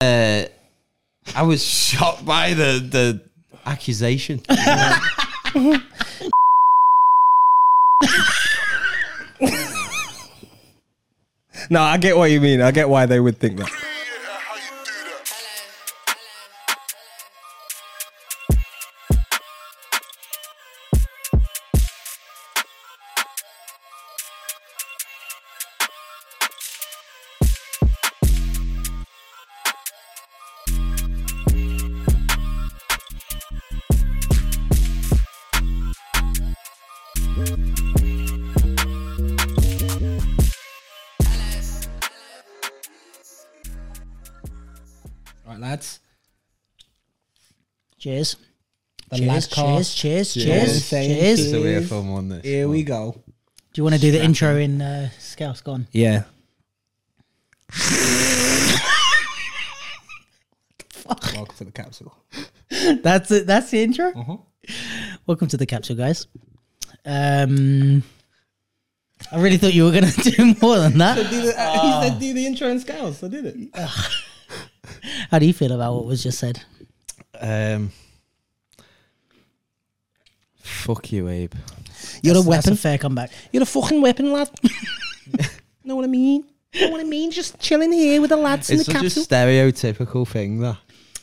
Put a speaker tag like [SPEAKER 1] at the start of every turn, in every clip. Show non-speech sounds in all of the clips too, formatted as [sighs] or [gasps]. [SPEAKER 1] Uh, I was shocked by the the [laughs] accusation.
[SPEAKER 2] No, I get what you mean. I get why they would think that.
[SPEAKER 3] Right, lads.
[SPEAKER 4] Cheers.
[SPEAKER 3] The
[SPEAKER 4] Cheers,
[SPEAKER 3] lad cast.
[SPEAKER 4] cheers, cheers,
[SPEAKER 3] Cheers.
[SPEAKER 4] cheers, cheers.
[SPEAKER 3] Thank
[SPEAKER 4] Do
[SPEAKER 3] you.
[SPEAKER 1] so we have fun on this.
[SPEAKER 3] Here
[SPEAKER 1] one.
[SPEAKER 3] we go.
[SPEAKER 4] you want to do the intro in uh, Scouse
[SPEAKER 3] [laughs]
[SPEAKER 4] Gone?
[SPEAKER 2] Yeah.
[SPEAKER 3] Welcome to the capsule.
[SPEAKER 4] That's it. That's the intro. Welcome to the capsule, guys. Um, I really thought you were gonna [laughs] do more than that. Ah.
[SPEAKER 3] He said do the intro in scales. I did it.
[SPEAKER 4] How do you feel about what was just said?
[SPEAKER 1] Um, fuck you, Abe.
[SPEAKER 4] You're a weapon. fair comeback.
[SPEAKER 3] You're a fucking weapon, lad. know what I mean? Know what I mean? Just chilling here with the lads
[SPEAKER 1] it's such a stereotypical thing that.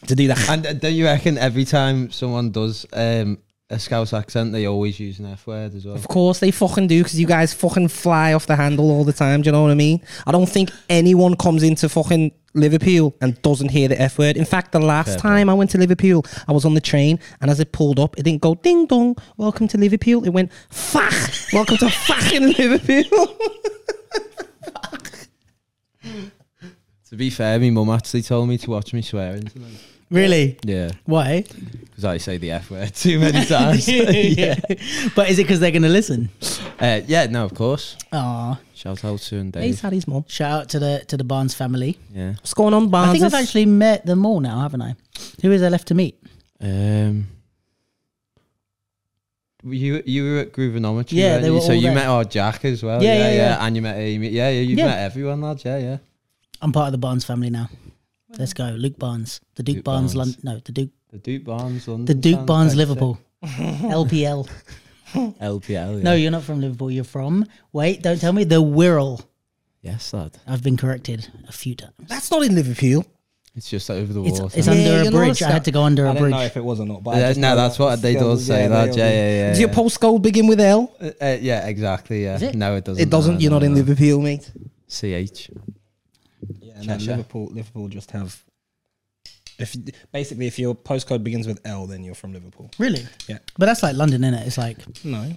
[SPEAKER 2] To do that.
[SPEAKER 1] And uh, don't you reckon every time someone does um, a Scouse accent, they always use an F word as well?
[SPEAKER 3] Of course they fucking do, because you guys fucking fly off the handle all the time. Do you know what I mean? I don't think anyone comes into fucking Liverpool and doesn't hear the F word. In fact, the last
[SPEAKER 1] Fair
[SPEAKER 3] time I went to Liverpool, I was on the train, and as it pulled up, it didn't go ding dong, welcome to Liverpool. It went fuck, welcome to fucking Liverpool.
[SPEAKER 1] To be fair, my mum actually told me to watch me swearing. Tonight.
[SPEAKER 4] Really?
[SPEAKER 1] Yeah,
[SPEAKER 3] [laughs]
[SPEAKER 4] Why?
[SPEAKER 1] because I say the F word [laughs] too many times. yeah.
[SPEAKER 4] [laughs] But is it because they're gonna listen?
[SPEAKER 1] Uh, yeah, no, of course.
[SPEAKER 4] Aw.
[SPEAKER 1] Shout out to and
[SPEAKER 3] hey,
[SPEAKER 1] Dave.
[SPEAKER 3] Sally's mom.
[SPEAKER 4] Shout out to the to the Barnes family.
[SPEAKER 1] Yeah.
[SPEAKER 3] What's going on, Barnes?
[SPEAKER 4] I think I've actually met them all now, haven't I? Who is there left to meet?
[SPEAKER 1] Um, were you you were at Groovonometry,
[SPEAKER 4] Yeah,
[SPEAKER 1] weren't
[SPEAKER 4] they
[SPEAKER 1] you?
[SPEAKER 4] were
[SPEAKER 1] so
[SPEAKER 4] all
[SPEAKER 1] you
[SPEAKER 4] there.
[SPEAKER 1] met our Jack as well.
[SPEAKER 4] Yeah, yeah, yeah.
[SPEAKER 1] And you met Amy. Yeah, yeah. You've
[SPEAKER 4] Yeah.
[SPEAKER 1] met everyone, lads. Yeah, yeah.
[SPEAKER 4] I'm part of the Barnes family now. Let's go, Luke Barnes, the Duke,
[SPEAKER 1] Duke
[SPEAKER 4] Barnes,
[SPEAKER 1] Barnes.
[SPEAKER 4] London. No, the Duke,
[SPEAKER 1] The Duke Barnes, Oh, London.
[SPEAKER 4] the Duke
[SPEAKER 1] fans,
[SPEAKER 4] Barnes,
[SPEAKER 1] Brexit. [laughs]
[SPEAKER 4] Liverpool, LPL.
[SPEAKER 1] LPL. Yeah.
[SPEAKER 4] No, you're not from Liverpool. You're from. Wait, don't tell me the Wirral.
[SPEAKER 1] Yes, lad.
[SPEAKER 4] I've been corrected a few times.
[SPEAKER 3] That's not in Liverpool.
[SPEAKER 1] It's just over the
[SPEAKER 4] It's,
[SPEAKER 1] water.
[SPEAKER 4] it's
[SPEAKER 3] Yeah,
[SPEAKER 4] under
[SPEAKER 3] you're
[SPEAKER 4] a
[SPEAKER 3] not
[SPEAKER 4] bridge. I
[SPEAKER 3] a
[SPEAKER 4] had to go under
[SPEAKER 2] I
[SPEAKER 4] a
[SPEAKER 2] don't know
[SPEAKER 4] bridge.
[SPEAKER 2] if it was or not, but I
[SPEAKER 1] Yeah,
[SPEAKER 2] just
[SPEAKER 1] no,
[SPEAKER 2] know
[SPEAKER 1] that's what they
[SPEAKER 2] still-
[SPEAKER 1] do say.
[SPEAKER 2] yeah,
[SPEAKER 1] that.
[SPEAKER 2] they
[SPEAKER 1] Yeah,
[SPEAKER 2] all do.
[SPEAKER 1] yeah, yeah.
[SPEAKER 3] Does your
[SPEAKER 1] yeah.
[SPEAKER 3] postcode begin with L?
[SPEAKER 1] Uh, uh, yeah, exactly. Yeah.
[SPEAKER 4] Is it?
[SPEAKER 1] No, it doesn't.
[SPEAKER 3] It doesn't.
[SPEAKER 1] no,
[SPEAKER 3] You're
[SPEAKER 1] no,
[SPEAKER 3] not in
[SPEAKER 1] no.
[SPEAKER 3] Liverpool, mate.
[SPEAKER 1] CH.
[SPEAKER 2] Yeah, and then
[SPEAKER 1] Cheshire.
[SPEAKER 2] Liverpool, Liverpool just have. If basically, if your postcode begins with L, then you're from Liverpool.
[SPEAKER 4] Really?
[SPEAKER 2] Yeah.
[SPEAKER 4] But that's like London, innit? It's like
[SPEAKER 2] No,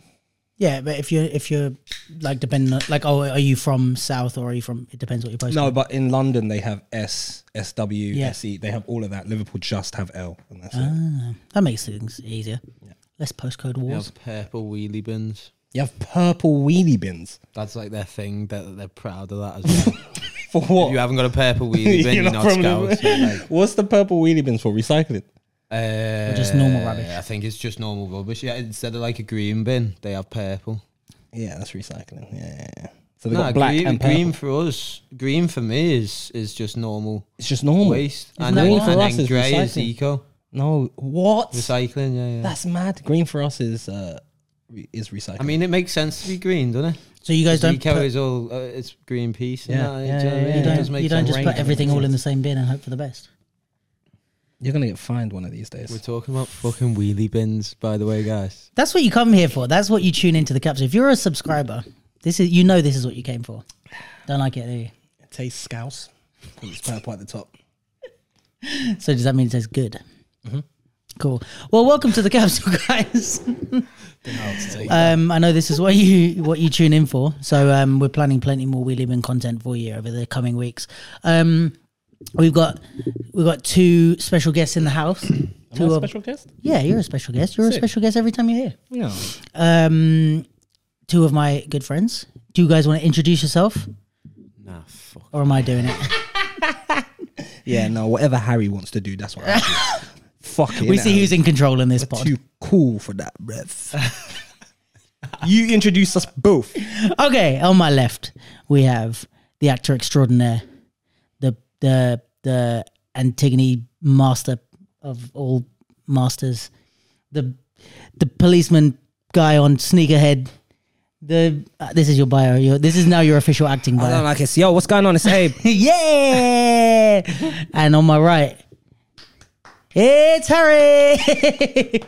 [SPEAKER 4] yeah, but if you're if you're like depending on like oh are you from South or are you from it depends what you're posting.
[SPEAKER 2] no, but in London they have S, SW,
[SPEAKER 4] Yeah.
[SPEAKER 2] SE. They have all of that. Liverpool just have L, and that's it.
[SPEAKER 4] Ah, that makes things easier. Less postcode
[SPEAKER 1] They
[SPEAKER 4] wars.
[SPEAKER 1] have purple wheelie bins.
[SPEAKER 2] You have purple wheelie bins [laughs]
[SPEAKER 1] That's like their thing. That they're proud of [laughs] that as well.
[SPEAKER 2] for
[SPEAKER 1] if you
[SPEAKER 2] what?
[SPEAKER 1] haven't got a purple
[SPEAKER 4] [laughs]
[SPEAKER 1] wheelie bin, you're, not, scouts.
[SPEAKER 2] Liverpool. [laughs] What's the purple wheelie bins for? Recycling.
[SPEAKER 1] Uh,
[SPEAKER 4] just normal rubbish?
[SPEAKER 1] I think it's just normal rubbish. Yeah, instead of like a green bin, they have purple.
[SPEAKER 2] Yeah, that's recycling. Yeah, yeah, yeah. So they
[SPEAKER 1] No,
[SPEAKER 2] got black
[SPEAKER 1] green,
[SPEAKER 2] and purple.
[SPEAKER 1] green for us. Green for me is is just normal
[SPEAKER 2] It's just normal.
[SPEAKER 1] waste.
[SPEAKER 2] Isn't that
[SPEAKER 1] then,
[SPEAKER 2] what-
[SPEAKER 1] and
[SPEAKER 2] for us
[SPEAKER 1] then
[SPEAKER 2] is
[SPEAKER 1] grey is
[SPEAKER 2] recycling?
[SPEAKER 1] eco
[SPEAKER 2] No, what?
[SPEAKER 1] recycling. Yeah, yeah.
[SPEAKER 2] That's mad. Green for us is uh, re- is recycling.
[SPEAKER 1] I mean, it makes sense to be green, doesn't it?
[SPEAKER 4] So you
[SPEAKER 1] Because
[SPEAKER 4] guys don't
[SPEAKER 1] eco
[SPEAKER 4] put,
[SPEAKER 1] is all uh, it's green peace.
[SPEAKER 2] Yeah,
[SPEAKER 1] and that,
[SPEAKER 2] yeah,
[SPEAKER 1] do you know what I mean?
[SPEAKER 2] yeah, yeah.
[SPEAKER 4] you
[SPEAKER 1] It
[SPEAKER 4] don't,
[SPEAKER 1] does make
[SPEAKER 4] you don't
[SPEAKER 1] sense.
[SPEAKER 4] just put everything all in the same bin and hope for the best.
[SPEAKER 2] you're gonna get fined one of these days.
[SPEAKER 1] We're talking about fucking wheelie bins, by the way, guys.
[SPEAKER 4] That's what you come here for. That's what you tune into the capsule. If you're a subscriber, this is you know this is what you came for. Don't like it, do you?
[SPEAKER 2] It tastes scouse. It's purple at the top.
[SPEAKER 4] So does that mean it tastes good? Mm-hmm. Cool. Well, welcome to the capsule, [laughs] guys. um, I know this is what you what you tune in for. So um, we're planning plenty more Wheelie Bin content for you over the coming weeks. Um, we've got we've got two special guests in the house. two of,
[SPEAKER 2] guest?
[SPEAKER 4] yeah, you're a special guest. You're a
[SPEAKER 2] Sick.
[SPEAKER 4] special guest every time you're here.
[SPEAKER 2] No.
[SPEAKER 4] Um, two of my good friends. Do you guys want to introduce yourself,
[SPEAKER 1] Nah, fuck.
[SPEAKER 4] or am I doing it?
[SPEAKER 2] Yeah, no. Whatever Harry wants to do, that's what I [laughs] do. Fuck it.
[SPEAKER 4] we see who's in control in this pod.
[SPEAKER 2] too cool for that, breath. [laughs] you introduce us both.
[SPEAKER 4] Okay, on my left we have the actor extraordinaire, the the the Antigone master of all masters, the the policeman guy on Sneakerhead. The uh, this is your bio. Your, this is now your official acting
[SPEAKER 3] I don't
[SPEAKER 4] bio.
[SPEAKER 3] like it. Yo, what's going on? It's [laughs] Abe.
[SPEAKER 4] [laughs] yeah, and on my right. It's Harry. [laughs]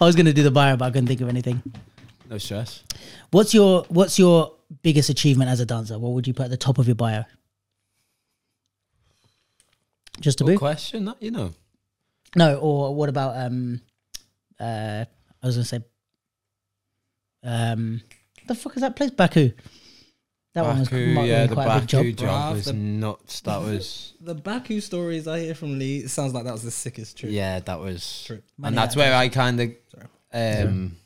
[SPEAKER 4] I was gonna do the bio, but I couldn't think of anything.
[SPEAKER 1] No stress.
[SPEAKER 4] What's your What's your biggest achievement as a dancer? What would you put at the top of your bio? Just to
[SPEAKER 1] Good
[SPEAKER 4] be
[SPEAKER 1] question, that, you know.
[SPEAKER 4] no, or what about um, uh, I was gonna say, um, the fuck is that place? Baku. That one was
[SPEAKER 1] Baku,
[SPEAKER 4] might have
[SPEAKER 1] yeah,
[SPEAKER 4] been
[SPEAKER 1] the
[SPEAKER 4] quite a big
[SPEAKER 1] Baku
[SPEAKER 4] job.
[SPEAKER 1] jump
[SPEAKER 2] Bruv,
[SPEAKER 1] was
[SPEAKER 2] the-
[SPEAKER 1] nuts. That was,
[SPEAKER 2] The Baku stories I hear from Lee, it sounds like that was the sickest trip.
[SPEAKER 1] yeah, that was.
[SPEAKER 2] True.
[SPEAKER 4] Money
[SPEAKER 1] and that's
[SPEAKER 4] out.
[SPEAKER 1] where I kind of um,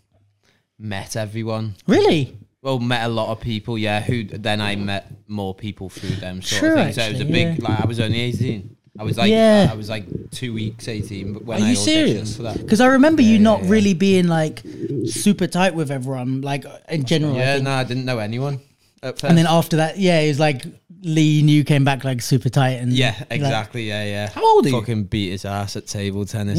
[SPEAKER 1] met everyone.
[SPEAKER 4] Really?
[SPEAKER 1] Well, met a lot of people, yeah. Who then I met more people through them. Sort
[SPEAKER 4] Sure,
[SPEAKER 1] of thing. so it was a
[SPEAKER 4] actually,
[SPEAKER 1] big. Like I was only eighteen. I was like,
[SPEAKER 4] Yeah.
[SPEAKER 1] I was like two weeks eighteen. But when
[SPEAKER 4] Are
[SPEAKER 1] I
[SPEAKER 4] you
[SPEAKER 1] auditioned
[SPEAKER 4] serious?
[SPEAKER 1] For that.
[SPEAKER 4] Because I remember you not really being like super tight with everyone, like in general. I
[SPEAKER 1] Yeah,
[SPEAKER 4] think.
[SPEAKER 1] no, I didn't know anyone. At first.
[SPEAKER 4] And then after that, yeah, it was like Lee knew came back like super tight and
[SPEAKER 1] yeah,
[SPEAKER 4] like,
[SPEAKER 1] exactly. Yeah, yeah. How
[SPEAKER 2] old are you?
[SPEAKER 1] Fucking beat his ass at table tennis.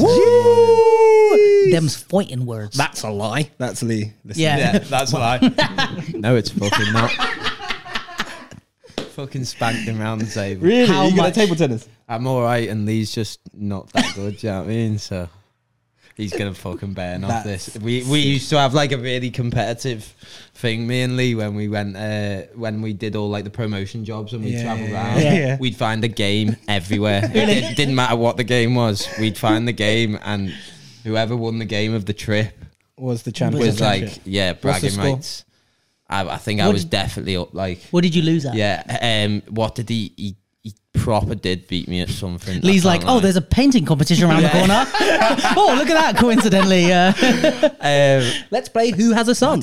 [SPEAKER 4] them's fighting words.
[SPEAKER 2] That's a lie. That's Lee. Listen.
[SPEAKER 4] yeah.
[SPEAKER 1] Yeah, that's what I. [laughs]
[SPEAKER 4] [laughs]
[SPEAKER 1] no, it's fucking not. fucking spanked him round the table.
[SPEAKER 2] Really?
[SPEAKER 4] How
[SPEAKER 2] you got a
[SPEAKER 4] much?
[SPEAKER 2] table tennis?
[SPEAKER 1] I'm all right, and Lee's just not that good. do you know what I mean? So he's gonna fucking burn off
[SPEAKER 2] That's-
[SPEAKER 1] this. We we used to have like a really competitive thing, me and Lee, when we went uh, when we did all like the promotion jobs and we
[SPEAKER 2] Yeah,
[SPEAKER 1] traveled
[SPEAKER 2] yeah,
[SPEAKER 1] around.
[SPEAKER 4] yeah.
[SPEAKER 2] Yeah.
[SPEAKER 1] We'd find a game everywhere.
[SPEAKER 2] [laughs]
[SPEAKER 1] it, did- didn't matter what the game was. We'd find the game, and whoever won the game of the trip
[SPEAKER 2] Was the
[SPEAKER 4] Was
[SPEAKER 2] champion?
[SPEAKER 1] was like, yeah, bragging
[SPEAKER 2] score?
[SPEAKER 1] rights. I, I think I
[SPEAKER 4] What
[SPEAKER 1] was
[SPEAKER 4] did-
[SPEAKER 1] definitely up like.
[SPEAKER 4] [laughs] What did you lose at?
[SPEAKER 1] Yeah. Um. What did he? He, he proper did beat me at something.
[SPEAKER 4] Lee's
[SPEAKER 1] I
[SPEAKER 4] like,
[SPEAKER 1] can't
[SPEAKER 4] oh,
[SPEAKER 1] lie.
[SPEAKER 4] there's a painting competition around the corner. [laughs] oh, look at that! Coincidentally, uh,
[SPEAKER 1] Um, [laughs]
[SPEAKER 3] Let's play Who Has
[SPEAKER 4] [laughs]
[SPEAKER 3] a Son.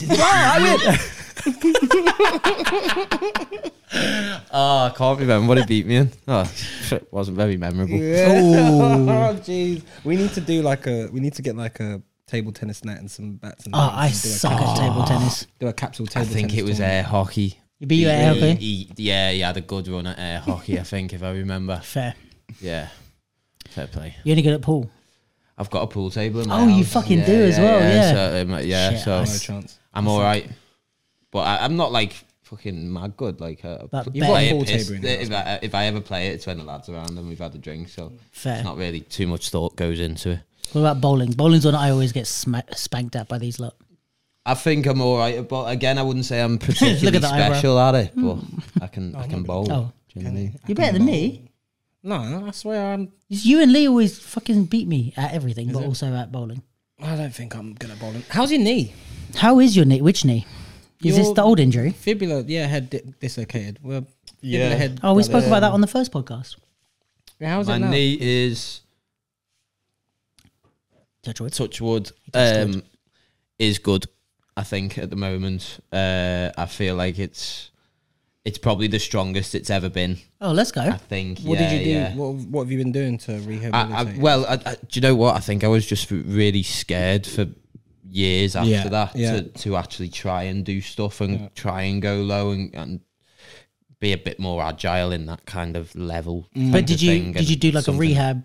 [SPEAKER 1] oh, I can't remember what he beat me in. Oh, it wasn't very memorable.
[SPEAKER 2] [laughs] oh, jeez. We need to do like a. We need to get like a table tennis net and some bats and.
[SPEAKER 4] oh,
[SPEAKER 2] things
[SPEAKER 4] I
[SPEAKER 2] and do a
[SPEAKER 4] suck
[SPEAKER 2] cap-
[SPEAKER 4] at table tennis.
[SPEAKER 2] Do a capsule
[SPEAKER 1] I
[SPEAKER 2] table.
[SPEAKER 1] think
[SPEAKER 2] tennis
[SPEAKER 1] it was
[SPEAKER 2] tournament.
[SPEAKER 1] air hockey.
[SPEAKER 4] You beat you
[SPEAKER 1] He-
[SPEAKER 4] at air hockey.
[SPEAKER 1] he- yeah, he had a good run at air hockey. I think, if I remember.
[SPEAKER 4] Fair.
[SPEAKER 1] Yeah. Fair play.
[SPEAKER 4] You only good at pool.
[SPEAKER 1] I've got a pool table. In my
[SPEAKER 4] Oh, you
[SPEAKER 1] house.
[SPEAKER 4] fucking do as well, yeah.
[SPEAKER 1] So, um, yeah.
[SPEAKER 4] Shit,
[SPEAKER 1] so
[SPEAKER 4] I
[SPEAKER 2] No chance.
[SPEAKER 1] I'm all right, but I, I'm not like fucking mad good. Like, uh,
[SPEAKER 4] But
[SPEAKER 1] you
[SPEAKER 4] bet-
[SPEAKER 1] play
[SPEAKER 2] Pool
[SPEAKER 1] it pissed-
[SPEAKER 2] table in your
[SPEAKER 1] if, I, if I ever play it, it's when the lads are around and we've had a drink, so
[SPEAKER 4] Fair.
[SPEAKER 1] it's [laughs] not really too much thought goes into it.
[SPEAKER 4] What about bowling? Bowling's one I always get sma- spanked at by these lot.
[SPEAKER 1] I think I'm all right, but again, I wouldn't say I'm particularly
[SPEAKER 4] the eyebrow.
[SPEAKER 1] special at it. But I can, I can bowl.
[SPEAKER 4] Oh.
[SPEAKER 1] Do you know what I mean?
[SPEAKER 4] You're better than me.
[SPEAKER 2] No, I swear I'm.
[SPEAKER 4] It's You and Lee always fucking beat me at everything, but also at bowling.
[SPEAKER 2] I don't think I'm gonna bowl. in- How's your knee?
[SPEAKER 4] How is your knee? Which knee? Is this
[SPEAKER 2] Your-
[SPEAKER 4] the old injury?
[SPEAKER 2] Fibula, yeah, head di- dislocated. Well,
[SPEAKER 1] Yeah.
[SPEAKER 2] fibula head.
[SPEAKER 4] Oh, we spoke
[SPEAKER 2] brother.
[SPEAKER 4] about that on the first podcast.
[SPEAKER 2] How's
[SPEAKER 1] My
[SPEAKER 2] it now?
[SPEAKER 1] knee is
[SPEAKER 4] Touch wood.
[SPEAKER 1] touch wood.
[SPEAKER 4] touched
[SPEAKER 1] Um, is good. I think at the moment, uh, I feel like it's it's probably the strongest it's ever been.
[SPEAKER 4] Oh, let's go.
[SPEAKER 1] I think.
[SPEAKER 2] What
[SPEAKER 1] yeah,
[SPEAKER 2] did you do?
[SPEAKER 1] yeah.
[SPEAKER 2] What, what have you been doing to rehabilitate?
[SPEAKER 1] I, I, well, I, I, do you know what? I think I was just really scared for years after
[SPEAKER 2] Yeah,
[SPEAKER 1] that
[SPEAKER 2] yeah.
[SPEAKER 1] To, to actually try and do stuff and try and go low and, and be a bit more agile in that kind of level.
[SPEAKER 4] Mm. But did you did you do like a
[SPEAKER 1] rehab?
[SPEAKER 4] rehab?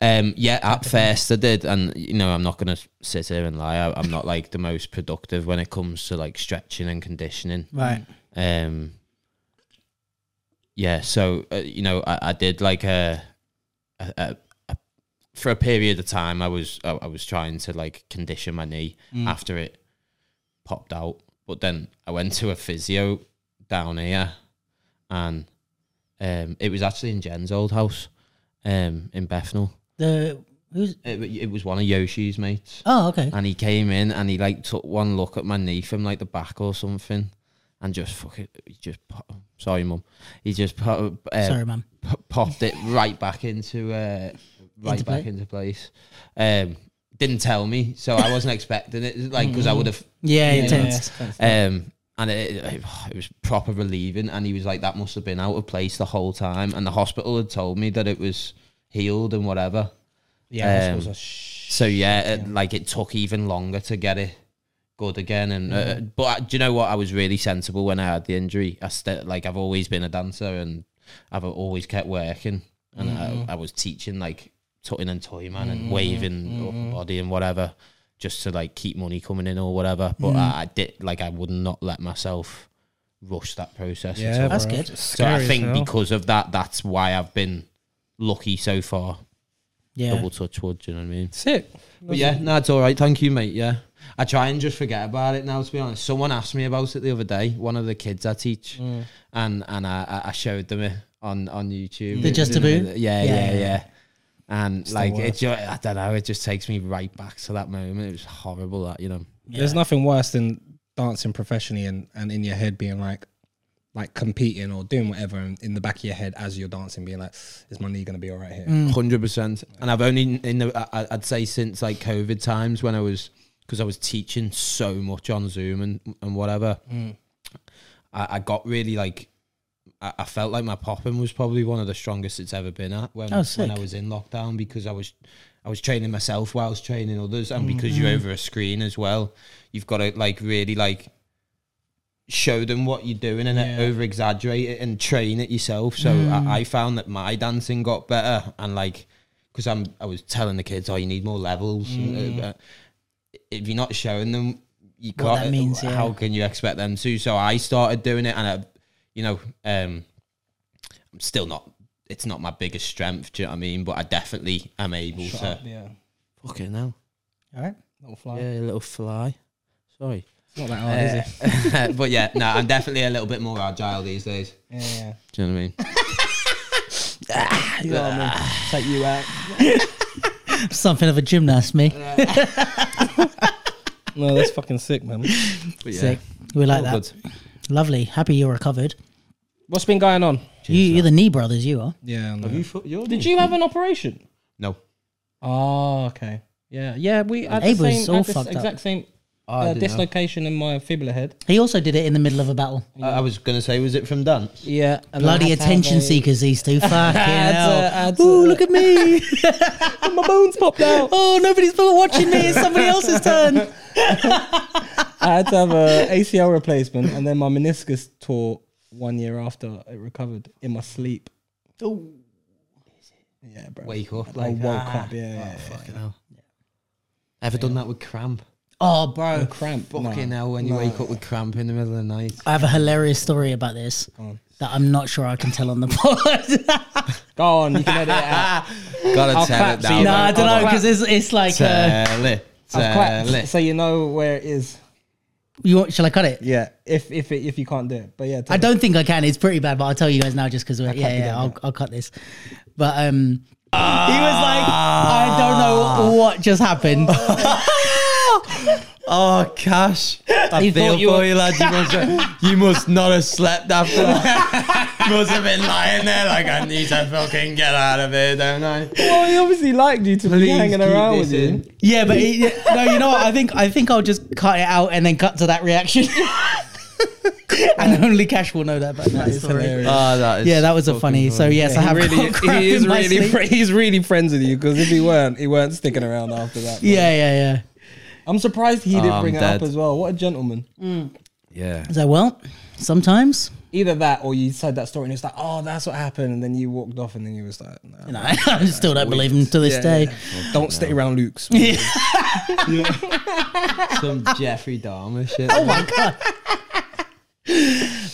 [SPEAKER 1] Um, yeah, at first I did, and you know I'm not gonna sit here and lie. I, I'm not like the most productive when it comes to like stretching and conditioning.
[SPEAKER 4] Right.
[SPEAKER 1] Um, yeah, so uh, you know I, I did like a, a, a, a for a period of time I was I, I was trying to like condition my knee after it popped out, but then I went to a physio down here, and um, it was actually in Jen's old house, um, in Bethnal.
[SPEAKER 4] The who's?
[SPEAKER 1] It, w- it was one of Yoshi's mates,
[SPEAKER 4] Oh, okay.
[SPEAKER 1] and he came in and he like took one look at my knee from like the back or something, and just fucking he just pop, sorry mum, he just pop, uh,
[SPEAKER 4] Sorry, mum.
[SPEAKER 1] p- popped it right back into uh, right
[SPEAKER 4] Into
[SPEAKER 1] back
[SPEAKER 4] play.
[SPEAKER 1] into place. Um, didn't tell me, so I wasn't expecting it, like because I
[SPEAKER 4] Mm.
[SPEAKER 1] would have
[SPEAKER 4] Yeah,
[SPEAKER 2] Yeah,
[SPEAKER 4] intense.
[SPEAKER 1] um, and it, it, it was proper relieving. And he was like, that must have been out of place the whole time. And the hospital had told me that it was healed and whatever.
[SPEAKER 2] yeah,
[SPEAKER 1] um,
[SPEAKER 2] hospitals are sh-
[SPEAKER 1] So yeah, it, like it took even longer to get it good again. And
[SPEAKER 2] Mm-hmm.
[SPEAKER 1] uh, but I, do you know what? I was really sensible when I had the injury. I st- like I've
[SPEAKER 2] Mm-hmm.
[SPEAKER 1] always been a dancer and I've always kept working. And I, I was teaching like tutting and toy man and waving
[SPEAKER 2] Mm-hmm.
[SPEAKER 1] upper body and whatever, just to like keep money coming in or whatever. But
[SPEAKER 2] Mm-hmm.
[SPEAKER 1] I, I did like I would not let myself rush that process. at all.
[SPEAKER 4] That's
[SPEAKER 2] bro.
[SPEAKER 4] good.
[SPEAKER 2] It's
[SPEAKER 1] So I
[SPEAKER 2] scary as
[SPEAKER 1] think
[SPEAKER 2] hell.
[SPEAKER 1] because of that, that's why I've been lucky so far.
[SPEAKER 4] Yeah.
[SPEAKER 1] Double touch wood, do you know what I mean?
[SPEAKER 2] sick.
[SPEAKER 1] But yeah, no, it's all right. Thank you, mate. Yeah. I try and just forget about it now, to be honest. Someone asked me about it the other day, one of the kids I teach, and, and I, I- I showed them it on, on YouTube.
[SPEAKER 4] The
[SPEAKER 1] It
[SPEAKER 4] Just
[SPEAKER 1] was
[SPEAKER 4] a
[SPEAKER 1] in
[SPEAKER 4] Boo?
[SPEAKER 1] the- Yeah,
[SPEAKER 4] Yeah,
[SPEAKER 1] yeah,
[SPEAKER 4] yeah.
[SPEAKER 1] yeah. And
[SPEAKER 2] the
[SPEAKER 1] like, it
[SPEAKER 2] worst.
[SPEAKER 1] just, I don't know, it just takes me right back to that moment. It was horrible, that, you know.
[SPEAKER 2] There's nothing worse than dancing professionally and, and in your head being like, like competing or doing whatever and in the back of your head as you're dancing being like, is my knee going to be all right here?
[SPEAKER 4] Mm.
[SPEAKER 1] hundred percent. And I've only in the I- I- I'd say since like COVID times when I was because I was teaching so much on Zoom and and whatever, I, I got really like I, I felt like my popping was probably one of the strongest it's ever been at when
[SPEAKER 4] Oh,
[SPEAKER 1] when
[SPEAKER 4] sick.
[SPEAKER 1] I was in lockdown because I was I was training myself whilst training others
[SPEAKER 4] Mm-hmm.
[SPEAKER 1] and because you're over a screen as well, you've got to like really like show them what you're doing and over exaggerate it and train it yourself. So
[SPEAKER 4] Mm.
[SPEAKER 1] I, I found that my dancing got better and like because I'm I was telling the kids, oh, you need more levels. And, uh, uh, if you're not showing them, you
[SPEAKER 4] What
[SPEAKER 1] can't.
[SPEAKER 4] that means, yeah.
[SPEAKER 1] How can you expect them to? So I started doing it, and I, you know, um, I'm still not. It's not my biggest strength. Do you know what I mean? But I definitely am able to.
[SPEAKER 2] Yeah.
[SPEAKER 1] Fucking hell!
[SPEAKER 4] All right.
[SPEAKER 2] Little fly.
[SPEAKER 1] Yeah, a little fly. Sorry.
[SPEAKER 2] It's not that hard, is it?
[SPEAKER 1] Uh, [laughs] but yeah, no, I'm definitely a little bit more agile these days.
[SPEAKER 2] Yeah. yeah.
[SPEAKER 1] Do you know what I mean? Ah.
[SPEAKER 2] You know what I mean? Take you out.
[SPEAKER 4] [laughs] Something of a gymnast, me.
[SPEAKER 2] No, that's fucking sick, man.
[SPEAKER 1] But yeah,
[SPEAKER 4] Sick. We like
[SPEAKER 1] all
[SPEAKER 4] that.
[SPEAKER 1] good.
[SPEAKER 4] Lovely. Happy you're recovered.
[SPEAKER 2] What's been going on?
[SPEAKER 4] You, you're the knee brothers, you are.
[SPEAKER 2] Yeah.
[SPEAKER 1] Have you foot your
[SPEAKER 2] Did you have an operation?
[SPEAKER 1] No.
[SPEAKER 2] Oh, okay. Yeah, yeah. We had the
[SPEAKER 4] Abel's
[SPEAKER 2] same,
[SPEAKER 4] all
[SPEAKER 2] had this
[SPEAKER 4] fucked up.
[SPEAKER 2] exact same uh, dislocation in my fibula head.
[SPEAKER 4] He also did it in the middle of a battle.
[SPEAKER 1] I I was gonna say, was it from dance?
[SPEAKER 2] Yeah,
[SPEAKER 4] Bloody attention seekers, these two. Fucking hell.
[SPEAKER 2] Ooh, look at [laughs] me! my bones popped out.
[SPEAKER 4] Oh, nobody's watching me. It's somebody else's turn.
[SPEAKER 2] I had to have a ACL replacement, and then my meniscus tore one year after it recovered in my sleep. Yeah, bro.
[SPEAKER 1] Wake up,
[SPEAKER 2] I
[SPEAKER 1] like
[SPEAKER 2] woke
[SPEAKER 1] ah,
[SPEAKER 2] up. Yeah, yeah, yeah.
[SPEAKER 1] Fucking hell. Ever done that with cramp?
[SPEAKER 4] Oh, bro.
[SPEAKER 2] cramp.
[SPEAKER 1] Fucking
[SPEAKER 2] nah.
[SPEAKER 1] hell, when you wake up with cramp in the middle of the night.
[SPEAKER 4] I have a hilarious story about this that I'm not sure I can tell on the [laughs] pod.
[SPEAKER 2] Go on, you can edit it [laughs] out.
[SPEAKER 1] [laughs] Gotta
[SPEAKER 2] I'll
[SPEAKER 1] tell
[SPEAKER 2] clap
[SPEAKER 1] it
[SPEAKER 2] so
[SPEAKER 1] down.
[SPEAKER 2] you
[SPEAKER 4] no,
[SPEAKER 2] know.
[SPEAKER 4] I don't know because it's, it's like uh,
[SPEAKER 1] Tell it.
[SPEAKER 2] I've
[SPEAKER 1] Tell
[SPEAKER 2] clapped,
[SPEAKER 1] it.
[SPEAKER 2] so you know where it is.
[SPEAKER 4] you. want- Shall I cut it?
[SPEAKER 2] Yeah, if if it, if you can't do it, but yeah,
[SPEAKER 4] I don't think I can. It's pretty bad, but I'll tell you guys now just because we're yeah,
[SPEAKER 2] be
[SPEAKER 4] yeah.
[SPEAKER 2] done,
[SPEAKER 4] I'll, I'll cut this. But um, he was like, I don't know what just happened.
[SPEAKER 1] Oh, Cash. I
[SPEAKER 4] He
[SPEAKER 1] feel
[SPEAKER 4] thought you
[SPEAKER 1] for
[SPEAKER 4] were-
[SPEAKER 1] you, lad. You must, have, you must not have slept after that. [laughs] you must have been lying there like, I need to fucking get out of here, don't I?
[SPEAKER 2] Well, he obviously liked you to be
[SPEAKER 1] Please
[SPEAKER 2] hanging
[SPEAKER 1] keep
[SPEAKER 2] around
[SPEAKER 1] this
[SPEAKER 2] with you.
[SPEAKER 1] in.
[SPEAKER 4] yeah, but he, no, you know what? I think I think I'll just cut it out and then cut to that reaction. [laughs] and only Cash will know that. But that
[SPEAKER 2] It's
[SPEAKER 4] story.
[SPEAKER 2] hilarious.
[SPEAKER 1] Oh, that is
[SPEAKER 4] Yeah, that was a
[SPEAKER 1] fucking
[SPEAKER 4] funny. So
[SPEAKER 1] funny.
[SPEAKER 4] yes,
[SPEAKER 2] [laughs]
[SPEAKER 4] I
[SPEAKER 2] he
[SPEAKER 4] have
[SPEAKER 2] really,
[SPEAKER 4] [laughs] got crap
[SPEAKER 2] he is
[SPEAKER 4] in my
[SPEAKER 2] really,
[SPEAKER 4] sleep.
[SPEAKER 2] fr- he's really friends with you because if he weren't, he weren't sticking around after that. man.
[SPEAKER 4] Yeah, yeah, yeah.
[SPEAKER 2] I'm surprised he
[SPEAKER 1] Oh,
[SPEAKER 2] didn't
[SPEAKER 1] I'm
[SPEAKER 2] bring it up
[SPEAKER 1] dead.
[SPEAKER 2] as well. What a gentleman!
[SPEAKER 1] Yeah.
[SPEAKER 4] So well, sometimes
[SPEAKER 2] Either that, or you said that story and it's like, oh, that's what happened, and then you walked off, and then you was like, nah.
[SPEAKER 4] you know, [laughs] I still don't believe him to this
[SPEAKER 2] Yeah,
[SPEAKER 4] day.
[SPEAKER 2] yeah. don't stay around Luke's.
[SPEAKER 1] Some Jeffrey Dahmer shit.
[SPEAKER 4] Oh my god.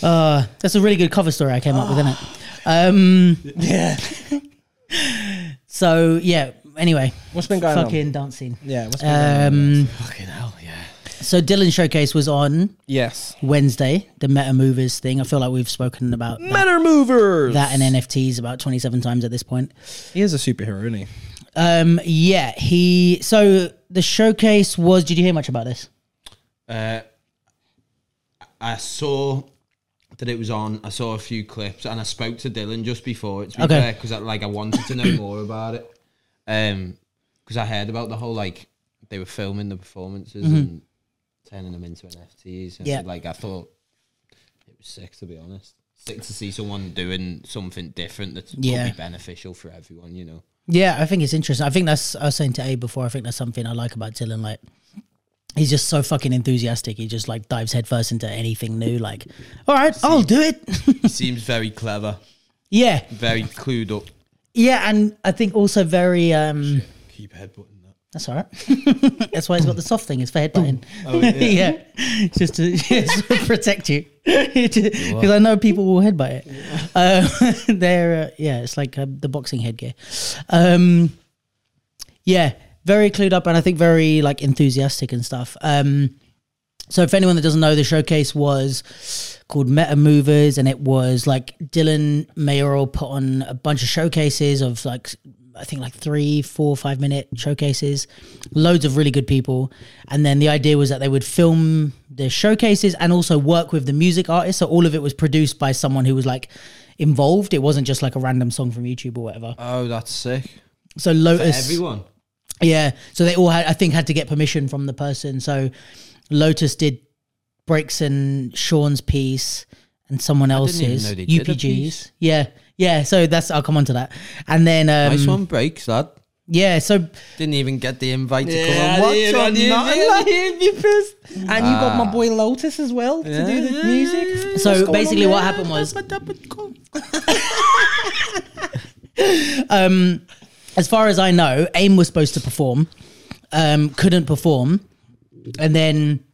[SPEAKER 4] Uh, [laughs] that's a really good cover story I came up
[SPEAKER 2] [sighs]
[SPEAKER 4] with, isn't it? Um,
[SPEAKER 2] yeah.
[SPEAKER 4] so yeah. Anyway,
[SPEAKER 2] What's been going on?
[SPEAKER 4] fucking dancing.
[SPEAKER 2] Yeah. What's been going on?
[SPEAKER 4] Um,
[SPEAKER 1] Fucking hell, yeah.
[SPEAKER 4] so Dylan showcase was on
[SPEAKER 2] Yes.
[SPEAKER 4] Wednesday, the Meta Movers thing. I feel like we've spoken about that,
[SPEAKER 2] Men are movers.
[SPEAKER 4] that and NFTs about twenty-seven times at this point.
[SPEAKER 2] he is a superhero, isn't he?
[SPEAKER 4] Um, yeah, he. So the showcase was. Did you hear much about this?
[SPEAKER 1] Uh, I saw that it was on. I saw a few clips, and I spoke to Dylan just before it. To be
[SPEAKER 4] Okay.
[SPEAKER 1] because I, like I wanted to know more about it. Um, because I heard about the whole like they were filming the performances and turning them into NFTs. And
[SPEAKER 4] Yeah.
[SPEAKER 1] like I thought it was sick to be honest. Sick to see someone doing something different that
[SPEAKER 4] Yeah.
[SPEAKER 1] could be beneficial for everyone. You know.
[SPEAKER 4] Yeah, I think it's interesting. I think that's I was saying to A before. I think that's something I like about Dylan. Like, he's just so fucking enthusiastic. He just like dives headfirst into anything new. Like, all right, I'll do it. [laughs]
[SPEAKER 1] He seems very clever,
[SPEAKER 4] yeah,
[SPEAKER 1] very clued up.
[SPEAKER 4] Yeah, and I think also very. um
[SPEAKER 5] Keep headbutting that.
[SPEAKER 4] That's all right. [laughs] that's why it's got the soft thing. It's for headbutting.
[SPEAKER 5] Oh,
[SPEAKER 4] [laughs] yeah.
[SPEAKER 5] yeah.
[SPEAKER 4] It's just to, it's to protect you [laughs] because I know people will headbutt it. Uh, [laughs] they're uh, yeah, it's like um, the boxing headgear. Um, yeah, very clued up and I think very like enthusiastic and stuff. Um, so if anyone that doesn't know, the showcase was called Meta Movers, and it was like Dylan Mayoral put on a bunch of showcases of like I think like three, four, five minute showcases, loads of really good people, and then the idea was that they would film the showcases and also work with the music artists. So all of it was produced by someone who was like involved. It wasn't just like a random song from YouTube or whatever.
[SPEAKER 5] Oh, that's sick.
[SPEAKER 4] So
[SPEAKER 5] For
[SPEAKER 4] Lotus,
[SPEAKER 5] everyone.
[SPEAKER 4] yeah. So they all had, I think, had to get permission from the person. So Lotus did Breaks and Sean's piece and someone else's
[SPEAKER 5] even know they did a
[SPEAKER 4] UPG's.
[SPEAKER 5] piece.
[SPEAKER 4] Yeah, yeah. So that's I'll come on to that. And then um,
[SPEAKER 1] Nice one breaks, lad.
[SPEAKER 4] yeah. So
[SPEAKER 1] Didn't even get the invite to come
[SPEAKER 5] Yeah,
[SPEAKER 1] and watch
[SPEAKER 5] yeah,
[SPEAKER 1] or
[SPEAKER 5] yeah,
[SPEAKER 1] nothing,
[SPEAKER 5] yeah.
[SPEAKER 1] like.
[SPEAKER 3] And you got
[SPEAKER 2] Ah.
[SPEAKER 3] my boy Lotus as well to do the music.
[SPEAKER 4] so basically, what happened was as far as I know, AIM was supposed to perform, um, couldn't perform, and then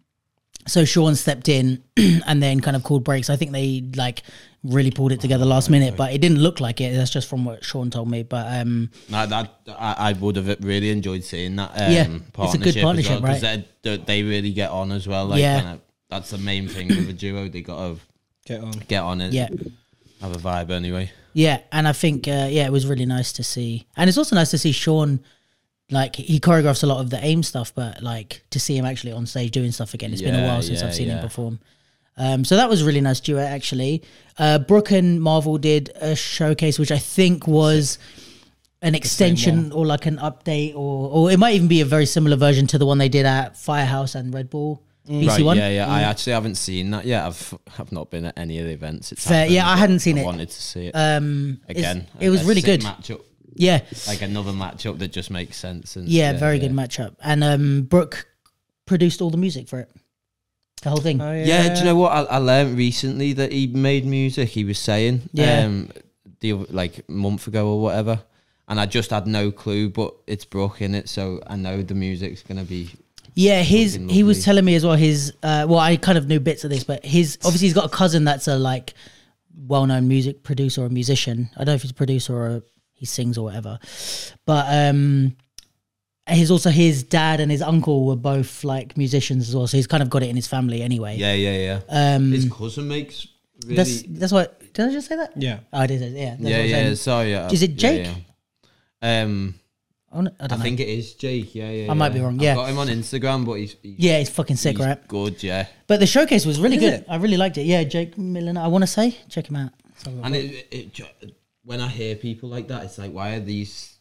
[SPEAKER 4] so Sean stepped in [clears throat] and then kind of called breaks. I think they like really pulled it together last minute, but it didn't look like it. That's just from what Sean told me. But um,
[SPEAKER 1] Nah, that I, I would have really enjoyed seeing that. Um,
[SPEAKER 4] Yeah, it's a
[SPEAKER 1] partnership as
[SPEAKER 4] good
[SPEAKER 1] well,
[SPEAKER 4] partnership,
[SPEAKER 1] 'cause
[SPEAKER 4] right?
[SPEAKER 1] They, they- they really get on as well. Like,
[SPEAKER 4] Yeah.
[SPEAKER 1] and I- that's the main thing with a duo. They got to
[SPEAKER 2] Get on.
[SPEAKER 1] get on it.
[SPEAKER 4] yeah,
[SPEAKER 1] have a vibe anyway.
[SPEAKER 4] yeah, and I think uh, yeah, it was really nice to see, and it's also nice to see Sean. Like he choreographs a lot of the AIM stuff, but like to see him actually on stage doing stuff again. It's been a
[SPEAKER 1] Yeah,
[SPEAKER 4] while since
[SPEAKER 1] yeah,
[SPEAKER 4] I've seen him
[SPEAKER 1] yeah.
[SPEAKER 4] perform. Um, so that was a really nice duet, actually. Uh, Brooke and Marvel did a showcase, which I think was an extension or like an update, or or it might even be a very similar version to the one they did at Firehouse and Red Bull BC
[SPEAKER 1] Mm. Right,
[SPEAKER 4] One.
[SPEAKER 1] yeah, yeah. I actually haven't seen that yet. I've I've not been at any of the events. It's
[SPEAKER 4] Fair,
[SPEAKER 1] happened,
[SPEAKER 4] yeah, I
[SPEAKER 1] but
[SPEAKER 4] hadn't seen
[SPEAKER 1] I
[SPEAKER 4] it.
[SPEAKER 1] Wanted to see it
[SPEAKER 4] Um, it's-
[SPEAKER 1] again.
[SPEAKER 4] it was
[SPEAKER 1] A
[SPEAKER 4] really
[SPEAKER 1] sick
[SPEAKER 4] good.
[SPEAKER 1] Matchup,
[SPEAKER 4] Yeah,
[SPEAKER 1] like another matchup that just makes sense. And
[SPEAKER 4] yeah, very good matchup. And um, Brooke produced all the music for it, the whole thing.
[SPEAKER 3] Oh.
[SPEAKER 1] Yeah. do you know what? I, I learned recently that he made music. He was saying,
[SPEAKER 4] Yeah.
[SPEAKER 1] um, the oth- like month ago or whatever, and I just had no clue. But it's Brooke in it, so I know the music's gonna be.
[SPEAKER 4] Yeah, his
[SPEAKER 1] Fucking
[SPEAKER 4] he was
[SPEAKER 1] lovely.
[SPEAKER 4] telling me as well. His uh, well, I kind of knew bits of this,
[SPEAKER 1] [laughs]
[SPEAKER 4] but his obviously he's got a cousin that's a like well-known music producer or musician. I don't know if he's a producer or he sings or whatever, but um, his also his dad and his uncle were both like musicians as well, so he's kind of got it in his family anyway.
[SPEAKER 1] Yeah, yeah, yeah.
[SPEAKER 4] um,
[SPEAKER 1] His cousin makes really.
[SPEAKER 4] that's that's what did I just say that?
[SPEAKER 2] Yeah.
[SPEAKER 4] Oh, I did. say- Yeah, that's what
[SPEAKER 1] yeah,
[SPEAKER 4] I'm
[SPEAKER 1] yeah.
[SPEAKER 4] saying.
[SPEAKER 1] Sorry, yeah,
[SPEAKER 4] Is it
[SPEAKER 1] yeah,
[SPEAKER 4] Jake?
[SPEAKER 1] yeah. Um,
[SPEAKER 4] Oh, I don't
[SPEAKER 1] I
[SPEAKER 4] know.
[SPEAKER 1] think it is Jake. Yeah, yeah.
[SPEAKER 4] I might be wrong,
[SPEAKER 1] I
[SPEAKER 4] yeah.
[SPEAKER 1] got him on Instagram, but he's, he's
[SPEAKER 4] yeah, it's fucking sick,
[SPEAKER 1] he's
[SPEAKER 4] right?
[SPEAKER 1] good. Yeah,
[SPEAKER 4] But the showcase was really good. I really liked it. Yeah, Jake Millen. I want to say check him out.
[SPEAKER 1] and it, it, ju- when I hear people like that, it's like, why are these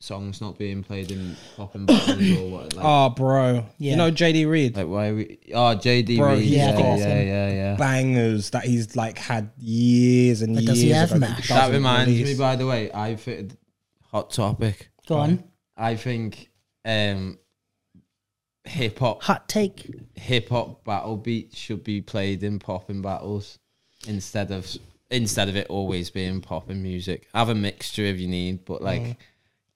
[SPEAKER 1] songs not being played in pop and battles or what? Like,
[SPEAKER 2] Oh, bro.
[SPEAKER 4] Yeah.
[SPEAKER 2] You know JD Reed?
[SPEAKER 1] like why? Are we, oh, JD.
[SPEAKER 2] Bro,
[SPEAKER 1] Reed,
[SPEAKER 2] he's
[SPEAKER 1] yeah,
[SPEAKER 4] got
[SPEAKER 1] yeah,
[SPEAKER 4] some
[SPEAKER 1] yeah, yeah, yeah.
[SPEAKER 2] Bangers that he's like had years and
[SPEAKER 4] But
[SPEAKER 2] years.
[SPEAKER 4] does he have
[SPEAKER 2] ago
[SPEAKER 4] mash?
[SPEAKER 1] That
[SPEAKER 2] doesn't
[SPEAKER 1] reminds me,
[SPEAKER 2] release.
[SPEAKER 1] by the way, I thi- hot topic.
[SPEAKER 4] Go on.
[SPEAKER 1] I think um, hip hop
[SPEAKER 4] Hot take.
[SPEAKER 1] hip hop battle beats should be played in popping battles instead of instead of it always being popping music. Have a mixture if you need, but like
[SPEAKER 4] Mm.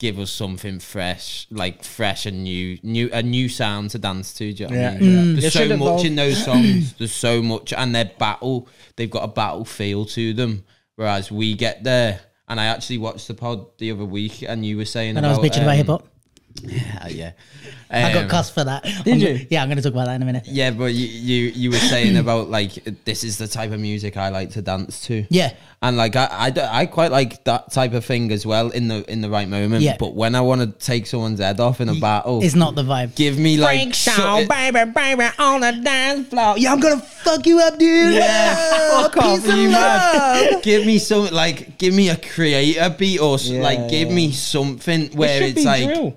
[SPEAKER 1] give us something fresh, like fresh and new, new a new sound to dance to. Do you know what I
[SPEAKER 2] Yeah,
[SPEAKER 1] mean?
[SPEAKER 2] yeah. It
[SPEAKER 1] There's so
[SPEAKER 2] should
[SPEAKER 1] much
[SPEAKER 2] evolve.
[SPEAKER 1] in those songs. [coughs] There's so much, and their battle, they've got a battle feel to them. Whereas we get there. And I actually watched the pod the other week, and you were saying
[SPEAKER 4] And I
[SPEAKER 1] about,
[SPEAKER 4] was bitching about
[SPEAKER 1] um,
[SPEAKER 4] hip hop.
[SPEAKER 1] [laughs] Yeah,
[SPEAKER 4] I got
[SPEAKER 1] Um,
[SPEAKER 4] cussed for that. Did
[SPEAKER 1] you?
[SPEAKER 4] Yeah, I'm going to talk about that in a minute. Yeah.
[SPEAKER 1] Yeah, but you, you you were saying about like this is the type of music I like to dance to. And like I, I, d- I quite like that type of thing as well in the in the right moment.
[SPEAKER 4] Yeah.
[SPEAKER 1] But when I want to take someone's head off in a battle,
[SPEAKER 4] It's not the vibe.
[SPEAKER 1] give me like
[SPEAKER 3] Break
[SPEAKER 1] so-
[SPEAKER 3] down, baby, baby, on the dance floor. Yeah, I'm gonna fuck you up, dude.
[SPEAKER 1] Yeah.
[SPEAKER 3] Oh,
[SPEAKER 1] Fuck off,
[SPEAKER 3] peace and
[SPEAKER 1] you
[SPEAKER 3] love.
[SPEAKER 1] man. give me some like give me a creator beat or s like give me something where
[SPEAKER 2] Should
[SPEAKER 1] it's
[SPEAKER 2] be
[SPEAKER 1] like
[SPEAKER 2] drill.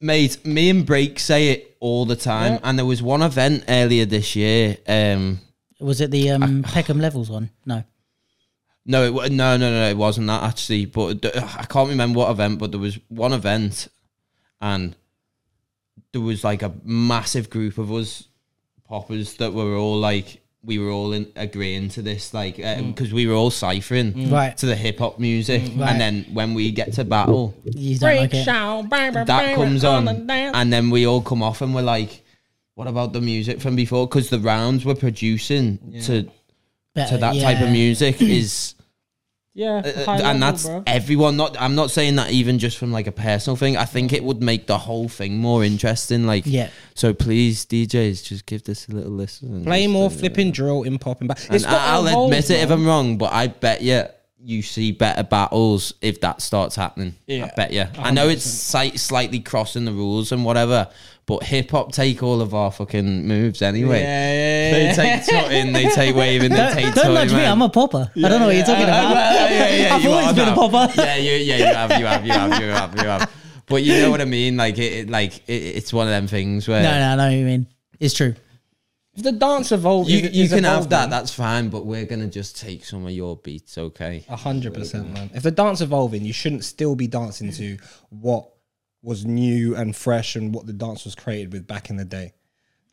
[SPEAKER 1] mate, me and Break say it all the time. And there was one event earlier this year. Um,
[SPEAKER 4] Was it the um, Peckham Levels one? No.
[SPEAKER 1] No, it, wa- no, no, no, it wasn't that actually. But th- I can't remember what event, but there was one event, and there was like a massive group of us poppers that were all like we were all in, agreeing to this, like because we were all ciphering
[SPEAKER 4] Right.
[SPEAKER 1] to the hip hop music,
[SPEAKER 4] Right.
[SPEAKER 1] and then when we get to battle,
[SPEAKER 4] You don't like it.
[SPEAKER 1] that comes on, and then we all come off and we're like, "What about the music from before?" Because the rounds we're producing to
[SPEAKER 4] Better,
[SPEAKER 1] to that type of
[SPEAKER 4] Uh, yeah. [clears throat]
[SPEAKER 1] music is
[SPEAKER 6] Yeah,
[SPEAKER 1] uh,
[SPEAKER 6] high level,
[SPEAKER 1] and that's
[SPEAKER 6] bro.
[SPEAKER 1] everyone not i'm not saying that even just from like a personal thing i think it would make the whole thing more interesting like
[SPEAKER 4] Yeah.
[SPEAKER 1] so please djs just give this a little listen and
[SPEAKER 2] Play
[SPEAKER 1] just,
[SPEAKER 2] more
[SPEAKER 1] uh,
[SPEAKER 2] flipping drill in popping back.
[SPEAKER 1] and
[SPEAKER 2] It's got
[SPEAKER 1] I- i'll
[SPEAKER 2] a
[SPEAKER 1] admit
[SPEAKER 2] role,
[SPEAKER 1] it if i'm wrong but i bet you you see better battles if that starts happening i
[SPEAKER 6] Yeah,
[SPEAKER 1] bet you i know it's slight, slightly crossing the rules and whatever but hip-hop take all of our fucking moves anyway they take tutting, they take waving, they take
[SPEAKER 4] [laughs] Don't
[SPEAKER 1] tutting,
[SPEAKER 4] nudge me.
[SPEAKER 1] man.
[SPEAKER 4] I'm a popper. I don't know what you're talking about.
[SPEAKER 1] Uh, yeah, yeah,
[SPEAKER 4] [laughs] I've
[SPEAKER 1] you
[SPEAKER 4] always
[SPEAKER 1] are
[SPEAKER 4] been a
[SPEAKER 1] now.
[SPEAKER 4] popper.
[SPEAKER 1] Yeah, you, yeah, you have, you have, you have, you have, you have. But you know what I mean? Like, it, it like it, it's one of them things where
[SPEAKER 4] [laughs] No, no, I know what you mean. It's true.
[SPEAKER 3] If the dance evolved,
[SPEAKER 1] you, you can have that. That's fine. But we're gonna just take some of your beats, okay?
[SPEAKER 4] Oh,
[SPEAKER 3] A hundred percent, man. If the dance evolving, you shouldn't still be dancing to what was new and fresh and what the dance was created with back in the day.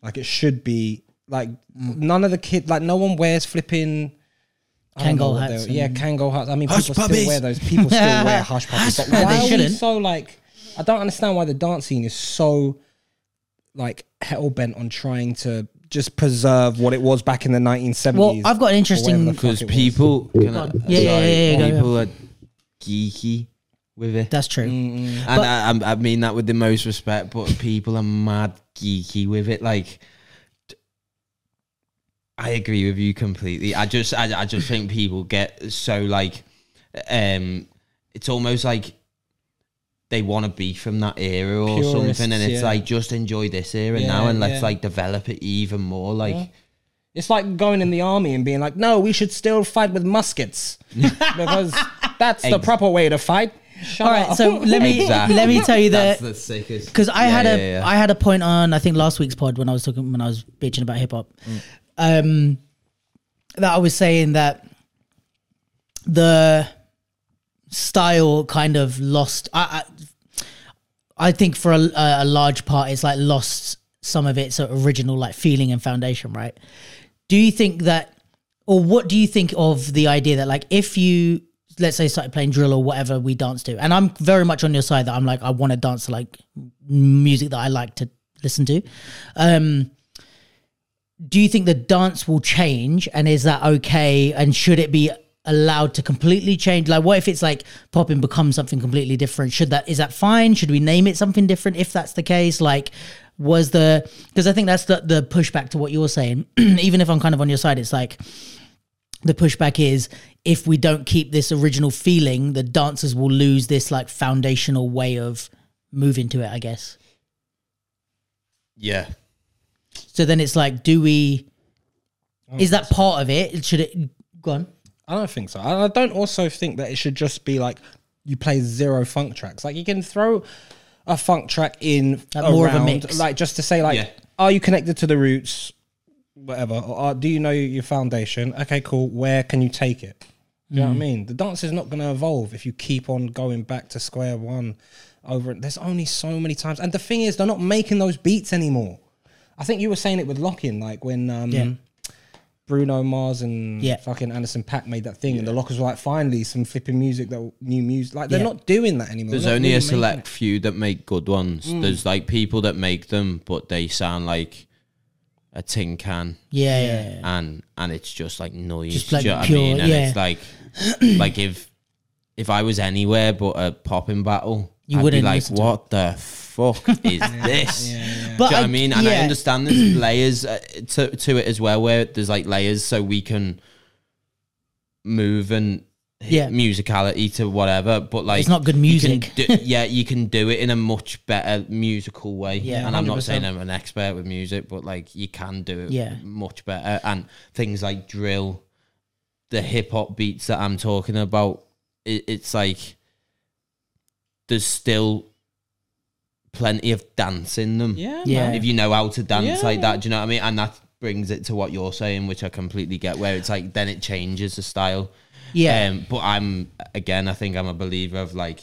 [SPEAKER 3] Like it should be like none of the kid, like no one wears flipping. I don't
[SPEAKER 4] Kangol
[SPEAKER 3] know what
[SPEAKER 4] hats
[SPEAKER 3] they were- Yeah,
[SPEAKER 4] and-
[SPEAKER 3] Kangol hats. I mean,
[SPEAKER 7] Hush
[SPEAKER 3] people
[SPEAKER 7] puppies.
[SPEAKER 3] still wear those.
[SPEAKER 2] [laughs]
[SPEAKER 3] People [laughs] still
[SPEAKER 1] [laughs]
[SPEAKER 3] wear hush puppies. But
[SPEAKER 4] puppies.
[SPEAKER 3] why
[SPEAKER 4] They
[SPEAKER 3] are we
[SPEAKER 4] shouldn't.
[SPEAKER 3] so like? I don't understand why the dance scene is so like hell bent on trying to just preserve what it was back in the 1970s.
[SPEAKER 4] Well, I've got an
[SPEAKER 3] Or whatever
[SPEAKER 4] interesting.
[SPEAKER 3] the fuck
[SPEAKER 1] Because
[SPEAKER 3] it was.
[SPEAKER 1] people, can I,
[SPEAKER 4] Yeah, yeah,
[SPEAKER 1] sorry,
[SPEAKER 4] yeah, yeah, go,
[SPEAKER 1] people are geeky with it,
[SPEAKER 4] That's true.
[SPEAKER 1] and I, I'm- I mean that with the most respect. But people are mad geeky with it, like. I agree with you completely. I just I, I just think people get so like um it's almost like they want to be from that era or
[SPEAKER 3] Purists,
[SPEAKER 1] something and it's
[SPEAKER 3] yeah.
[SPEAKER 1] like just enjoy this era
[SPEAKER 3] Yeah,
[SPEAKER 1] now and let's
[SPEAKER 3] yeah.
[SPEAKER 1] like develop it even more like
[SPEAKER 3] It's like going in the army and being like, no, we should still fight with muskets [laughs] because that's the
[SPEAKER 1] Ex-
[SPEAKER 3] proper way to fight. Shut
[SPEAKER 4] All right,
[SPEAKER 3] up. [laughs]
[SPEAKER 4] so let me
[SPEAKER 1] Exactly.
[SPEAKER 4] let me tell you that
[SPEAKER 1] that's the sickest
[SPEAKER 4] because I
[SPEAKER 1] Yeah,
[SPEAKER 4] had a I
[SPEAKER 1] yeah, yeah.
[SPEAKER 4] had a point on I think last week's pod when I was talking when I was bitching about hip hop, um, that I was saying that the style kind of lost. I I, I think for a, a large part, it's like lost some of its original like feeling and foundation, right? Do you think that, or what do you think of the idea that like if you let's say started playing drill or whatever we dance to, and I'm very much on your side that I'm like I want to dance to like music that I like to listen to. Um, do you think the dance will change, and is that okay? And should it be allowed to completely change? Like, what if it's like popping becomes something completely different? Should that is that fine? Should we name it something different if that's the case? Like, was the because I think that's the the pushback to what you're saying. [clears throat] Even if I'm kind of on your side, it's like the pushback is if we don't keep this original feeling, the dancers will lose this like foundational way of moving to it, I guess.
[SPEAKER 1] yeah
[SPEAKER 4] So then it's like, do we? Is that part of it? Should it go on?
[SPEAKER 3] I don't think so. And I don't also think that it should just be like you play zero funk tracks. Like you can throw a funk track in
[SPEAKER 4] Like more of a
[SPEAKER 3] around,
[SPEAKER 4] mix.
[SPEAKER 3] like just to say like,
[SPEAKER 1] Yeah.
[SPEAKER 3] are you connected to the roots? Whatever. Or are, do you know your foundation? Okay, cool. Where can you take it? Do you know what
[SPEAKER 4] Hmm.
[SPEAKER 3] I mean? The dance is not going to evolve if you keep on going back to square one. Over there's only so many times, and the thing is, they're not making those beats anymore. I think you were saying it with Lockin, like when um,
[SPEAKER 4] Yeah.
[SPEAKER 3] Bruno Mars and
[SPEAKER 4] Yeah.
[SPEAKER 3] fucking Anderson Pack made that [laughs] thing, and the Lockers were like, finally, some flipping music that new music. Like they're
[SPEAKER 4] Yeah.
[SPEAKER 3] not doing that anymore.
[SPEAKER 1] There's
[SPEAKER 3] They're not
[SPEAKER 1] only a
[SPEAKER 3] really making
[SPEAKER 1] select
[SPEAKER 3] it.
[SPEAKER 1] few that make good ones. There's like people that make them, but they sound like a tin can,
[SPEAKER 4] Yeah, yeah, yeah.
[SPEAKER 1] and and it's just like noise.
[SPEAKER 4] Just,
[SPEAKER 1] do
[SPEAKER 4] like,
[SPEAKER 1] you know what I
[SPEAKER 4] pure-
[SPEAKER 1] mean? And
[SPEAKER 4] yeah.
[SPEAKER 1] it's like, like [clears throat] if if I was anywhere but a popping battle,
[SPEAKER 4] You
[SPEAKER 1] I'd
[SPEAKER 4] wouldn't
[SPEAKER 1] be like,
[SPEAKER 4] listen to
[SPEAKER 1] what the fuck
[SPEAKER 4] [laughs]
[SPEAKER 1] is this?
[SPEAKER 4] But
[SPEAKER 1] Do you know what I mean? And I
[SPEAKER 4] yeah.
[SPEAKER 1] understand
[SPEAKER 4] [clears throat]
[SPEAKER 1] there's layers uh, to to it as well, where there's like layers, so we can move and hit
[SPEAKER 4] Yeah.
[SPEAKER 1] musicality to whatever. But like,
[SPEAKER 4] It's not good
[SPEAKER 1] you can
[SPEAKER 4] music. [laughs]
[SPEAKER 1] do- yeah, you can do it in a much better musical way.
[SPEAKER 4] Yeah,
[SPEAKER 1] and I'm not saying I'm an expert with music, but like you can do it
[SPEAKER 4] Yeah.
[SPEAKER 1] much better. And things like drill, the hip hop beats that I'm talking about, it, it's like there's still plenty of dance in them.
[SPEAKER 6] Yeah,
[SPEAKER 4] Yeah.
[SPEAKER 6] man.
[SPEAKER 1] If you know how to dance like that, do you know what I mean? And that brings it to what you're saying, which I completely get, where it's like then it changes the style.
[SPEAKER 4] Yeah.
[SPEAKER 1] Um, but I'm again, I think I'm a believer of like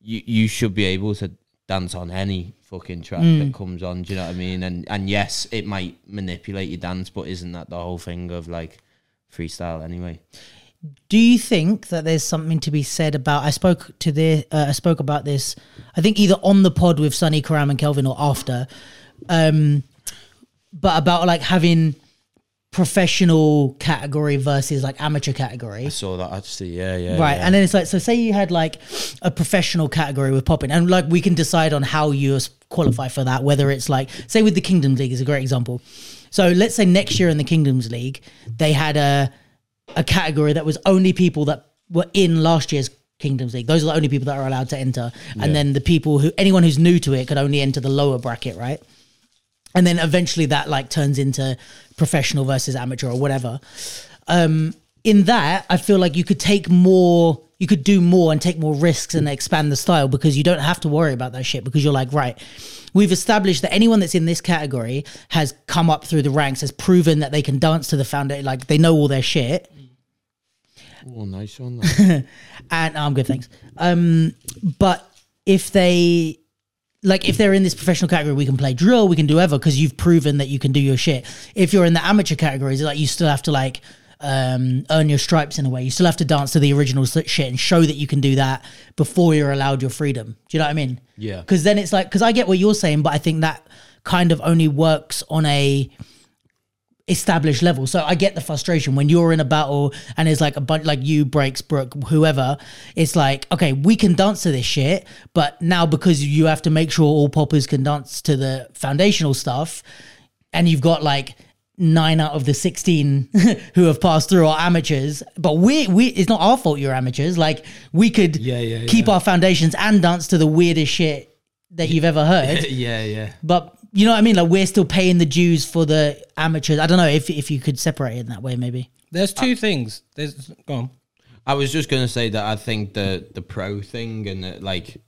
[SPEAKER 1] you you should be able to dance on any fucking track
[SPEAKER 4] Mm.
[SPEAKER 1] that comes on. Do you know what I mean? And and yes, it might manipulate your dance, but isn't that the whole thing of like freestyle anyway?
[SPEAKER 4] Do you think that there's something to be said about? I spoke to the uh, I spoke about this. I think either on the pod with Sunny Karam and Kelvin or after, um, but about like having professional category versus like amateur category.
[SPEAKER 1] I saw that actually. Yeah, yeah.
[SPEAKER 4] Right,
[SPEAKER 1] yeah.
[SPEAKER 4] and then it's like so. Say you had like a professional category with popping, and like we can decide on how you s- qualify for that. Whether it's like say with the Kingdoms League is a great example. So let's say next year in the Kingdoms League they had a a category that was only people that were in last year's Kingdoms League. Those are the only people that are allowed to enter, and then the people who anyone who's new to it could only enter the lower bracket, right? And then eventually that like turns into professional versus amateur or whatever in that, I feel like you could take more, you could do more and take more risks and expand the style because you don't have to worry about that shit because you're like, right, we've established that anyone that's in this category has come up through the ranks, has proven that they can dance to the foundation, like they know all their shit.
[SPEAKER 1] oh, nice [laughs] one.
[SPEAKER 4] And oh, I'm good, thanks. Um, but if they, like, if they're in this professional category, we can play drill, we can do ever because you've proven that you can do your shit. If you're in the amateur categories, like, you still have to like um, earn your stripes in a way. You still have to dance to the original s- shit and show that you can do that before you're allowed your freedom. Do you know what I mean?
[SPEAKER 1] Yeah.
[SPEAKER 4] Because then it's like, because I get what you're saying, but I think that kind of only works on a established level. So I get the frustration when you're in a battle and it's like a bunch like you breaks Brooke whoever. It's like okay, we can dance to this shit, but now because you have to make sure all poppers can dance to the foundational stuff, and you've got like nine out of the sixteen [laughs] who have passed through are amateurs. But we we it's not our fault you're amateurs. Like we could
[SPEAKER 8] Yeah, yeah,
[SPEAKER 4] keep
[SPEAKER 8] yeah.
[SPEAKER 4] our foundations and dance to the weirdest shit that you've ever heard
[SPEAKER 8] [laughs] yeah, yeah.
[SPEAKER 4] but you know what I mean? Like we're still paying the dues for the amateurs. I don't know if if you could separate it in that way, maybe.
[SPEAKER 3] There's two things. [laughs] There's go on.
[SPEAKER 1] I was just gonna say that I think the the pro thing and the, like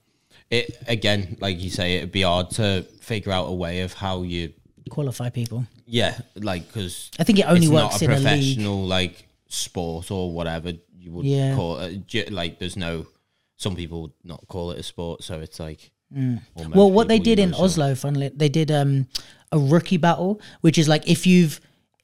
[SPEAKER 1] it again, like you say, it'd be hard to figure out a way of how you
[SPEAKER 4] Qualify people.
[SPEAKER 1] yeah, like because
[SPEAKER 4] I think it only works in a league.
[SPEAKER 1] professional like sport or whatever you would
[SPEAKER 4] Yeah.
[SPEAKER 1] call it. Ju- Like there's no some people would not call it a sport, so it's like or most
[SPEAKER 4] Mm. Well, what they
[SPEAKER 1] people, you
[SPEAKER 4] did in
[SPEAKER 1] know, so-
[SPEAKER 4] Oslo, funnily, they did um, a rookie battle, which is like if you've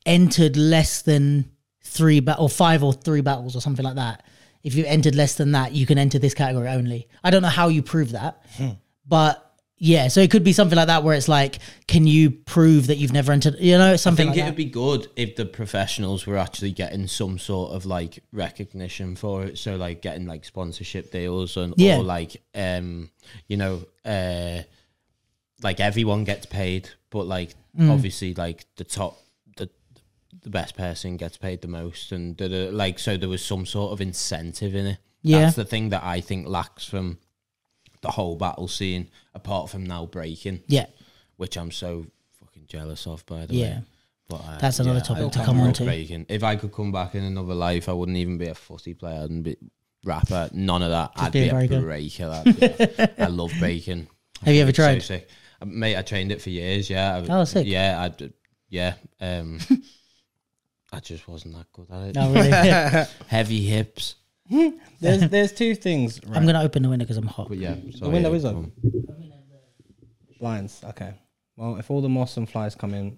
[SPEAKER 4] entered less than three ba- or five or three battles or something like that. If you entered less than that, you can enter this category only. I don't know how you prove that,
[SPEAKER 1] Hmm.
[SPEAKER 4] but yeah, so it could be something like that where it's like, can you prove that you've never entered? You know,
[SPEAKER 1] I
[SPEAKER 4] something
[SPEAKER 1] think
[SPEAKER 4] like
[SPEAKER 1] it'd
[SPEAKER 4] that.
[SPEAKER 1] be good if the professionals were actually getting some sort of like recognition for it. So like getting like sponsorship deals and
[SPEAKER 4] Yeah.
[SPEAKER 1] or like um you know uh like everyone gets paid, but like
[SPEAKER 4] Mm.
[SPEAKER 1] obviously like the top the the best person gets paid the most and da, da, like so there was some sort of incentive in it.
[SPEAKER 4] Yeah.
[SPEAKER 1] That's the thing that I think lacks from the whole battle scene, apart from now breaking,
[SPEAKER 4] yeah.
[SPEAKER 1] which I'm so fucking jealous of by the
[SPEAKER 4] Yeah.
[SPEAKER 1] way. But uh,
[SPEAKER 4] That's another topic to come
[SPEAKER 1] I'm
[SPEAKER 4] on
[SPEAKER 1] not
[SPEAKER 4] to.
[SPEAKER 1] breaking. If I could come back in another life, I wouldn't even be a footy player. I would be rapper. None of that. I'd
[SPEAKER 4] be
[SPEAKER 1] be
[SPEAKER 4] a
[SPEAKER 1] a
[SPEAKER 4] breaker.
[SPEAKER 1] breaker. That'd be-
[SPEAKER 4] [laughs]
[SPEAKER 1] I love baking.
[SPEAKER 4] Have you ever
[SPEAKER 1] So
[SPEAKER 4] tried?
[SPEAKER 1] sick. Uh, Mate, I trained it for years. Yeah. I,
[SPEAKER 4] Oh, sick.
[SPEAKER 1] Yeah. I d- yeah.
[SPEAKER 4] [laughs]
[SPEAKER 1] Um, I just wasn't that good at it.
[SPEAKER 4] No, really. [laughs]
[SPEAKER 1] Heavy hips.
[SPEAKER 3] There's there's two things. Right.
[SPEAKER 4] I'm gonna open the window because I'm hot.
[SPEAKER 1] But yeah, sorry,
[SPEAKER 3] window
[SPEAKER 1] yeah,
[SPEAKER 3] is
[SPEAKER 1] come
[SPEAKER 3] open.
[SPEAKER 1] on.
[SPEAKER 3] Blinds. Okay. Well, if all the moss and flies come in.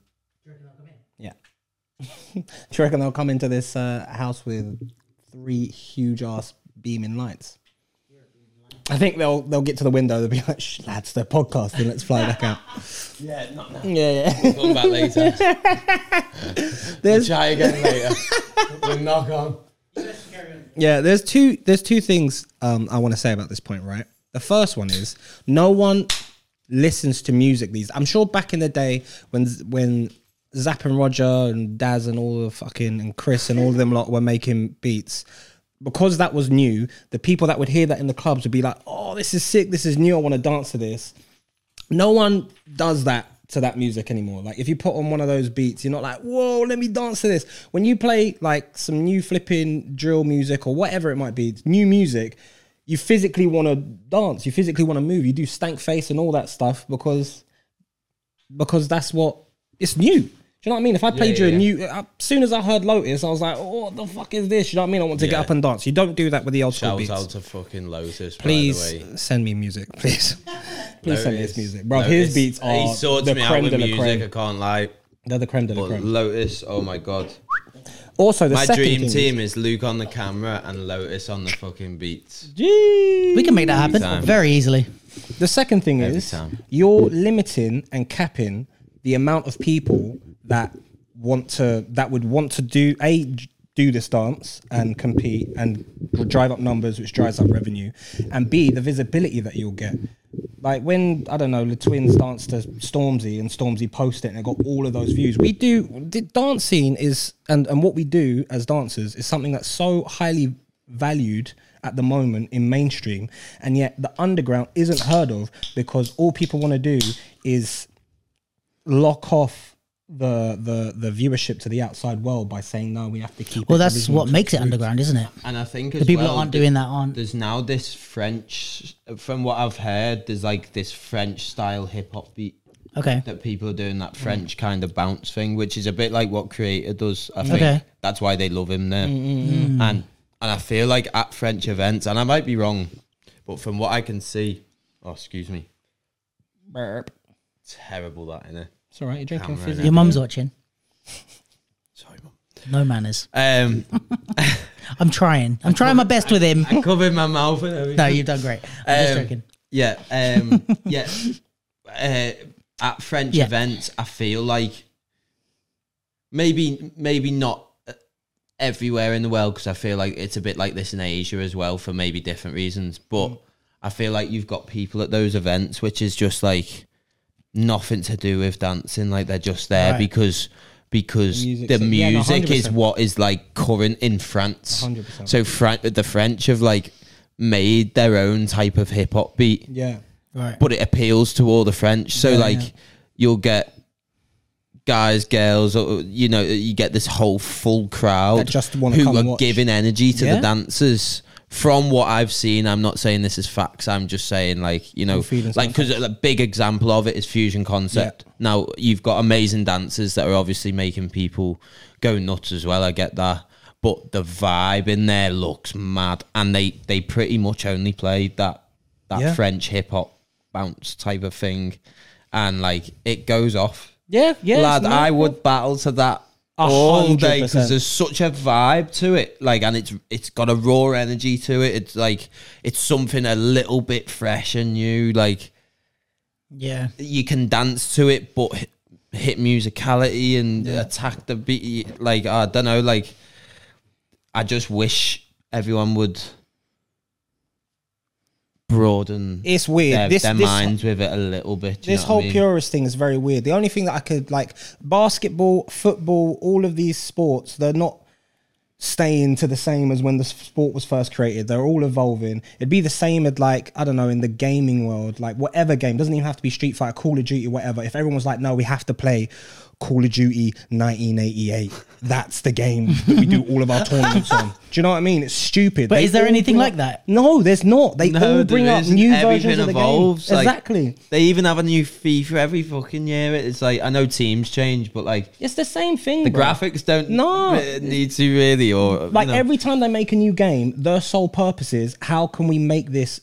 [SPEAKER 3] Yeah. [laughs] Do you reckon they'll come into this uh, house with three huge ass beaming lights? I think they'll they'll get to the window. They'll be like, Shh, "Lads, they're podcasting. Let's fly back out."
[SPEAKER 1] Yeah, not now.
[SPEAKER 3] [laughs] Yeah, yeah.
[SPEAKER 1] Come back later.
[SPEAKER 4] [laughs]
[SPEAKER 3] There's
[SPEAKER 1] Try again later. We'll knock on.
[SPEAKER 3] Yeah, there's two there's two things um, I want to say about this point, right? The first one is no one listens to music these. I'm sure back in the day when when Zapp and Roger and Daz and all the fucking and Chris and all of them lot were making beats. Because that was new, the people that would hear that in the clubs would be like, "Oh, this is sick! This is new! I want to dance to this." no one does that to that music anymore. Like if you put on one of those beats, you're not like, whoa, let me dance to this. When you play like some new flipping drill music or whatever it might be, new music, you physically want to dance. You physically want to move. You do stank face and all that stuff because because that's what it's new. Do you know what I mean? If I played
[SPEAKER 1] yeah,
[SPEAKER 3] you
[SPEAKER 1] yeah.
[SPEAKER 3] a new, uh, as soon as I heard Lotus, I was like, oh, what the fuck is this? You know what I mean? I want to get
[SPEAKER 1] Yeah.
[SPEAKER 3] up and dance. You don't do that with the old
[SPEAKER 1] Shout
[SPEAKER 3] school beats.
[SPEAKER 1] out to fucking Lotus,
[SPEAKER 3] Please
[SPEAKER 1] by the way.
[SPEAKER 3] send me music, [laughs] please. Please send
[SPEAKER 1] Lotus.
[SPEAKER 3] me his music, bro. his
[SPEAKER 1] Lotus.
[SPEAKER 3] beats are
[SPEAKER 1] He sorts
[SPEAKER 3] the
[SPEAKER 1] me out
[SPEAKER 3] creme
[SPEAKER 1] with
[SPEAKER 3] de la
[SPEAKER 1] music.
[SPEAKER 3] creme.
[SPEAKER 1] I can't lie.
[SPEAKER 3] They're the creme de la
[SPEAKER 1] But
[SPEAKER 3] creme.
[SPEAKER 1] Lotus, oh my god.
[SPEAKER 3] Also, the
[SPEAKER 1] My
[SPEAKER 3] second
[SPEAKER 1] dream
[SPEAKER 3] thing
[SPEAKER 1] team is Luke on the camera and Lotus on the fucking beats.
[SPEAKER 3] Jeez.
[SPEAKER 4] We can make that happen
[SPEAKER 1] Time.
[SPEAKER 4] very easily.
[SPEAKER 3] The second thing
[SPEAKER 1] Every
[SPEAKER 3] is
[SPEAKER 1] time.
[SPEAKER 3] you're limiting and capping the amount of people that want to that would want to do a j- do this dance and compete and will drive up numbers, which drives up revenue, and b the visibility that you'll get. Like when I don't know, the twins danced to Stormzy and Stormzy posted it and it got all of those views. We do the dance scene is and and what we do as dancers is something that's so highly valued at the moment in mainstream and yet the underground isn't heard of because all people want to do is lock off the the the viewership to the outside world by saying no we have to keep
[SPEAKER 4] Well,
[SPEAKER 3] it
[SPEAKER 4] that's
[SPEAKER 3] original
[SPEAKER 4] what
[SPEAKER 3] to
[SPEAKER 4] makes it
[SPEAKER 3] its roots."
[SPEAKER 4] underground, isn't it?
[SPEAKER 1] And I think
[SPEAKER 4] The
[SPEAKER 1] as
[SPEAKER 4] people
[SPEAKER 1] well,
[SPEAKER 4] that aren't
[SPEAKER 1] th-
[SPEAKER 4] doing that aren't.
[SPEAKER 1] There's now this French, from what I've heard, there's like this French style hip hop beat
[SPEAKER 4] Okay.
[SPEAKER 1] that people are doing that French kind of bounce thing, which is a bit like what Creator does. I think
[SPEAKER 4] Okay.
[SPEAKER 1] that's why they love him there. And and I feel like at French events, and I might be wrong, but from what I can see, oh excuse me,
[SPEAKER 3] Burp.
[SPEAKER 1] terrible that in it.
[SPEAKER 3] it's all right you're drinking
[SPEAKER 1] Camera,
[SPEAKER 3] fizzy
[SPEAKER 4] Your mum's watching.
[SPEAKER 1] Sorry, mum.
[SPEAKER 4] No manners.
[SPEAKER 1] Um,
[SPEAKER 4] I'm trying. I'm trying my best with him.
[SPEAKER 1] I covered my mouth and everything.
[SPEAKER 4] No, you've done great. I'm just
[SPEAKER 1] Um,
[SPEAKER 4] joking.
[SPEAKER 1] Yeah, um,
[SPEAKER 4] [laughs]
[SPEAKER 1] yeah. Uh, at French
[SPEAKER 4] Yeah.
[SPEAKER 1] events, I feel like maybe maybe not uh, everywhere in the world because I feel like it's a bit like this in Asia as well for maybe different reasons. But
[SPEAKER 4] Mm.
[SPEAKER 1] I feel like you've got people at those events which is just like nothing to do with dancing. Like they're just there
[SPEAKER 4] Right.
[SPEAKER 1] because because
[SPEAKER 3] Music's
[SPEAKER 1] the
[SPEAKER 3] a- yeah, no,
[SPEAKER 1] music is
[SPEAKER 3] 100%.
[SPEAKER 1] what is like current in France.
[SPEAKER 3] 100%.
[SPEAKER 1] So Fran- the French have like made their own type of hip hop beat
[SPEAKER 3] yeah
[SPEAKER 4] Right.
[SPEAKER 1] but it appeals to all the French. So like you'll get guys, girls, or you know, you get this whole full crowd
[SPEAKER 3] That just wanna
[SPEAKER 1] who
[SPEAKER 3] come
[SPEAKER 1] are
[SPEAKER 3] and watch.
[SPEAKER 1] giving energy to
[SPEAKER 3] Yeah.
[SPEAKER 1] the dancers. From what I've seen, I'm not saying this is facts. I'm just saying like you know,
[SPEAKER 3] feelings
[SPEAKER 1] like
[SPEAKER 3] on
[SPEAKER 1] because a big example of it is fusion concept. Now you've got amazing dancers that are obviously making people go nuts as well. I get that. But the vibe in there looks mad, and they they pretty much only play that that
[SPEAKER 3] Yeah.
[SPEAKER 1] French hip hop bounce type of thing, and like it goes off.
[SPEAKER 3] yeah yeah
[SPEAKER 1] Lad, I would battle to that
[SPEAKER 3] A
[SPEAKER 1] all
[SPEAKER 3] hundred
[SPEAKER 1] day because
[SPEAKER 3] percent.
[SPEAKER 1] there's such a vibe to it, like, and it's it's got a raw energy to it. It's like it's something a little bit fresh and new. Like
[SPEAKER 4] yeah.
[SPEAKER 1] you can dance to it, but hit, hit musicality and attack the beat. Like I don't know, like I just wish everyone would broaden
[SPEAKER 3] it's weird
[SPEAKER 1] their,
[SPEAKER 3] this
[SPEAKER 1] their
[SPEAKER 3] this,
[SPEAKER 1] minds with it a little bit. do you
[SPEAKER 3] this
[SPEAKER 1] know what
[SPEAKER 3] whole
[SPEAKER 1] I mean?
[SPEAKER 3] purist thing is very weird the only thing that i could like basketball football all of these sports they're not staying to the same as when the sport was first created. They're all evolving. It'd be the same at like I don't know in the gaming world, like whatever game doesn't even have to be Street Fighter, Call of Duty, whatever. If everyone was like, no, we have to play Call of Duty 1988. That's the game that we do all
[SPEAKER 1] [laughs]
[SPEAKER 3] of our tournaments on. Do you know what I mean? It's stupid.
[SPEAKER 4] But is there
[SPEAKER 3] all
[SPEAKER 4] anything
[SPEAKER 3] bring
[SPEAKER 4] like
[SPEAKER 3] up-
[SPEAKER 4] that?
[SPEAKER 3] No, there's not. They all
[SPEAKER 1] there
[SPEAKER 3] bring up
[SPEAKER 1] isn't.
[SPEAKER 3] new
[SPEAKER 1] Everything
[SPEAKER 3] versions of the
[SPEAKER 1] evolves,
[SPEAKER 3] game.
[SPEAKER 1] like-
[SPEAKER 3] exactly.
[SPEAKER 1] They even have a new FIFA every fucking year. It's like I know teams change, but like
[SPEAKER 3] It's the same thing.
[SPEAKER 1] the
[SPEAKER 3] bro.
[SPEAKER 1] graphics don't
[SPEAKER 3] No.
[SPEAKER 1] re- need to really or
[SPEAKER 3] like
[SPEAKER 1] you know.
[SPEAKER 3] every time they make a new game, their sole purpose is how can we make this?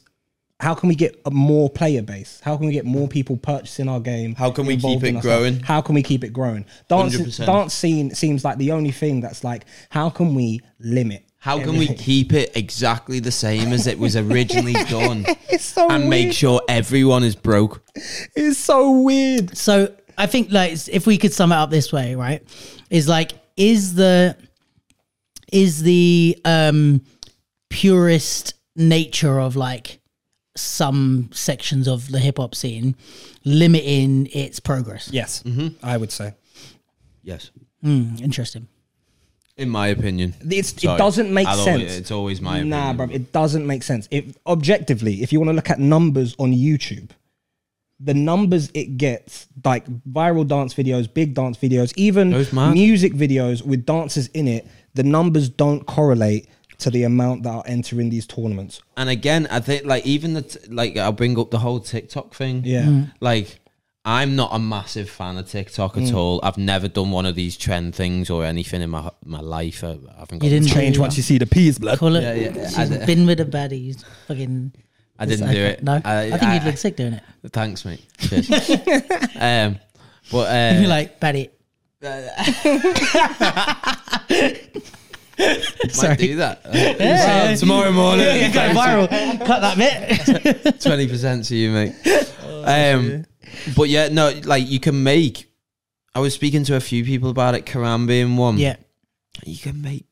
[SPEAKER 3] How can we get a more player base? How can we get more people purchasing our game?
[SPEAKER 1] How can we keep
[SPEAKER 3] involved
[SPEAKER 1] it
[SPEAKER 3] in our stuff?
[SPEAKER 1] growing?
[SPEAKER 3] How can we keep it growing? Dance,
[SPEAKER 1] 100%.
[SPEAKER 3] dance scene seems like the only thing that's like, how can we limit?
[SPEAKER 1] How can we keep it exactly the same as it was originally done
[SPEAKER 3] It's so
[SPEAKER 1] and
[SPEAKER 3] weird.
[SPEAKER 1] make sure everyone is broke?
[SPEAKER 3] it's so weird.
[SPEAKER 4] So I think like if we could sum it up this way, right? Is like is the is the um purist nature of like some sections of the hip hop scene limiting its progress.
[SPEAKER 3] Yes, I would say
[SPEAKER 1] Yes.
[SPEAKER 4] Hmm, interesting.
[SPEAKER 1] In my opinion.
[SPEAKER 3] it's, it
[SPEAKER 1] Sorry.
[SPEAKER 3] doesn't make
[SPEAKER 1] I'll always-
[SPEAKER 3] sense.
[SPEAKER 1] it's always my opinion.
[SPEAKER 3] Nah, bro, it doesn't make sense. If objectively, if you want to look at numbers on YouTube, the numbers it gets, like viral dance videos, big dance videos, even
[SPEAKER 1] Those mad.
[SPEAKER 3] music videos with dancers in it, the numbers don't correlate to the amount that are entering these tournaments.
[SPEAKER 1] and again, I think like even the t- like I'll bring up the whole TikTok thing.
[SPEAKER 3] Yeah. Mm.
[SPEAKER 1] Like I'm not a massive fan of TikTok at all. I've never done one of these trend things or anything in my my life. I, I haven't got
[SPEAKER 4] You
[SPEAKER 1] the
[SPEAKER 4] didn't
[SPEAKER 1] time.
[SPEAKER 4] change once
[SPEAKER 3] you see the peas, blood.
[SPEAKER 4] Call it.
[SPEAKER 1] Yeah, yeah,
[SPEAKER 4] she's
[SPEAKER 1] I d-
[SPEAKER 4] been with a baddie. Fucking
[SPEAKER 1] I didn't do it.
[SPEAKER 4] No, I,
[SPEAKER 1] I,
[SPEAKER 4] think
[SPEAKER 1] I-
[SPEAKER 4] you'd look
[SPEAKER 1] [laughs]
[SPEAKER 4] sick doing it.
[SPEAKER 1] Thanks, mate. Cheers. um, but uh,
[SPEAKER 4] [laughs] You're
[SPEAKER 1] [laughs]
[SPEAKER 4] like, Betty.
[SPEAKER 1] [laughs] might do
[SPEAKER 4] [laughs]
[SPEAKER 1] that. Wow, tomorrow
[SPEAKER 4] You
[SPEAKER 1] morning,
[SPEAKER 4] go viral. Cut that
[SPEAKER 1] [laughs]
[SPEAKER 4] bit.
[SPEAKER 1] twenty percent to you, mate.
[SPEAKER 4] Oh,
[SPEAKER 1] Um, but yeah, no, like you can make. I was speaking to a few people about it. Karam being one.
[SPEAKER 4] [laughs] yeah.
[SPEAKER 1] you can make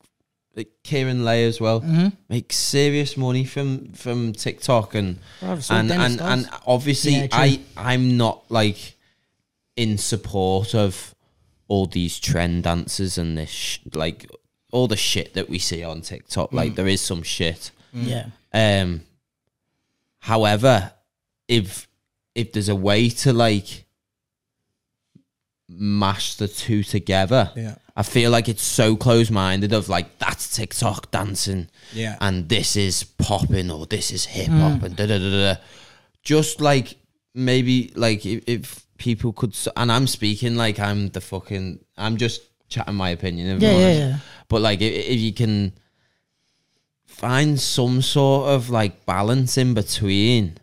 [SPEAKER 1] like Kieran Lay as well.
[SPEAKER 4] Mm-hmm.
[SPEAKER 1] Make serious money from from TikTok and and
[SPEAKER 3] Dennis
[SPEAKER 1] and,
[SPEAKER 3] does.
[SPEAKER 1] and obviously
[SPEAKER 4] Yeah, true.
[SPEAKER 1] I I'm not like in support of all these trend dances and this sh- like all the shit that we see on TikTok.
[SPEAKER 4] Mm.
[SPEAKER 1] Like there is some shit.
[SPEAKER 4] Yeah.
[SPEAKER 1] Um, however, if if there's a way to like mash the two together,
[SPEAKER 3] Yeah.
[SPEAKER 1] I feel like it's so close minded of like that's TikTok dancing
[SPEAKER 3] Yeah.
[SPEAKER 1] and this is popping or this is hip
[SPEAKER 4] Mm.
[SPEAKER 1] hop and da da da da. Just like maybe like if, if people could, s- and I'm speaking like I'm the fucking, I'm just chatting my opinion. if
[SPEAKER 4] Yeah,
[SPEAKER 1] I'm
[SPEAKER 4] yeah,
[SPEAKER 1] honest.
[SPEAKER 4] yeah.
[SPEAKER 1] But like if, if you can find some sort of like balance in between.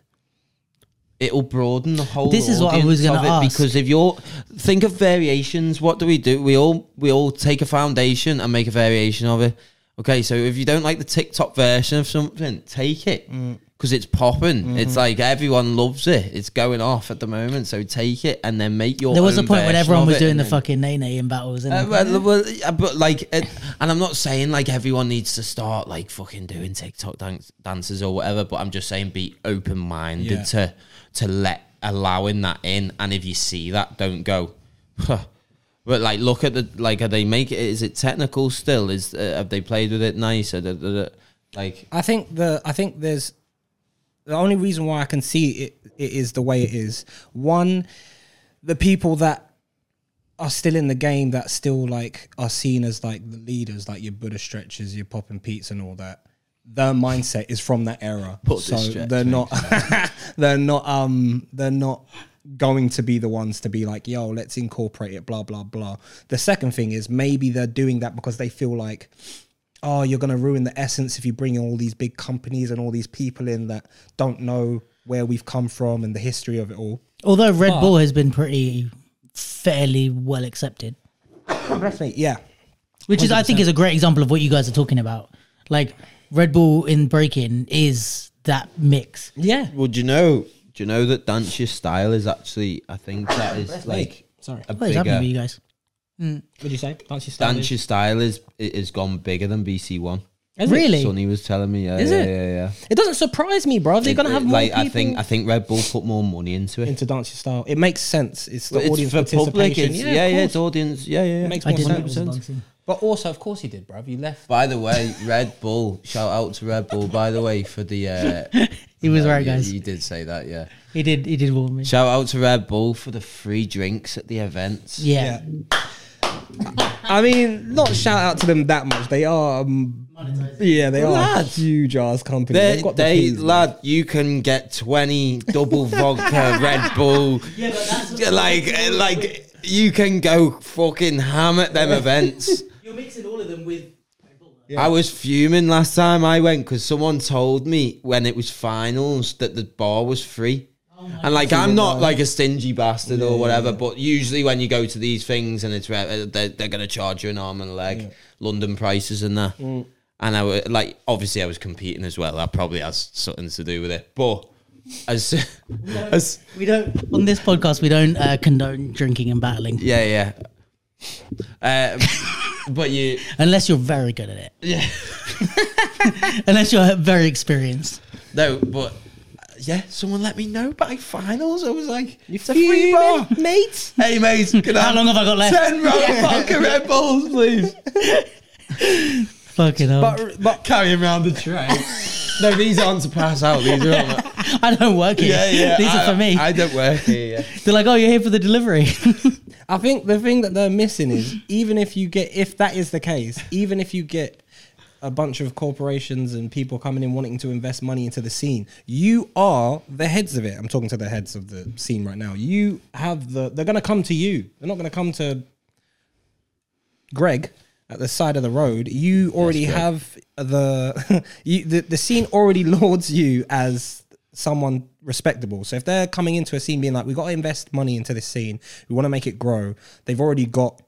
[SPEAKER 1] It'll broaden the whole.
[SPEAKER 4] This is what I
[SPEAKER 1] audience
[SPEAKER 4] was
[SPEAKER 1] of
[SPEAKER 4] gonna
[SPEAKER 1] it
[SPEAKER 4] ask.
[SPEAKER 1] because if you're think of variations, what do we do? We all we all take a foundation and make a variation of it. Okay, so if you don't like the TikTok version of something, take it
[SPEAKER 4] Mm.
[SPEAKER 1] because it's popping. It's
[SPEAKER 4] Mm-hmm.
[SPEAKER 1] like everyone loves it. It's going off at the moment, so take it and then make your.
[SPEAKER 4] There was a
[SPEAKER 1] own
[SPEAKER 4] point when
[SPEAKER 1] version
[SPEAKER 4] everyone
[SPEAKER 1] of
[SPEAKER 4] was
[SPEAKER 1] it
[SPEAKER 4] doing
[SPEAKER 1] and
[SPEAKER 4] the
[SPEAKER 1] then-
[SPEAKER 4] fucking nay nay in battles, and
[SPEAKER 1] uh, well, well, yeah, but like, it, and I'm not saying like everyone needs to start like fucking doing TikTok dance, dances or whatever, but I'm just saying be open minded
[SPEAKER 3] Yeah.
[SPEAKER 1] to to let allowing that in, and if you see that, don't go. "Huh." But like, look at the like, are they make it? Is it technical still? Is uh, have they played with it nice? Or da- da- da- Like,
[SPEAKER 3] I think the I think there's the only reason why I can see it, it is the way it is. One, the people that are still in the game that still like are seen as like the leaders, like your Buddha stretches, your popping Pete's and all that. Their mindset is from that era,
[SPEAKER 1] Buddha
[SPEAKER 3] so
[SPEAKER 1] stretch,
[SPEAKER 3] they're not [laughs] they're not um they're not going to be the ones to be like yo let's incorporate it blah blah blah the second thing is maybe they're doing that because they feel like oh, you're going to ruin the essence if you bring all these big companies and all these people in that don't know where we've come from and the history of it all.
[SPEAKER 4] although Red Bull has been pretty fairly well accepted,
[SPEAKER 3] Definitely, yeah.
[SPEAKER 4] which is I think is a great example of what you guys are talking about. Like Red Bull in breaking is that mix.
[SPEAKER 3] Yeah.
[SPEAKER 1] well, do you know? Do you know that dance your style is actually? I think that is like
[SPEAKER 3] Sorry.
[SPEAKER 1] a
[SPEAKER 4] What is happening with
[SPEAKER 1] bigger.
[SPEAKER 4] you guys?
[SPEAKER 3] What did you say? Dance your style.
[SPEAKER 1] Dance your style is it has gone bigger than BC One.
[SPEAKER 4] really?
[SPEAKER 1] Sonny was telling me. Yeah,
[SPEAKER 3] Is
[SPEAKER 1] yeah,
[SPEAKER 3] it?
[SPEAKER 1] yeah, yeah.
[SPEAKER 3] It doesn't surprise me, bro. They're
[SPEAKER 1] It-
[SPEAKER 3] going to
[SPEAKER 1] it-
[SPEAKER 3] have more
[SPEAKER 1] like
[SPEAKER 3] people
[SPEAKER 1] I think I think Red Bull put more money into it.
[SPEAKER 3] into dance your style. It makes sense. It's the
[SPEAKER 1] But
[SPEAKER 3] audience
[SPEAKER 1] it's for public.
[SPEAKER 3] participation.
[SPEAKER 1] It's, yeah, yeah, it's audience. Yeah, yeah, yeah.
[SPEAKER 3] Makes
[SPEAKER 4] I
[SPEAKER 3] more
[SPEAKER 4] didn't know it
[SPEAKER 3] sense.
[SPEAKER 4] was Bugsy.
[SPEAKER 3] But also, of course, he did, bro. You left.
[SPEAKER 1] By the way, Red Bull. Shout out to Red Bull. By the way, for the.
[SPEAKER 3] [laughs]
[SPEAKER 1] Uh,
[SPEAKER 4] He was right,
[SPEAKER 1] you-
[SPEAKER 4] guys.
[SPEAKER 1] You did say that, yeah.
[SPEAKER 4] He did. He did warn me.
[SPEAKER 1] Shout out to Red Bull for the free drinks at the events.
[SPEAKER 4] Yeah.
[SPEAKER 3] I mean, not shout out to them that much. They are, um, yeah, they are a
[SPEAKER 1] Lad.
[SPEAKER 3] huge ass company.
[SPEAKER 1] They,
[SPEAKER 3] They've got the
[SPEAKER 1] they
[SPEAKER 3] keys, man.
[SPEAKER 1] lad, you can get twenty double
[SPEAKER 3] [laughs]
[SPEAKER 1] vodka Red Bull. Yeah, but that's like, like you can go fucking ham at them events.
[SPEAKER 4] You're mixing all of them with.
[SPEAKER 1] I was fuming last time I went because someone told me when it was finals that the bar was free. and like I'm not like a stingy bastard or whatever, but usually when you go to these things and it's re- uh, they're, they're gonna charge you an arm and a leg, London prices and that. And I was like, obviously I was competing as well. That probably has something to do with it. But as [laughs] as
[SPEAKER 4] We don't on this podcast. We don't uh, condone drinking and battling
[SPEAKER 1] yeah yeah, uh, but you
[SPEAKER 4] unless you're very good at it. Yeah. [laughs] unless you're very experienced.
[SPEAKER 1] No, but uh, yeah, someone let me know by finals. I was like, it's a free
[SPEAKER 3] fuming,
[SPEAKER 1] bar, mate. Hey, mate, can I
[SPEAKER 4] How long have I got left?
[SPEAKER 1] ten round vodka Red Bulls, please?
[SPEAKER 4] Fucking hell.
[SPEAKER 1] But, but carrying around the tray. no, these aren't to pass out. These are. On [laughs]
[SPEAKER 4] I don't work here. [laughs] These
[SPEAKER 1] I,
[SPEAKER 4] are for me.
[SPEAKER 1] I don't work here. Yeah.
[SPEAKER 4] They're like, oh, you're here for the delivery. [laughs] Oh,
[SPEAKER 3] I think the thing that they're missing is even if you get if that is the case, even if you get a bunch of corporations and people coming in wanting to invest money into the scene, you are the heads of it. I'm talking to the heads of the scene right now. You have the they're gonna come to you. They're not gonna come to Greg at the side of the
[SPEAKER 2] [laughs]
[SPEAKER 3] road. You already have the, you, the the scene already lords you as
[SPEAKER 2] someone respectable. So if they're coming into a scene being like, we got to invest money into this scene, we want to make it grow, they've already got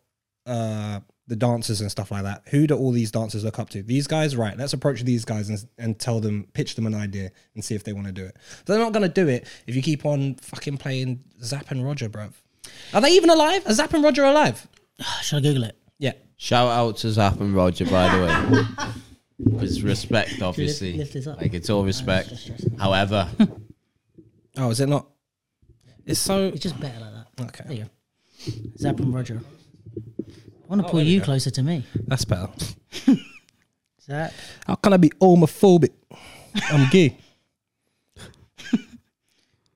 [SPEAKER 2] uh, the dancers and stuff like that. Who do all these dancers look up to? These guys, right? Let's approach these guys and, and tell them, pitch them an idea and see if they want to do it. They're not going to do it if you keep on fucking playing Zap and Roger, bruv. Are they even alive? Are Zap and Roger alive?
[SPEAKER 4] Should I Google it?
[SPEAKER 2] Yeah.
[SPEAKER 1] Shout out to Zap and Roger, by the way. It's respect, obviously.
[SPEAKER 4] lift this up?
[SPEAKER 1] Like it's all respect. However,
[SPEAKER 2] Oh, is it not? It's so.
[SPEAKER 4] It's just better like that. There
[SPEAKER 2] Okay.
[SPEAKER 4] you go. Zap and Roger. I
[SPEAKER 1] Oh,
[SPEAKER 4] want to pull you closer to me.
[SPEAKER 2] That's better.
[SPEAKER 4] Zap.
[SPEAKER 2] How can I be homophobic? I'm gay.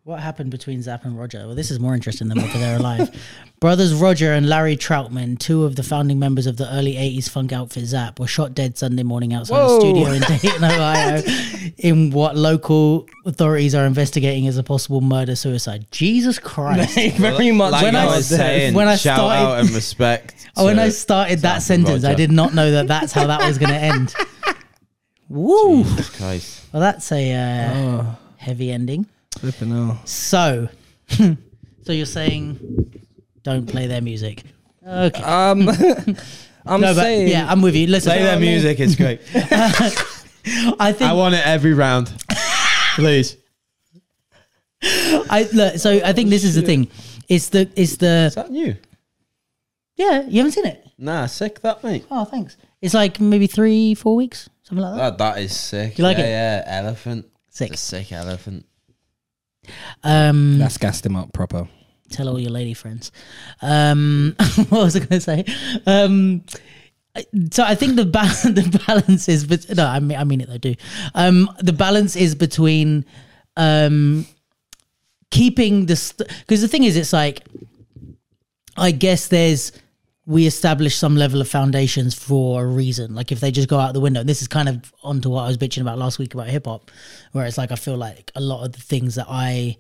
[SPEAKER 4] What happened between Zapp and Roger? Well, this is more interesting than whether they're alive. [laughs] Brothers Roger and Larry Troutman, two of the founding members of the early 80s funk outfit Zapp, were shot dead Sunday morning outside a studio in [laughs] Dayton, Ohio, in what local authorities are investigating as a possible murder suicide. Jesus Christ.
[SPEAKER 2] [laughs] Very much.
[SPEAKER 1] like
[SPEAKER 2] when
[SPEAKER 1] I
[SPEAKER 2] I
[SPEAKER 1] was
[SPEAKER 2] said-
[SPEAKER 1] saying,
[SPEAKER 4] when I
[SPEAKER 1] shout
[SPEAKER 4] started-
[SPEAKER 1] out and respect.
[SPEAKER 4] [laughs] Oh, when
[SPEAKER 1] to-
[SPEAKER 4] I started that
[SPEAKER 1] Zapp and
[SPEAKER 4] sentence, I
[SPEAKER 1] Roger.
[SPEAKER 4] did not know that that's how that was going
[SPEAKER 1] [laughs]
[SPEAKER 4] to end. Woo!
[SPEAKER 1] Christ.
[SPEAKER 4] Well, that's a uh,
[SPEAKER 1] Oh.
[SPEAKER 4] heavy ending.
[SPEAKER 2] Flipping hell.
[SPEAKER 4] So, [laughs] so you're saying don't play their music? Okay.
[SPEAKER 2] [laughs] [laughs] Um, I'm
[SPEAKER 4] no, but
[SPEAKER 2] saying.
[SPEAKER 4] yeah, I'm with you. Listen,
[SPEAKER 1] Play their music. It's great.
[SPEAKER 4] I think
[SPEAKER 1] I
[SPEAKER 4] I,
[SPEAKER 1] want it every round. Please.
[SPEAKER 4] look, so I think this is the thing. It's the it's the
[SPEAKER 1] that new?
[SPEAKER 4] yeah. You haven't seen it?
[SPEAKER 1] Nah, sick that mate.
[SPEAKER 4] Oh, thanks. It's like maybe three, four weeks, something like that.
[SPEAKER 1] That, that is sick.
[SPEAKER 4] You like
[SPEAKER 1] yeah,
[SPEAKER 4] it?
[SPEAKER 1] Yeah, elephant.
[SPEAKER 4] Sick.
[SPEAKER 1] It's a sick elephant. Uh,
[SPEAKER 3] Mm.
[SPEAKER 4] Um,
[SPEAKER 2] That's gassed him up proper.
[SPEAKER 4] tell all your lady friends. Um, [laughs] what was I going to say? Um, so I think the ba- [laughs] the balance is, bet- no, I mean I mean it. though, do. Um, the balance is between um, keeping the because the thing is, it's like I guess there's we establish some level of foundations for a reason. Like if they just go out the window, and this is kind of onto what I was bitching about last week about hip hop, where it's like I feel like a lot of the things that I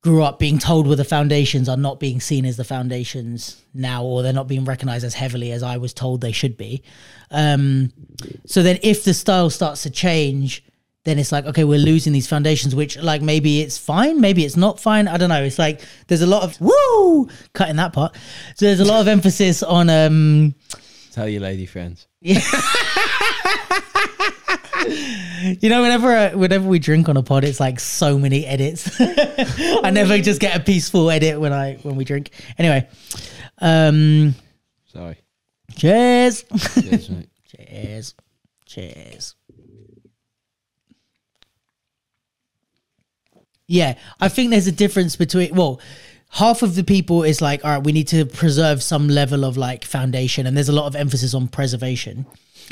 [SPEAKER 4] grew up being told were the foundations are not being seen as the foundations now, or they're not being recognized as heavily as I was told they should be. Um, so then, if the style starts to change, then it's like, okay, we're losing these foundations, which, like, maybe it's fine, maybe it's not fine. I don't know. It's like there's a lot of woo cutting that part. So there's a lot of emphasis on, um,
[SPEAKER 1] Tell your lady friends.
[SPEAKER 4] you know, whenever uh, whenever we drink on a pod, it's like so many edits. [laughs] I never just get a peaceful edit when I when we drink. Anyway, um,
[SPEAKER 1] Sorry.
[SPEAKER 4] cheers.
[SPEAKER 1] Cheers,
[SPEAKER 4] [laughs]
[SPEAKER 1] mate.
[SPEAKER 4] Cheers. Cheers. Yeah, I think there's a difference between well, half of the people is like, all right, we need to preserve some level of like foundation, and there's a lot of emphasis on preservation.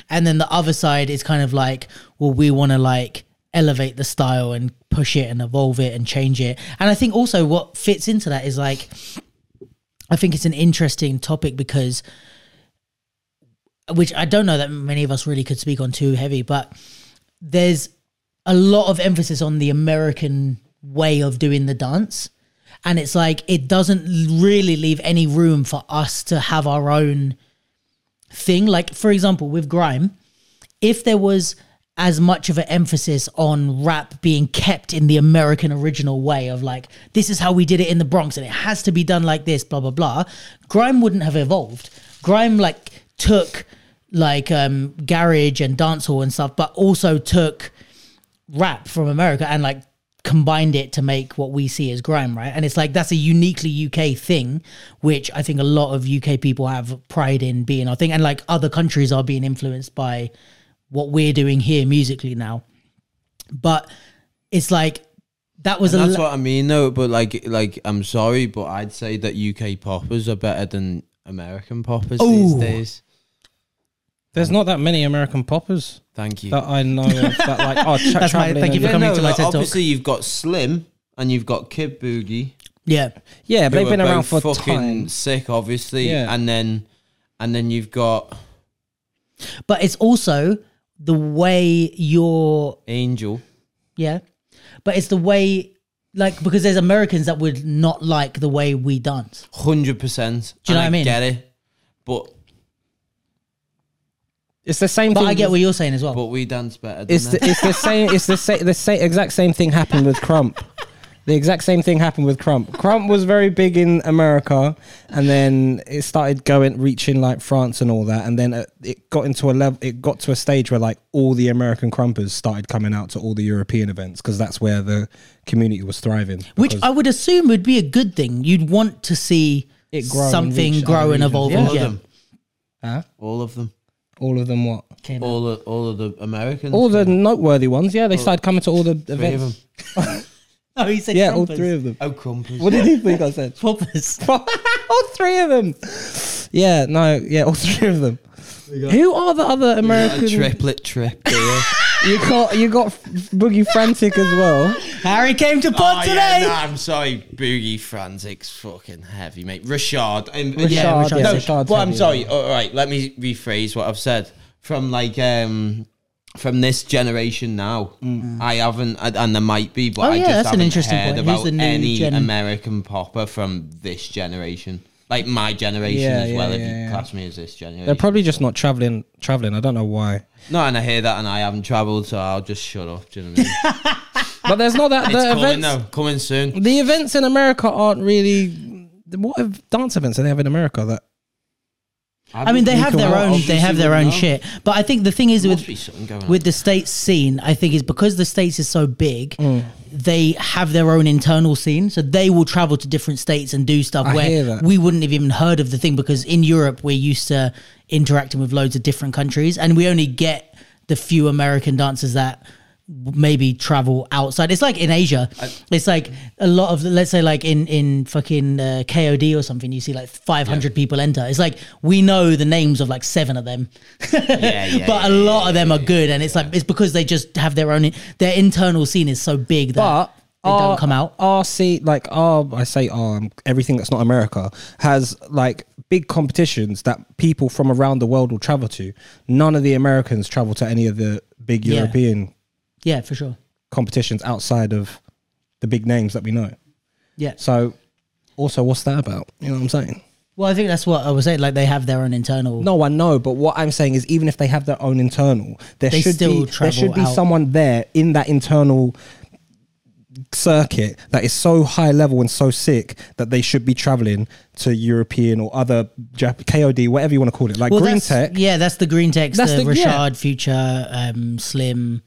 [SPEAKER 4] And then the other side is kind of like, well, we want to like elevate the style and push it and evolve it and change it. And I think also what fits into that is like I think it's an interesting topic because which I don't know that many of us really could speak on too heavy, but there's a lot of emphasis on the American way of doing the dance. And it's like it doesn't really leave any room for us to have our own thing. Like, for example, with Grime, if there was as much of an emphasis on rap being kept in the American original way of like, this is how we did it in the Bronx and it has to be done like this, blah, blah, blah, Grime wouldn't have evolved. Grime like took like um garage and dancehall and stuff, but also took rap from America and like combined it to make what we see as grime, right? And it's like that's a uniquely UK thing, which I think a lot of UK people have pride in being our thing. And like other countries are being influenced by what we're doing here musically now. But it's like that was a
[SPEAKER 1] That's
[SPEAKER 4] la-
[SPEAKER 1] what I mean, though. But like, like, I'm sorry, but I'd say that UK poppers are better than American poppers
[SPEAKER 4] Ooh.
[SPEAKER 1] these days.
[SPEAKER 2] There's not that many American poppers
[SPEAKER 1] Thank you.
[SPEAKER 2] that I know of that like oh tra-
[SPEAKER 4] That's my-
[SPEAKER 2] traveling
[SPEAKER 4] thank you
[SPEAKER 2] and-
[SPEAKER 4] for coming to my
[SPEAKER 1] like,
[SPEAKER 4] TED Talk.
[SPEAKER 1] obviously you've got Slim and you've got Kid Boogie.
[SPEAKER 4] yeah.
[SPEAKER 2] Yeah, but
[SPEAKER 1] who
[SPEAKER 2] they've been
[SPEAKER 1] are
[SPEAKER 2] around for
[SPEAKER 1] both fucking
[SPEAKER 2] time.
[SPEAKER 1] sick, obviously.
[SPEAKER 2] Yeah.
[SPEAKER 1] And then, and then you've got
[SPEAKER 4] But it's also the way you're
[SPEAKER 1] Angel.
[SPEAKER 4] Yeah. But it's the way like because there's Americans that would not like the way we dance.
[SPEAKER 1] hundred percent.
[SPEAKER 4] Do you know what I mean?
[SPEAKER 1] Get it, but
[SPEAKER 3] It's the
[SPEAKER 5] [laughs]
[SPEAKER 3] same
[SPEAKER 4] But
[SPEAKER 3] thing.
[SPEAKER 4] I get what you're saying as well.
[SPEAKER 5] But we dance better. Than
[SPEAKER 3] it's the,
[SPEAKER 5] them.
[SPEAKER 3] it's the same. It's the same. The same exact same thing happened with Crump. The exact same thing happened with Crump. Crump was very big in America, and then it started going, reaching like France and all that, and then uh, it got into a level. It got to a stage where like all the American Crumpers started coming out to all the European events because that's where the community was thriving.
[SPEAKER 4] Which
[SPEAKER 3] because-
[SPEAKER 4] I would assume would be a good thing. You'd want to see
[SPEAKER 3] It grow and
[SPEAKER 4] something
[SPEAKER 3] reach
[SPEAKER 4] grow
[SPEAKER 3] other
[SPEAKER 4] and
[SPEAKER 3] regions.
[SPEAKER 4] evolve.
[SPEAKER 5] all
[SPEAKER 4] Yeah.
[SPEAKER 5] of them.
[SPEAKER 3] Huh?
[SPEAKER 5] All of them.
[SPEAKER 3] all of them what.
[SPEAKER 4] Okay, now.
[SPEAKER 5] All of, all of the Americans.
[SPEAKER 3] All the noteworthy ones, yeah, they started coming to all the
[SPEAKER 5] three of
[SPEAKER 3] events.
[SPEAKER 5] them.
[SPEAKER 4] [laughs] Oh, he said
[SPEAKER 3] Yeah,
[SPEAKER 4] Trumpers.
[SPEAKER 3] all three of them.
[SPEAKER 5] Oh, crumpers.
[SPEAKER 3] What did you think I said? [laughs]
[SPEAKER 4] Poppers.
[SPEAKER 3] all three of them. Yeah, no, yeah, all three of them. Who are the other American?
[SPEAKER 5] A triplet trip. dear.
[SPEAKER 3] You got you got Boogie Frantic as well.
[SPEAKER 4] Harry came to pod
[SPEAKER 1] Oh, yeah,
[SPEAKER 4] today.
[SPEAKER 1] nah, I'm sorry, Boogie Frantic's fucking heavy, mate. Rashad. um,
[SPEAKER 3] Rashad,
[SPEAKER 4] yeah, Rashad.
[SPEAKER 3] yeah,
[SPEAKER 4] No,
[SPEAKER 3] Rashad's
[SPEAKER 1] well, I'm
[SPEAKER 3] heavy.
[SPEAKER 1] sorry. All right, let me rephrase what I've said. From like um, from this generation now, I haven't, and- and there might be, but
[SPEAKER 4] Mm. Oh,
[SPEAKER 1] I
[SPEAKER 4] yeah,
[SPEAKER 1] just
[SPEAKER 4] that's an
[SPEAKER 1] haven't
[SPEAKER 4] interesting
[SPEAKER 1] heard
[SPEAKER 4] point. Who's
[SPEAKER 1] about
[SPEAKER 4] the new
[SPEAKER 1] any
[SPEAKER 4] gen-
[SPEAKER 1] American popper from this generation, like my generation
[SPEAKER 3] Yeah,
[SPEAKER 1] as
[SPEAKER 3] yeah,
[SPEAKER 1] well. if
[SPEAKER 3] yeah,
[SPEAKER 1] you
[SPEAKER 3] yeah.
[SPEAKER 1] class me as this generation,
[SPEAKER 3] They're probably just not traveling. Traveling, I don't know why.
[SPEAKER 1] no. And I hear that, and I haven't travelled, so I'll just shut up. Do you know what I
[SPEAKER 4] [laughs]
[SPEAKER 1] mean?
[SPEAKER 3] [laughs] But there's not that
[SPEAKER 1] it's
[SPEAKER 3] the
[SPEAKER 1] coming
[SPEAKER 3] events.
[SPEAKER 1] now, coming soon.
[SPEAKER 3] The events in America aren't really. What ev- dance events do they have in America that?
[SPEAKER 4] I mean, they have their
[SPEAKER 3] Oh,
[SPEAKER 4] own. They have their own
[SPEAKER 5] now.
[SPEAKER 4] shit. But I think the thing is
[SPEAKER 1] There
[SPEAKER 4] with
[SPEAKER 1] must be something going on.
[SPEAKER 4] with the states scene, I think is because the states is so big,
[SPEAKER 3] Mm.
[SPEAKER 4] they have their own internal scene, so they will travel to different states and do stuff
[SPEAKER 3] I hear
[SPEAKER 4] where
[SPEAKER 3] that.
[SPEAKER 4] we wouldn't have even heard of the thing because in Europe we're used to interacting with loads of different countries, and we only get the few American dancers that maybe travel outside. It's like in Asia, it's like a lot of let's say like in in fucking uh, KOD or something, you see like five hundred people enter. It's like we know the names of like seven of them. [laughs]
[SPEAKER 1] yeah, yeah,
[SPEAKER 4] but a
[SPEAKER 1] yeah,
[SPEAKER 4] lot of them are good, and it's like it's because they just have their own their internal scene is so big that
[SPEAKER 3] But
[SPEAKER 4] they don't come out.
[SPEAKER 3] Our scene, uh, like our, I say our, um, everything that's not America has like big competitions that people from around the world will travel to. None of the Americans travel to any of the big
[SPEAKER 4] Yeah.
[SPEAKER 3] European
[SPEAKER 4] Yeah, for sure.
[SPEAKER 3] competitions outside of the big names that we know.
[SPEAKER 4] Yeah.
[SPEAKER 3] So, also, what's that about? You know what I'm saying?
[SPEAKER 4] Well, I think that's what I was saying. Like they have their own internal.
[SPEAKER 3] No, I know, but what I'm saying is, even if they have their own internal, there
[SPEAKER 4] They
[SPEAKER 3] should
[SPEAKER 4] still
[SPEAKER 3] be there should
[SPEAKER 4] travel
[SPEAKER 3] be
[SPEAKER 4] out.
[SPEAKER 3] someone there in that internal circuit that is so high level and so sick that they should be traveling to European or other Jap- KOD, whatever you want to call it, like
[SPEAKER 4] well,
[SPEAKER 3] green
[SPEAKER 4] that's,
[SPEAKER 3] tech.
[SPEAKER 4] Yeah, that's the green tech.
[SPEAKER 3] That's
[SPEAKER 4] the,
[SPEAKER 3] the-
[SPEAKER 4] Rashad,
[SPEAKER 3] yeah.
[SPEAKER 4] Future, um, Slim,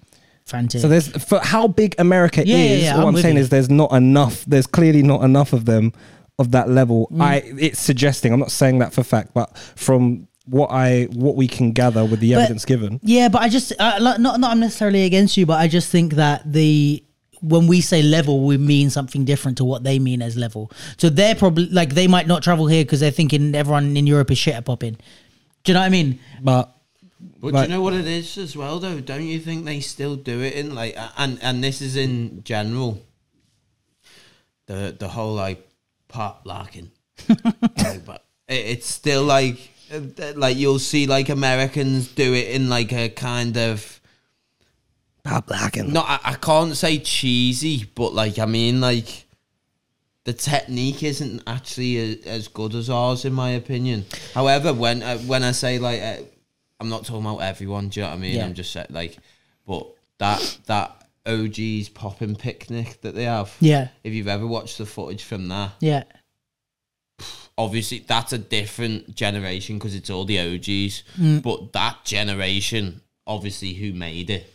[SPEAKER 4] Frantic.
[SPEAKER 3] So there's for how big America
[SPEAKER 4] Yeah, yeah,
[SPEAKER 3] is.
[SPEAKER 4] yeah,
[SPEAKER 3] all
[SPEAKER 4] I'm
[SPEAKER 3] I'm,
[SPEAKER 4] with
[SPEAKER 3] saying
[SPEAKER 4] you.
[SPEAKER 3] is there's not enough. There's clearly not enough of them of that level.
[SPEAKER 4] Mm.
[SPEAKER 3] I it's suggesting. I'm not saying that for fact, but from what I what we can gather with the
[SPEAKER 4] But-
[SPEAKER 3] evidence given.
[SPEAKER 4] Yeah, but I just uh, like, not not I'm necessarily against you, but I just think that the when we say level, we mean something different to what they mean as level. So they're probably like they might not travel here because they're thinking everyone in Europe is shit at popping. Do you know what I mean?
[SPEAKER 3] But
[SPEAKER 1] But
[SPEAKER 3] Like-
[SPEAKER 1] do you know what it is as well, though? Don't you think they still do it in like, a- and and this is in general. The the whole like pop
[SPEAKER 4] [laughs]
[SPEAKER 1] larking, Like, but it, it's still like uh, th- like you'll see like Americans do it in like a kind of
[SPEAKER 3] Bob Larkin.
[SPEAKER 1] no, I, I can't say cheesy, but like I mean like. The technique isn't actually a, as good as ours, in my opinion. However, when uh, when I say like uh, I'm not talking about everyone. Do you know what I mean?
[SPEAKER 4] Yeah.
[SPEAKER 1] I'm just sa- like, but that that OG's popping picnic that they have.
[SPEAKER 4] Yeah.
[SPEAKER 1] If you've ever watched the footage from that,
[SPEAKER 4] Yeah.
[SPEAKER 1] obviously that's a different generation because it's all the OGs.
[SPEAKER 3] Mm.
[SPEAKER 1] But that generation, obviously, who made it?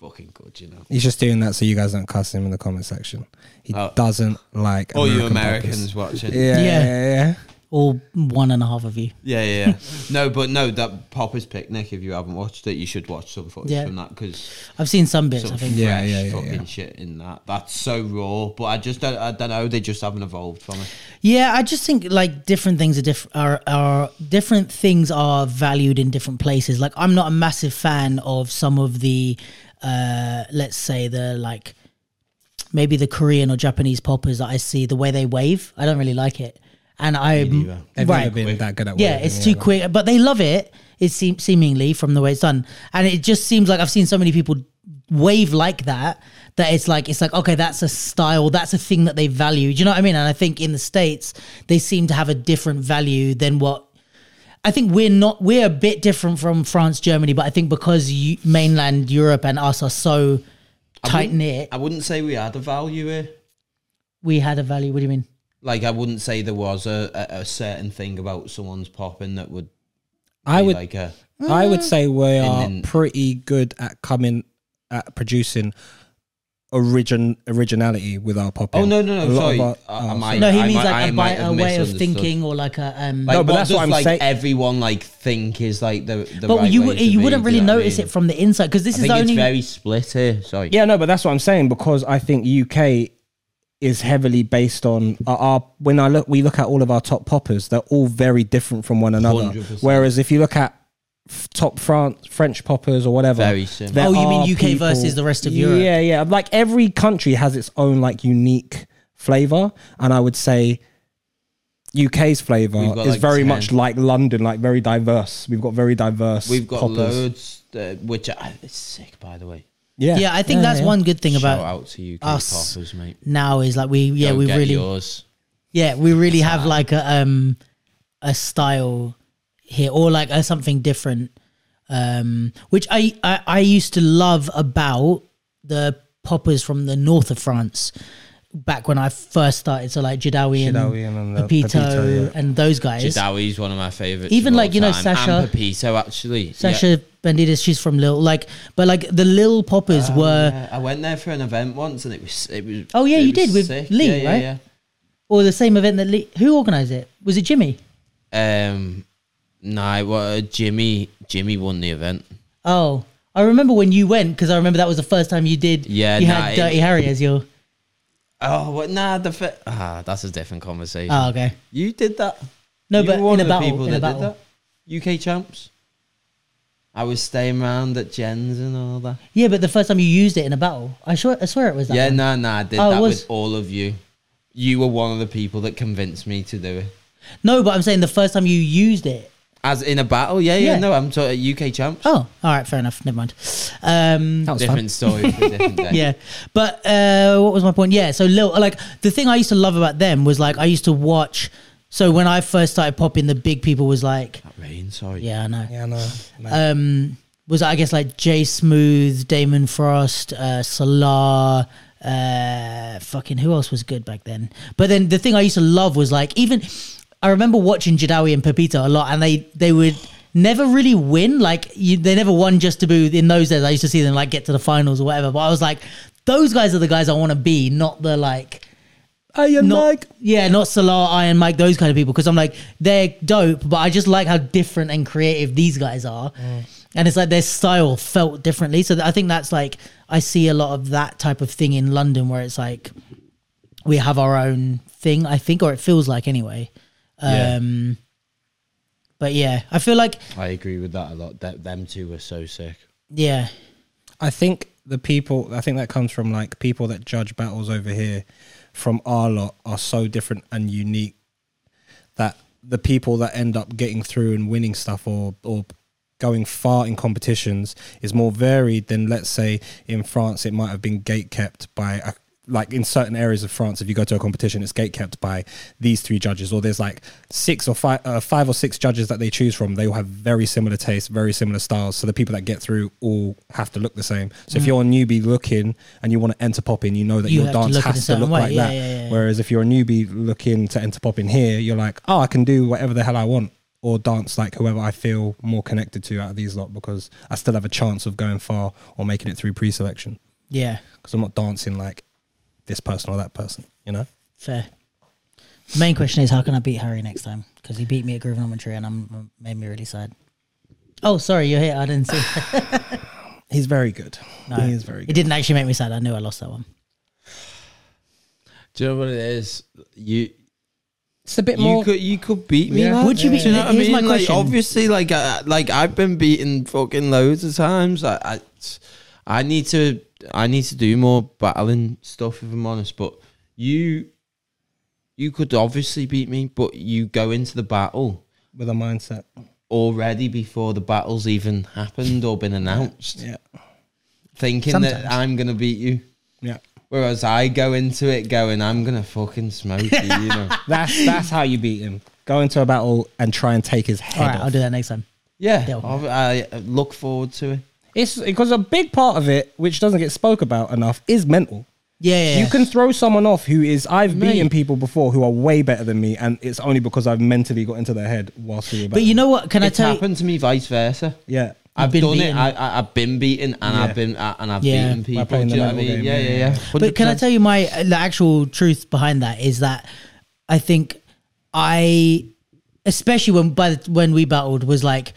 [SPEAKER 1] Fucking good, you know.
[SPEAKER 3] He's just doing that so you guys don't cuss him in the comment section. He
[SPEAKER 1] Oh.
[SPEAKER 3] doesn't like.
[SPEAKER 1] All you
[SPEAKER 3] American
[SPEAKER 1] Americans watching.
[SPEAKER 3] poppers. Yeah,
[SPEAKER 4] Yeah.
[SPEAKER 3] yeah, yeah.
[SPEAKER 4] All one and a half of you.
[SPEAKER 1] Yeah, yeah,
[SPEAKER 3] [laughs]
[SPEAKER 1] yeah. no, but no, that Popper's Picnic, if you haven't watched it, you should watch some footage
[SPEAKER 4] Yeah.
[SPEAKER 1] from that because.
[SPEAKER 4] I've seen some bits. I
[SPEAKER 1] some
[SPEAKER 4] think.
[SPEAKER 1] fresh
[SPEAKER 3] Yeah.
[SPEAKER 1] fucking
[SPEAKER 3] yeah.
[SPEAKER 1] shit in that. That's so raw. But I just don't. I don't know. They just haven't evolved from it.
[SPEAKER 4] Yeah, I just think like different things are different. Are, are different things are valued in different places. Like I'm not a massive fan of some of the, uh, let's say the like, maybe the Korean or Japanese poppers that I see. The way they wave, I don't really like it. And I
[SPEAKER 3] They've
[SPEAKER 4] right,
[SPEAKER 3] never been that good at.
[SPEAKER 4] yeah,
[SPEAKER 3] waving,
[SPEAKER 4] it's too
[SPEAKER 3] like-
[SPEAKER 4] quick, but they love it. It seems seemingly from the way it's done, and it just seems like I've seen so many people wave like that that it's like it's like okay, that's a style, that's a thing that they value. Do you know what I mean? And I think in the states they seem to have a different value than what I think we're not we're a bit different from France, Germany, but I think because you, mainland Europe and us are so tight knit,
[SPEAKER 1] I wouldn't say we had a value here.
[SPEAKER 4] we had a value. What do you mean?
[SPEAKER 1] Like I wouldn't say there was a, a, a certain thing about someone's popping that would
[SPEAKER 3] I
[SPEAKER 1] be
[SPEAKER 3] would
[SPEAKER 1] like a
[SPEAKER 3] I would say we are
[SPEAKER 1] then-
[SPEAKER 3] pretty good at coming at producing origin originality with our pop.
[SPEAKER 1] Oh no no
[SPEAKER 3] A
[SPEAKER 1] no!
[SPEAKER 3] lot
[SPEAKER 1] Sorry,
[SPEAKER 3] of our-
[SPEAKER 1] I, I
[SPEAKER 3] oh,
[SPEAKER 1] might,
[SPEAKER 4] No, he
[SPEAKER 1] I
[SPEAKER 4] means
[SPEAKER 1] might, I
[SPEAKER 4] like a,
[SPEAKER 1] might
[SPEAKER 4] bi-
[SPEAKER 1] have
[SPEAKER 4] a way of
[SPEAKER 1] misunderstood.
[SPEAKER 4] thinking or like a um.
[SPEAKER 1] Like,
[SPEAKER 3] No, but
[SPEAKER 1] what
[SPEAKER 3] that's
[SPEAKER 1] does,
[SPEAKER 3] what I'm
[SPEAKER 1] like,
[SPEAKER 3] saying.
[SPEAKER 1] Everyone like think is like the the
[SPEAKER 4] but
[SPEAKER 1] right
[SPEAKER 4] Oh, you
[SPEAKER 1] way
[SPEAKER 4] w-
[SPEAKER 1] to
[SPEAKER 4] you
[SPEAKER 1] be,
[SPEAKER 4] wouldn't
[SPEAKER 1] do
[SPEAKER 4] really
[SPEAKER 1] you know what I
[SPEAKER 4] notice
[SPEAKER 1] mean?
[SPEAKER 4] it from the inside because this
[SPEAKER 1] I
[SPEAKER 4] is
[SPEAKER 1] think
[SPEAKER 4] the
[SPEAKER 1] it's
[SPEAKER 4] only.
[SPEAKER 1] very split here. Sorry.
[SPEAKER 3] Yeah, no, but that's what I'm saying because I think UK is heavily based on our, our when I look we look at all of our top poppers, they're all very different from one another.
[SPEAKER 1] 100%.
[SPEAKER 3] Whereas if you look at f- top France French poppers or whatever,
[SPEAKER 1] Very similar.
[SPEAKER 3] there
[SPEAKER 4] Oh, you mean
[SPEAKER 3] are
[SPEAKER 4] UK versus the rest of Europe?
[SPEAKER 3] Yeah, yeah. Like every country has its own like unique flavor, and I would say. UK's flavor
[SPEAKER 1] We've
[SPEAKER 3] is
[SPEAKER 1] got, like,
[SPEAKER 3] very
[SPEAKER 1] 10.
[SPEAKER 3] much like London, like very diverse. We've got very diverse.
[SPEAKER 1] We've got
[SPEAKER 3] poppers.
[SPEAKER 1] loads, uh, which are, it's sick by the way.
[SPEAKER 3] Yeah,
[SPEAKER 4] yeah, I think that's
[SPEAKER 3] yeah.
[SPEAKER 4] one good thing
[SPEAKER 9] Shout
[SPEAKER 4] about
[SPEAKER 9] out to you,
[SPEAKER 4] us.
[SPEAKER 9] poppers, mate.
[SPEAKER 4] now is like we yeah
[SPEAKER 9] Go
[SPEAKER 4] we
[SPEAKER 9] get
[SPEAKER 4] really
[SPEAKER 9] yours.
[SPEAKER 4] yeah we really have like a um a style here or like a something different um which I, I i used to love about the poppers from the north of france back when i first started so like jidawi and,
[SPEAKER 3] Jidawi and the
[SPEAKER 4] Pepito,
[SPEAKER 3] Pepito,
[SPEAKER 4] and those guys
[SPEAKER 9] Jadawi's one of my favorites.
[SPEAKER 4] Even
[SPEAKER 9] of
[SPEAKER 4] like,
[SPEAKER 9] all
[SPEAKER 4] you know,
[SPEAKER 9] time.
[SPEAKER 4] Sasha-
[SPEAKER 9] and Pepito actually.
[SPEAKER 4] sasha bandidas she's from lil like but like the lil poppers were
[SPEAKER 1] Um, Yeah, Uh, I went there for an event once, and it was it was.
[SPEAKER 4] Oh, yeah,
[SPEAKER 1] it
[SPEAKER 4] you
[SPEAKER 1] was
[SPEAKER 4] did with
[SPEAKER 1] sick.
[SPEAKER 4] Lee,
[SPEAKER 1] yeah, yeah,
[SPEAKER 4] right? or the same event that Lee, who organized it was it jimmy
[SPEAKER 9] Yeah. Um, nah,
[SPEAKER 1] uh,
[SPEAKER 9] well, Jimmy. Jimmy won the event.
[SPEAKER 4] oh I remember when you went because I remember that was the first time you did.
[SPEAKER 9] Yeah,
[SPEAKER 4] you
[SPEAKER 9] nah,
[SPEAKER 4] had
[SPEAKER 9] it-
[SPEAKER 4] Dirty Harry as your.
[SPEAKER 1] Oh, what? Nah, the fi-
[SPEAKER 9] Ah, that's a different conversation.
[SPEAKER 4] Oh, okay.
[SPEAKER 1] you did that.
[SPEAKER 4] No,
[SPEAKER 1] you
[SPEAKER 4] but
[SPEAKER 1] were one
[SPEAKER 4] in a
[SPEAKER 1] of the
[SPEAKER 4] battle,
[SPEAKER 1] people
[SPEAKER 4] in a
[SPEAKER 1] that
[SPEAKER 4] battle.
[SPEAKER 1] did that. UK champs. I was staying round at Jen's and all that.
[SPEAKER 4] Yeah, but the first time you used it in a battle, I swear, I swear it was that.
[SPEAKER 1] yeah,
[SPEAKER 4] one.
[SPEAKER 1] nah, nah, I did
[SPEAKER 4] Oh, it
[SPEAKER 1] that
[SPEAKER 4] was-
[SPEAKER 1] with all of you. You were one of the people that convinced me to do it.
[SPEAKER 4] No, but I'm saying the first time you used it.
[SPEAKER 1] As in a battle, yeah, yeah,
[SPEAKER 4] Yeah.
[SPEAKER 1] no, I'm talking UK champs.
[SPEAKER 4] Oh, all right, fair enough. Never mind. Um,
[SPEAKER 3] That was fun.
[SPEAKER 1] different story for a
[SPEAKER 4] [laughs]
[SPEAKER 1] different day.
[SPEAKER 4] yeah, but uh, what was my point? Yeah, so Lil, like the thing I used to love about them was like I used to watch. So when I first started popping, the big people was like,
[SPEAKER 1] Rain, sorry.
[SPEAKER 4] yeah, I know.
[SPEAKER 3] Yeah, no, no.
[SPEAKER 4] um, was I guess like Jay Smooth, Damon Frost, uh, Salah, uh, fucking who else was good back then? But then the thing I used to love was like even I remember watching Jadawi and Pepito a lot, and they they would never really win. Like you, they never won just to be in those days. I used to see them like get to the finals or whatever. But I was like, those guys are the guys I want to be, not the like
[SPEAKER 3] Iron
[SPEAKER 4] not,
[SPEAKER 3] Mike.
[SPEAKER 4] Yeah, not Salah, Iron Mike, those kind of people. Because I'm like, they're dope, but I just like how different and creative these guys are. And it's like their style felt differently. So th- I think that's like, I see a lot of that type of thing in London where it's like, we have our own thing, I think, or it feels like anyway.
[SPEAKER 9] Yeah.
[SPEAKER 4] Um, But yeah, I feel like,
[SPEAKER 9] I agree with that a lot. That them two were so sick.
[SPEAKER 4] yeah,
[SPEAKER 3] I think the people I think that comes from like people that judge battles over here from our lot are so different and unique that the people that end up getting through and winning stuff or or going far in competitions is more varied than let's say in France it might have been gate kept by a like in certain areas of France, if you go to a competition, it's gate kept by these three judges, or there's like six or five, uh, five or six judges that they choose from. They all have very similar tastes, very similar styles. So the people that get through all have to look the same. So if you're a newbie looking and you want to enter pop in, you know that
[SPEAKER 4] You
[SPEAKER 3] your
[SPEAKER 4] have to
[SPEAKER 3] dance
[SPEAKER 4] look in a
[SPEAKER 3] has to
[SPEAKER 4] certain
[SPEAKER 3] look
[SPEAKER 4] way.
[SPEAKER 3] like
[SPEAKER 4] Yeah,
[SPEAKER 3] that.
[SPEAKER 4] yeah, yeah, yeah.
[SPEAKER 3] Whereas if you're a newbie looking to enter pop in here, you're like, oh, I can do whatever the hell I want. Or dance like whoever I feel more connected to out of these lot because I still have a chance of going far or making it through pre selection
[SPEAKER 4] yeah,
[SPEAKER 3] because I'm not dancing like this person or that person, you know?
[SPEAKER 4] fair. Main question is, how can I beat Harry next time? Because he beat me at Groove Momentary and I'm uh, made me really sad. Oh, sorry, you're here. I didn't see.
[SPEAKER 3] He's very good. [laughs] He is very
[SPEAKER 4] It
[SPEAKER 3] good.
[SPEAKER 4] didn't actually make me sad. I knew I lost that one.
[SPEAKER 9] Do you know what it is? You
[SPEAKER 3] It's a bit
[SPEAKER 1] You could you could beat me.
[SPEAKER 3] Yeah.
[SPEAKER 1] lad.
[SPEAKER 4] Would you be-
[SPEAKER 1] Do you know what I
[SPEAKER 4] here's
[SPEAKER 1] mean?
[SPEAKER 4] my
[SPEAKER 1] like
[SPEAKER 4] question.
[SPEAKER 1] obviously, like I, like I've been beaten fucking loads of times. I, I I need to I need to do more battling stuff if I'm honest. But you you could obviously beat me, but you go into the battle
[SPEAKER 3] with a mindset.
[SPEAKER 1] already before the battle's even happened or been announced,
[SPEAKER 3] Yeah.
[SPEAKER 1] thinking that
[SPEAKER 4] Sometimes.
[SPEAKER 1] I'm gonna beat you.
[SPEAKER 3] Yeah.
[SPEAKER 1] Whereas I go into it going, I'm gonna fucking smoke you. you know?
[SPEAKER 4] [laughs]
[SPEAKER 3] That's that's how you beat him. Go into a battle and try and take his head
[SPEAKER 4] All right,
[SPEAKER 3] off.
[SPEAKER 4] I'll do that next time.
[SPEAKER 5] Yeah,
[SPEAKER 4] Deal.
[SPEAKER 5] I, I look forward to it.
[SPEAKER 3] It's because a big part of it, which doesn't get spoke about enough, is mental.
[SPEAKER 4] Yeah, yeah, yeah.
[SPEAKER 3] You can throw someone off who is I've beaten people before who are way better than me, and it's only because I've mentally got into their head whilst we were.
[SPEAKER 4] But you know what? Can I
[SPEAKER 5] It's
[SPEAKER 4] tell you?
[SPEAKER 5] happened to me vice versa.
[SPEAKER 3] yeah,
[SPEAKER 5] I've
[SPEAKER 4] been
[SPEAKER 5] done it.
[SPEAKER 4] beaten.
[SPEAKER 5] I, I, I've been beaten and
[SPEAKER 3] Yeah.
[SPEAKER 5] I've been uh, and I've
[SPEAKER 4] Yeah.
[SPEAKER 5] beaten
[SPEAKER 4] By
[SPEAKER 5] people. Do
[SPEAKER 3] playing
[SPEAKER 5] you
[SPEAKER 3] the
[SPEAKER 5] know what I
[SPEAKER 3] mental
[SPEAKER 5] mean?
[SPEAKER 3] game,
[SPEAKER 5] yeah,
[SPEAKER 3] yeah,
[SPEAKER 5] yeah, yeah.
[SPEAKER 4] But can I
[SPEAKER 5] 100%.
[SPEAKER 4] tell you my the actual truth behind that is that I think I, especially when by the, when we battled, was like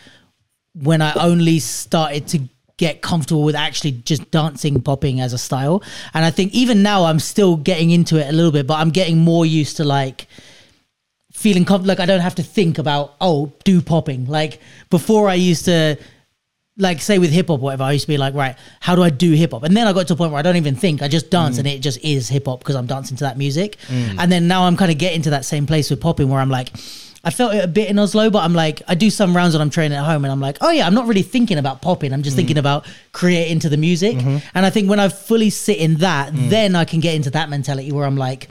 [SPEAKER 4] when I only started to get comfortable with actually just dancing popping as a style, and I think even now I'm still getting into it a little bit, but I'm getting more used to like feeling com- like I don't have to think about oh do popping like before I used to like say with hip hop or whatever I used to be like right how do I do hip hop and then I got to a point where I don't even think I just dance and it just is hip hop because I'm dancing to that music and then now I'm kind of getting to that same place with popping where I'm like I felt it a bit in Oslo but I'm like I do some rounds when I'm training at home and I'm like oh yeah I'm not really thinking about popping I'm just thinking about creating to the music and I think when I fully sit in that then I can get into that mentality where I'm like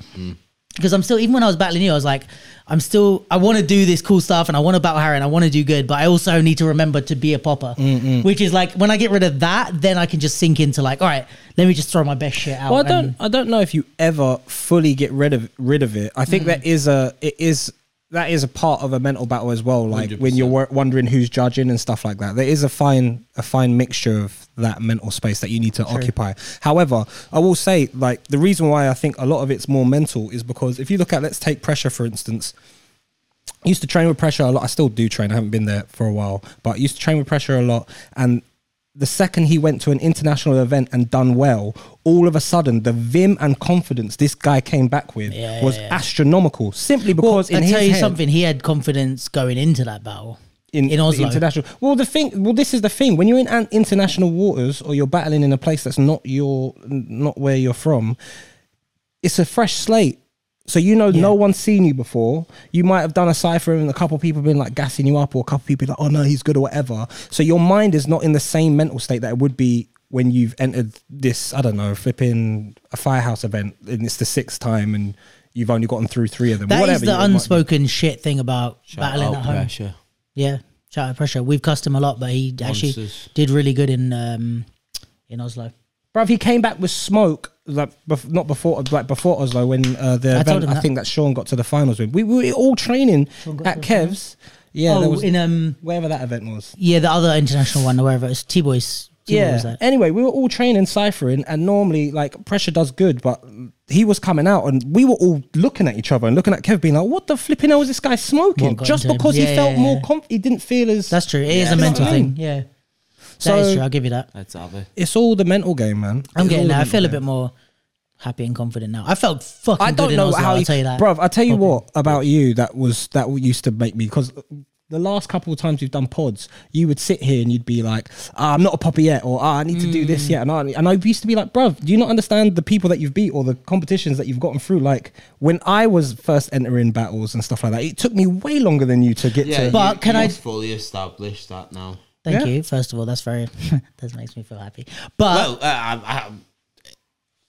[SPEAKER 4] because I'm still even when I was battling you, I was like, I'm still I want to do this cool stuff and I want to battle Harry and I want to do good, but I also need to remember to be a popper, which is like when I get rid of that, then I can just sink into like, all right, let me just throw my best shit out.
[SPEAKER 3] Well, I
[SPEAKER 4] and-
[SPEAKER 3] don't. I don't know if you ever fully get rid of rid of it. I think that
[SPEAKER 4] Mm.
[SPEAKER 3] is a. It is that is a part of a mental battle as well. Like when you're wor- wondering who's judging and stuff like that. There is a fine a fine mixture of that mental space that you need to occupy. However, I will say like the reason why I think a lot of it's more mental is because if you look at let's take pressure for instance. I used to train with pressure a lot. I still do train. I haven't been there for a while, but I used to train with pressure a lot. And the second he went to an international event and done well, all of a sudden the vim and confidence this guy came back with was astronomical. Simply because in
[SPEAKER 4] I
[SPEAKER 3] his
[SPEAKER 4] tell you
[SPEAKER 3] head,
[SPEAKER 4] something, he had confidence going into that battle in,
[SPEAKER 3] the
[SPEAKER 4] Oslo.
[SPEAKER 3] international. Well, the thing. Well, this is the thing. When you're in an international waters or you're battling in a place that's not your, not where you're from, it's a fresh slate. So you know, no one's seen you before. You might have done a cipher, and a couple people been like gassing you up, or a couple people like, "Oh no, he's good" or whatever. So your mind is not in the same mental state that it would be when you've entered this. I don't know, flipping a firehouse event, and it's the sixth time, and you've only gotten through three of them.
[SPEAKER 4] That is
[SPEAKER 3] whatever you-
[SPEAKER 4] the
[SPEAKER 3] what you-
[SPEAKER 4] unspoken shit thing about battling
[SPEAKER 1] Oh,
[SPEAKER 4] at home.
[SPEAKER 1] pressure.
[SPEAKER 4] Yeah, shout out pressure. We've cussed him a lot, but he actually
[SPEAKER 1] Monsters.
[SPEAKER 4] did really good in um, in Oslo.
[SPEAKER 3] Bruv, he came back with smoke, like bef- not before, like before Oslo when uh, the
[SPEAKER 4] I told
[SPEAKER 3] event.
[SPEAKER 4] him
[SPEAKER 3] I
[SPEAKER 4] that.
[SPEAKER 3] think that Sean got to the finals with. We, we were all training at Kev's. Yeah, there
[SPEAKER 4] oh,
[SPEAKER 3] was
[SPEAKER 4] in um,
[SPEAKER 3] wherever that event was.
[SPEAKER 4] Yeah, the other international one or wherever it was T Boys. was that?
[SPEAKER 3] Anyway, we were all training ciphering, and normally like pressure does good, but he was coming out, and we were all looking at each other and looking at Kev, being like, "What the flipping hell is this guy smoking?"
[SPEAKER 4] What got
[SPEAKER 3] Just
[SPEAKER 4] into him?
[SPEAKER 3] because
[SPEAKER 4] Yeah,
[SPEAKER 3] he
[SPEAKER 4] yeah,
[SPEAKER 3] felt
[SPEAKER 4] yeah.
[SPEAKER 3] more conf he didn't feel as.
[SPEAKER 4] That's true. It is a
[SPEAKER 3] You know
[SPEAKER 4] mental
[SPEAKER 3] what I mean?
[SPEAKER 4] thing. Yeah.
[SPEAKER 3] So-
[SPEAKER 4] that is true. I'll give you that.
[SPEAKER 1] Let's have it.
[SPEAKER 3] it's all the mental game, man.
[SPEAKER 4] I'm
[SPEAKER 3] It's all
[SPEAKER 4] getting
[SPEAKER 3] the
[SPEAKER 4] there. I
[SPEAKER 3] mental
[SPEAKER 4] feel a
[SPEAKER 3] game.
[SPEAKER 4] bit more happy and confident now. I felt fucking
[SPEAKER 3] I don't
[SPEAKER 4] good
[SPEAKER 3] know
[SPEAKER 4] in Oslo,
[SPEAKER 3] how
[SPEAKER 4] I'll
[SPEAKER 3] you,
[SPEAKER 4] tell you that.
[SPEAKER 3] bruv. I tell you what about you that was that used to make me because the last couple of times we've done pods, you would sit here and you'd be like, ah, "I'm not a popper yet," or ah, "I need to do
[SPEAKER 4] Mm.
[SPEAKER 3] this yet," and I and I used to be like, "Bruv, do you not understand the people that you've beat or the competitions that you've gotten through?" Like when I was first entering battles and stuff like that, it took me way longer than you to get
[SPEAKER 5] Yeah,
[SPEAKER 3] to.
[SPEAKER 4] But
[SPEAKER 5] you,
[SPEAKER 4] can
[SPEAKER 5] you
[SPEAKER 4] I-
[SPEAKER 5] fully establish that now?
[SPEAKER 4] Thank
[SPEAKER 3] Yeah.
[SPEAKER 4] you. First of all, that's very [laughs] that makes me feel happy. But
[SPEAKER 5] well, uh, I, I,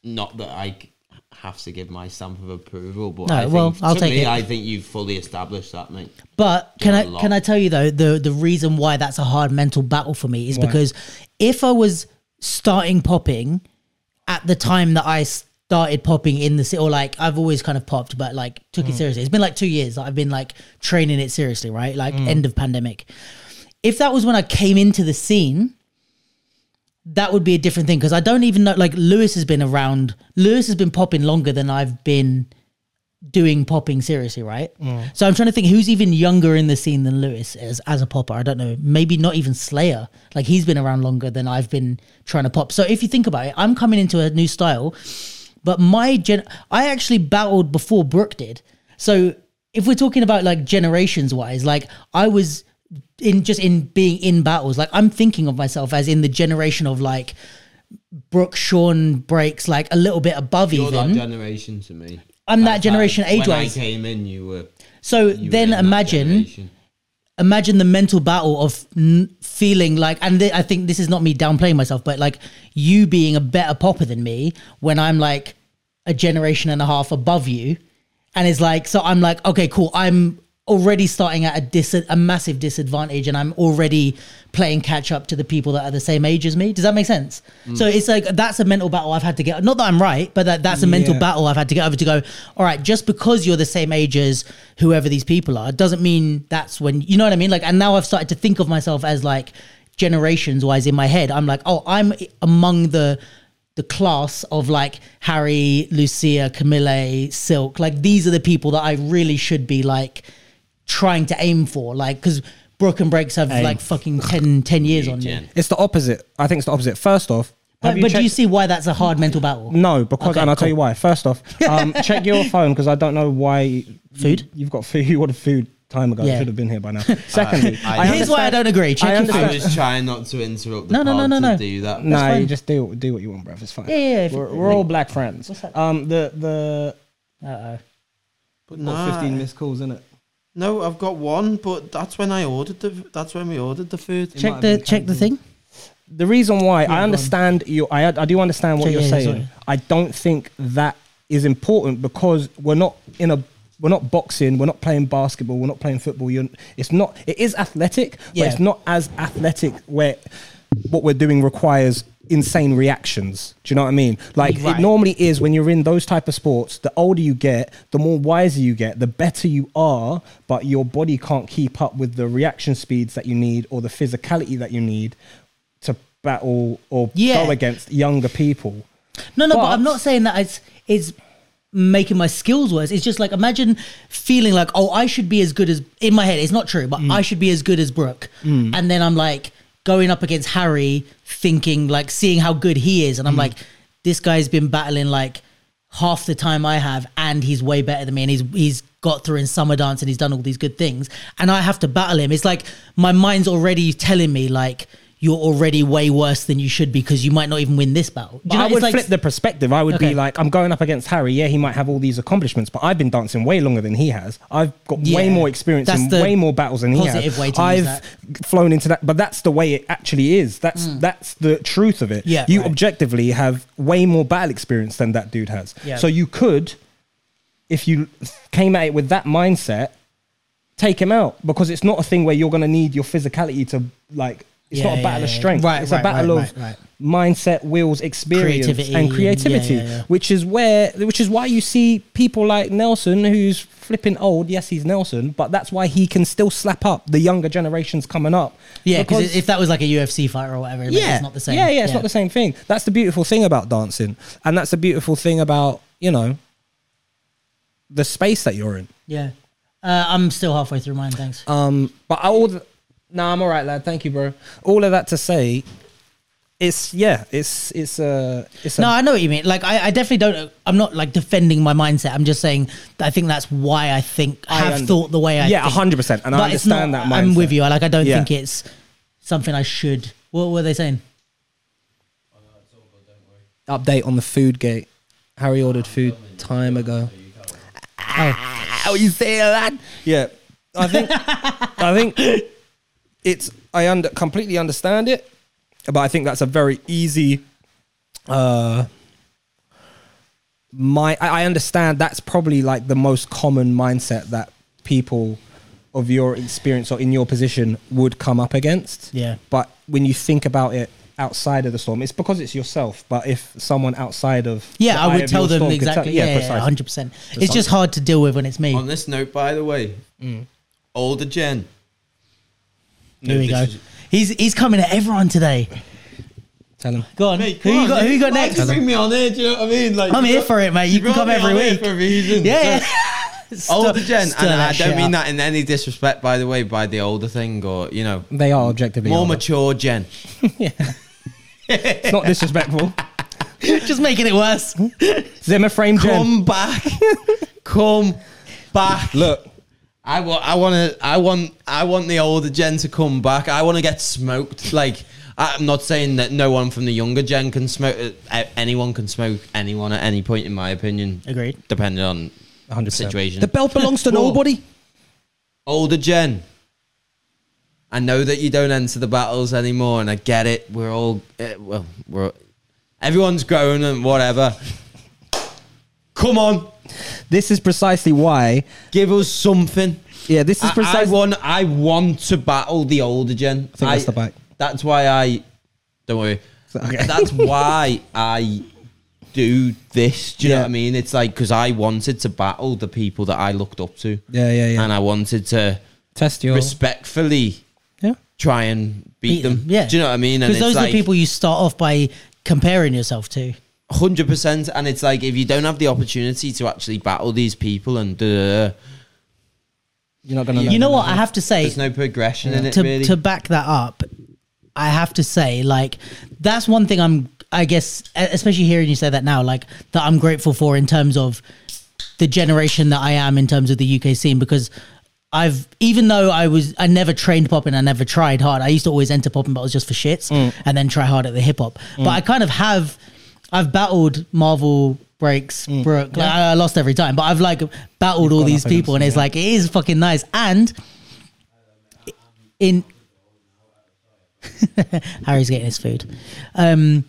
[SPEAKER 5] not that I c- have to give my stamp of approval, but
[SPEAKER 4] No,
[SPEAKER 5] I think,
[SPEAKER 4] well, I'll
[SPEAKER 5] to
[SPEAKER 4] take
[SPEAKER 5] me,
[SPEAKER 4] it.
[SPEAKER 5] I think you've fully established that, mate.
[SPEAKER 4] But can
[SPEAKER 5] a
[SPEAKER 4] I
[SPEAKER 5] lot.
[SPEAKER 4] can I tell you though the the reason why that's a hard mental battle for me is because if I was starting popping at the time that I started popping in the city or like I've always kind of popped but like took it seriously. It's been like 2 years that I've been like training it seriously, right? Like end of pandemic. If that was when I came into the scene, that would be a different thing because I don't even know. Like Lewis has been around. Lewis has been popping longer than I've been doing popping seriously, right?
[SPEAKER 5] Mm.
[SPEAKER 4] So I'm trying to think who's even younger in the scene than Lewis as as a popper. I don't know. Maybe not even Slayer. Like he's been around longer than I've been trying to pop. So if you think about it, I'm coming into a new style, but my gen, I actually battled before Brooke did. So if we're talking about like generations wise, like I was in just in being in battles like i'm thinking of myself as in the generation of like brooke sean breaks like a little bit above
[SPEAKER 5] You're that
[SPEAKER 4] even
[SPEAKER 5] generation to me.
[SPEAKER 4] I'm that
[SPEAKER 5] Like,
[SPEAKER 4] generation
[SPEAKER 5] when I
[SPEAKER 4] age-wise.
[SPEAKER 5] came in, you were. you
[SPEAKER 4] so
[SPEAKER 5] were in
[SPEAKER 4] then
[SPEAKER 5] that
[SPEAKER 4] imagine
[SPEAKER 5] generation.
[SPEAKER 4] imagine the mental battle of n- feeling like and th- i think this is not me downplaying myself but like you being a better popper than me when i'm like a generation and a half above you and it's like so i'm like okay cool i'm already starting at a dis- a massive disadvantage and I'm already playing catch up to the people that are the same age as me. Does that make sense?
[SPEAKER 5] Mm.
[SPEAKER 4] So it's like that's a mental battle I've had to get not that I'm right, but that, that's a mental
[SPEAKER 3] Yeah.
[SPEAKER 4] battle I've had to get over to go, all right, just because you're the same age as whoever these people are, doesn't mean that's when you know what I mean? Like and now I've started to think of myself as like generations wise in my head. I'm like, oh I'm among the the class of like Harry, Lucia, Camille, Silk, like these are the people that I really should be like trying to aim for. Like, because Broken Breaks have like fucking 10, 10 years on you.
[SPEAKER 3] It's the opposite. I think it's the opposite. First off,
[SPEAKER 4] But,
[SPEAKER 3] have
[SPEAKER 4] but do
[SPEAKER 3] checked-
[SPEAKER 4] you see why that's a hard mental battle?
[SPEAKER 3] No, because
[SPEAKER 4] Okay,
[SPEAKER 3] and I'll
[SPEAKER 4] cool.
[SPEAKER 3] tell you why.
[SPEAKER 4] [laughs]
[SPEAKER 3] First off, um, check your phone because I don't know why
[SPEAKER 4] Food?
[SPEAKER 3] You, have got food. [laughs] You ordered food time ago.
[SPEAKER 4] Yeah.
[SPEAKER 3] Should have been here
[SPEAKER 4] [laughs]
[SPEAKER 3] by now. Secondly, I,
[SPEAKER 4] Here's why I
[SPEAKER 3] understand-
[SPEAKER 4] don't agree. Check
[SPEAKER 3] I
[SPEAKER 4] your
[SPEAKER 3] understand-
[SPEAKER 1] I was trying not to interrupt the
[SPEAKER 4] No, no, no,
[SPEAKER 1] pod
[SPEAKER 4] no,
[SPEAKER 1] to
[SPEAKER 4] no.
[SPEAKER 1] do that.
[SPEAKER 3] No,
[SPEAKER 4] fine.
[SPEAKER 3] you just do do what you want, bruv. It's fine.
[SPEAKER 4] Yeah, yeah, if-
[SPEAKER 3] we're, we're all black friends. Um, the the
[SPEAKER 1] But
[SPEAKER 3] got
[SPEAKER 1] nah,
[SPEAKER 3] fifteen missed calls, innit?
[SPEAKER 1] No, I've got one, but that's when I ordered the. That's when we ordered the food.
[SPEAKER 4] check the check the thing.
[SPEAKER 3] The reason why I understand you, I I do understand what
[SPEAKER 4] Yeah,
[SPEAKER 3] you're
[SPEAKER 4] yeah,
[SPEAKER 3] saying.
[SPEAKER 4] sorry.
[SPEAKER 3] I don't think that is important because we're not in a we're not boxing, we're not playing basketball, we're not playing football. You're, it's not. It is athletic,
[SPEAKER 4] Yeah.
[SPEAKER 3] but it's not as athletic where what we're doing requires insane reactions. Do you know what I mean? Like
[SPEAKER 4] Right.
[SPEAKER 3] it normally is when you're in those type of sports. The older you get, the more wiser you get, the better you are, but your body can't keep up with the reaction speeds that you need or the physicality that you need to battle or
[SPEAKER 4] Yeah.
[SPEAKER 3] go against younger people.
[SPEAKER 4] No, no, but,
[SPEAKER 3] But-
[SPEAKER 4] I'm not saying that it's it's making my skills worse. It's just like imagine feeling like, oh, I should be as good as in my head. It's not true, but
[SPEAKER 3] Mm.
[SPEAKER 4] I should be as good as Brooke. And then I'm like going up against Harry, thinking like seeing how good he is, and
[SPEAKER 3] Mm.
[SPEAKER 4] I'm like, this guy's been battling like half the time I have, and he's way better than me, and he's he's got through in summer dance and he's done all these good things, and I have to battle him. It's like my mind's already telling me like. You're already way worse than you should be because you might not even win this battle. Do
[SPEAKER 3] But
[SPEAKER 4] you know,
[SPEAKER 3] I
[SPEAKER 4] it's
[SPEAKER 3] would
[SPEAKER 4] like-
[SPEAKER 3] flip the perspective. I would
[SPEAKER 4] Okay.
[SPEAKER 3] be like, I'm going up against Harry. Yeah, he might have all these accomplishments, but I've been dancing way longer than he has. I've got way
[SPEAKER 4] Yeah.
[SPEAKER 3] more experience
[SPEAKER 4] That's
[SPEAKER 3] and
[SPEAKER 4] the
[SPEAKER 3] way more battles than he
[SPEAKER 4] positive
[SPEAKER 3] has.
[SPEAKER 4] way to use
[SPEAKER 3] I've
[SPEAKER 4] that. Mm.
[SPEAKER 3] flown into that, but that's the way it actually is. That's that's the truth of it.
[SPEAKER 4] Yeah,
[SPEAKER 3] you
[SPEAKER 4] right.
[SPEAKER 3] objectively have way more battle experience than that dude has.
[SPEAKER 4] Yeah.
[SPEAKER 3] So you could, if you came at it with that mindset, take him out because it's not a thing where you're going to need your physicality to like. It's
[SPEAKER 4] Yeah,
[SPEAKER 3] not a
[SPEAKER 4] yeah,
[SPEAKER 3] battle of
[SPEAKER 4] yeah.
[SPEAKER 3] strength.
[SPEAKER 4] Right,
[SPEAKER 3] it's
[SPEAKER 4] right,
[SPEAKER 3] a battle
[SPEAKER 4] right,
[SPEAKER 3] of
[SPEAKER 4] right, right.
[SPEAKER 3] mindset, wills, experience,
[SPEAKER 4] Creativity and-
[SPEAKER 3] and
[SPEAKER 4] yeah,
[SPEAKER 3] creativity,
[SPEAKER 4] yeah, yeah.
[SPEAKER 3] which is where, which is why you see people like Nelson, who's flipping old. Yes, he's Nelson, but that's why he can still slap up the younger generations coming up.
[SPEAKER 4] Yeah, because if that was like a UFC fighter or whatever, yeah,
[SPEAKER 3] yeah,
[SPEAKER 4] it's not the same.
[SPEAKER 3] Yeah, yeah, it's not the same thing. That's the beautiful thing about dancing, and that's the beautiful thing about you know the space that you're in.
[SPEAKER 4] Yeah. Uh, I'm still halfway through mine, thanks.
[SPEAKER 3] Um, but I all the, nah, I'm all right, lad. Thank you, bro. All of that to say, it's yeah, it's it's uh, it's a
[SPEAKER 4] no, I know what you mean. Like, I, I definitely don't. uh, I'm not like defending my mindset. I'm just saying that I think that's why I think I
[SPEAKER 3] I
[SPEAKER 4] have
[SPEAKER 3] under-
[SPEAKER 4] thought the way I.
[SPEAKER 3] yeah,
[SPEAKER 4] think.
[SPEAKER 3] hundred percent. And I
[SPEAKER 4] it's
[SPEAKER 3] understand that. Mindset.
[SPEAKER 4] I'm with you. I Like, I don't
[SPEAKER 3] Yeah.
[SPEAKER 4] think it's something I should. What were they saying?
[SPEAKER 3] Update on the food gate. Harry ordered food time ago. How Oh, you say that? Yeah, I think I think it's I under completely understand it, but I think that's a very easy. Uh, my I I understand that's probably like the most common mindset that people of your experience or in your position would come up against.
[SPEAKER 4] Yeah.
[SPEAKER 3] But when you think about it outside of the storm, it's because it's yourself. But if someone outside of the
[SPEAKER 4] Yeah, I
[SPEAKER 3] eye
[SPEAKER 4] would
[SPEAKER 3] of
[SPEAKER 4] tell
[SPEAKER 3] your
[SPEAKER 4] them
[SPEAKER 3] storm could tell-
[SPEAKER 4] exactly. Yeah, yeah,
[SPEAKER 3] precisely.
[SPEAKER 4] 100. percent It's just hard to deal with when it's me.
[SPEAKER 1] On this note, by the way, older Jen.
[SPEAKER 4] Mm. Here we
[SPEAKER 1] this
[SPEAKER 4] go.
[SPEAKER 1] is-
[SPEAKER 4] He's he's coming at everyone today.
[SPEAKER 3] Tell them.
[SPEAKER 4] Go on.
[SPEAKER 1] Mate,
[SPEAKER 4] who
[SPEAKER 1] come
[SPEAKER 4] you
[SPEAKER 1] on,
[SPEAKER 4] got? Who you got
[SPEAKER 1] why
[SPEAKER 4] next?
[SPEAKER 1] do you bring me on here. Do you know what I mean? Like,
[SPEAKER 4] I'm
[SPEAKER 1] you
[SPEAKER 4] here
[SPEAKER 1] brought-
[SPEAKER 4] for it, mate. You can
[SPEAKER 1] brought
[SPEAKER 4] come
[SPEAKER 1] me
[SPEAKER 4] every
[SPEAKER 1] on here
[SPEAKER 4] week.
[SPEAKER 1] for a reason.
[SPEAKER 4] Yeah.
[SPEAKER 1] So,
[SPEAKER 4] [laughs] Stir-
[SPEAKER 1] older Jen,
[SPEAKER 4] stir
[SPEAKER 1] and I
[SPEAKER 4] that shit
[SPEAKER 1] don't mean
[SPEAKER 4] up.
[SPEAKER 1] that in any disrespect, by the way, by the older thing or you know,
[SPEAKER 3] They are objectively
[SPEAKER 1] more
[SPEAKER 3] older.
[SPEAKER 1] mature Jen.
[SPEAKER 4] [laughs]
[SPEAKER 3] It's not disrespectful.
[SPEAKER 4] Just making it worse.
[SPEAKER 3] Zimmer frame Jen.
[SPEAKER 1] Come back, come back.
[SPEAKER 3] Look,
[SPEAKER 1] I want, I want to, I want, I want the older gen to come back. I want to get smoked. Like I'm not saying that no one from the younger gen can smoke. uh, Anyone can smoke anyone at any point, in my opinion.
[SPEAKER 4] Agreed.
[SPEAKER 1] Depending on
[SPEAKER 3] 100
[SPEAKER 1] Situation.
[SPEAKER 3] The belt
[SPEAKER 1] [laughs]
[SPEAKER 3] belongs to
[SPEAKER 1] Whoa.
[SPEAKER 3] nobody.
[SPEAKER 1] older gen. I know that you don't enter the battles anymore, and I get it. We're all eh, well, we're everyone's grown and whatever. Come on,
[SPEAKER 3] This is precisely why.
[SPEAKER 1] Give us something.
[SPEAKER 3] Yeah, this
[SPEAKER 1] I,
[SPEAKER 3] is
[SPEAKER 1] I
[SPEAKER 3] precisely.
[SPEAKER 1] want. I want to battle the older gen. I
[SPEAKER 3] think that's the back.
[SPEAKER 1] That's why I. Don't worry. [laughs]
[SPEAKER 3] Okay.
[SPEAKER 1] That's why I do this. Do you know
[SPEAKER 3] Yeah.
[SPEAKER 1] what I mean? It's like because I wanted to battle the people that I looked up to,
[SPEAKER 3] Yeah, yeah, yeah.
[SPEAKER 1] and I wanted to
[SPEAKER 3] Test your.
[SPEAKER 1] respectfully
[SPEAKER 3] yeah.
[SPEAKER 1] try and beat,
[SPEAKER 4] Beat
[SPEAKER 1] them.
[SPEAKER 4] them, yeah.
[SPEAKER 1] Do you know what I mean?
[SPEAKER 4] Because those
[SPEAKER 1] it's
[SPEAKER 4] are
[SPEAKER 1] like,
[SPEAKER 4] the people you start off by comparing yourself to.
[SPEAKER 1] hundred percent. And it's like if you don't have the opportunity to actually battle these people, and da, da, da,
[SPEAKER 3] You're not gonna.
[SPEAKER 4] You know what I have to say
[SPEAKER 1] there's no progression in it.
[SPEAKER 4] to
[SPEAKER 1] really,
[SPEAKER 4] to back that up. I have to say, like that's one thing I'm. I guess, e- especially hearing you say that now, like that I'm grateful for in terms of the generation that I am in terms of the UK scene because. I've even though I was I never trained pop and I never tried hard. I used to always enter popping, but it was just for shits,
[SPEAKER 1] Mm.
[SPEAKER 4] and then try hard at the hip hop. But I kind of have, I've battled Marvel breaks,
[SPEAKER 1] Mm.
[SPEAKER 4] Brooke. Like, I, I lost every time, but I've like battled all these people, and it's like it is fucking nice. And in [laughs] Harry's getting his food. Um,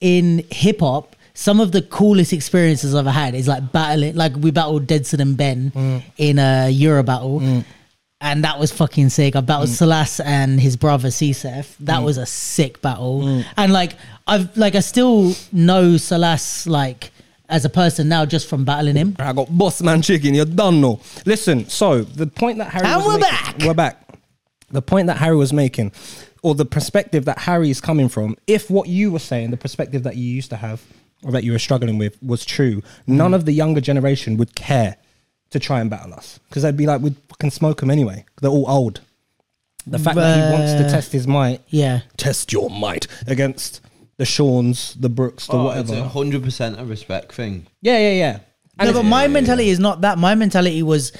[SPEAKER 4] in hip hop, some of the coolest experiences I've ever had is like battling, like we battled Deadson and Ben in a Euro battle. And that was fucking sick. I battled Salas and his brother Cesef. That was a sick battle. And like I've like I still know Salas like as a person now just from battling him.
[SPEAKER 3] I got boss man chicken. You're done, no. Listen. So the point that Harry.
[SPEAKER 4] And
[SPEAKER 3] was
[SPEAKER 4] we're
[SPEAKER 3] making-
[SPEAKER 4] back.
[SPEAKER 3] We're back. The point that Harry was making, or the perspective that Harry is coming from, if what you were saying, the perspective that you used to have, or that you were struggling with, was
[SPEAKER 4] Mm.
[SPEAKER 3] true, none of the younger generation would care to try and battle us because they'd be like, we'd fucking smoke them anyway. They're all old. The fact that he wants to
[SPEAKER 4] Uh,
[SPEAKER 3] test his might
[SPEAKER 4] Yeah.
[SPEAKER 3] test your might against the Shawns, the Brooks, the
[SPEAKER 1] Oh, it's
[SPEAKER 3] whatever.
[SPEAKER 1] a hundred percent a respect thing.
[SPEAKER 3] yeah, yeah, yeah. And
[SPEAKER 4] no, but my mentality is not that. My mentality was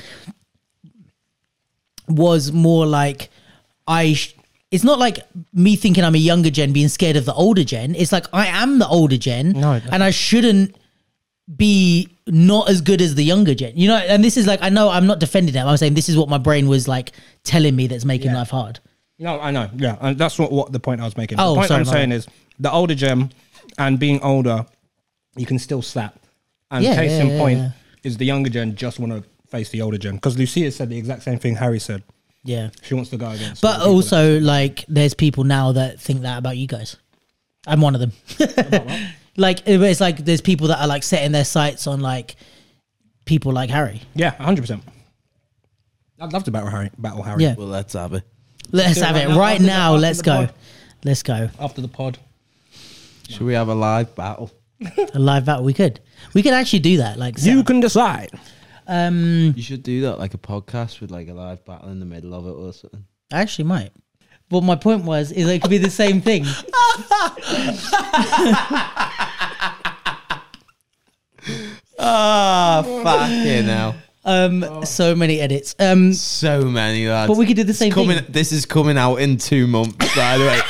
[SPEAKER 4] was more like I. Sh- it's not like me thinking I'm a younger gen being scared of the older gen. It's like I am the older gen,
[SPEAKER 3] No,
[SPEAKER 4] and I shouldn't be not as good as the younger gen. You know, and this is like I know I'm not defending them. I'm saying this is what my brain was like telling me that's making life hard.
[SPEAKER 3] no, I know. Yeah, and that's not what the point I was making.
[SPEAKER 4] Oh,
[SPEAKER 3] the point
[SPEAKER 4] sorry,
[SPEAKER 3] I'm
[SPEAKER 4] my
[SPEAKER 3] saying is the older gem and being older, you can still slap. And
[SPEAKER 4] Yeah,
[SPEAKER 3] case
[SPEAKER 4] yeah,
[SPEAKER 3] in
[SPEAKER 4] yeah,
[SPEAKER 3] point
[SPEAKER 4] yeah.
[SPEAKER 3] is the younger gen just want to face the older gen because Lucia said the exact same thing Harry said.
[SPEAKER 4] Yeah,
[SPEAKER 3] She wants to go against.
[SPEAKER 4] but
[SPEAKER 3] the people that-
[SPEAKER 4] also like there's people now that think that about you guys. I'm one of them. [laughs] like it- it's like there's people that are like setting their sights on like people like Harry.
[SPEAKER 3] yeah, 100. percent I'd love to battle Harry. Battle Harry.
[SPEAKER 4] Yeah.
[SPEAKER 1] Well, let's have it.
[SPEAKER 4] Let's
[SPEAKER 3] do it
[SPEAKER 4] have
[SPEAKER 3] right
[SPEAKER 4] it
[SPEAKER 3] now,
[SPEAKER 4] right now.
[SPEAKER 3] after the- after
[SPEAKER 4] Let's
[SPEAKER 3] the
[SPEAKER 4] go.
[SPEAKER 3] pod.
[SPEAKER 4] Let's go.
[SPEAKER 3] After the pod,
[SPEAKER 1] Should we have a live battle?
[SPEAKER 4] A live battle. We could. We could actually do that. Like set
[SPEAKER 3] you
[SPEAKER 4] up-
[SPEAKER 3] can decide.
[SPEAKER 4] um
[SPEAKER 1] You should do that like a podcast with like a live battle in the middle of it or something.
[SPEAKER 4] I actually might. But my point was is it could be the same thing. [laughs]
[SPEAKER 1] Ah, fucking hell.
[SPEAKER 3] Oh.
[SPEAKER 4] Um so many edits. Um
[SPEAKER 1] So many lads.
[SPEAKER 4] But we could do the same
[SPEAKER 1] it's coming, This is coming out in two months, by the way.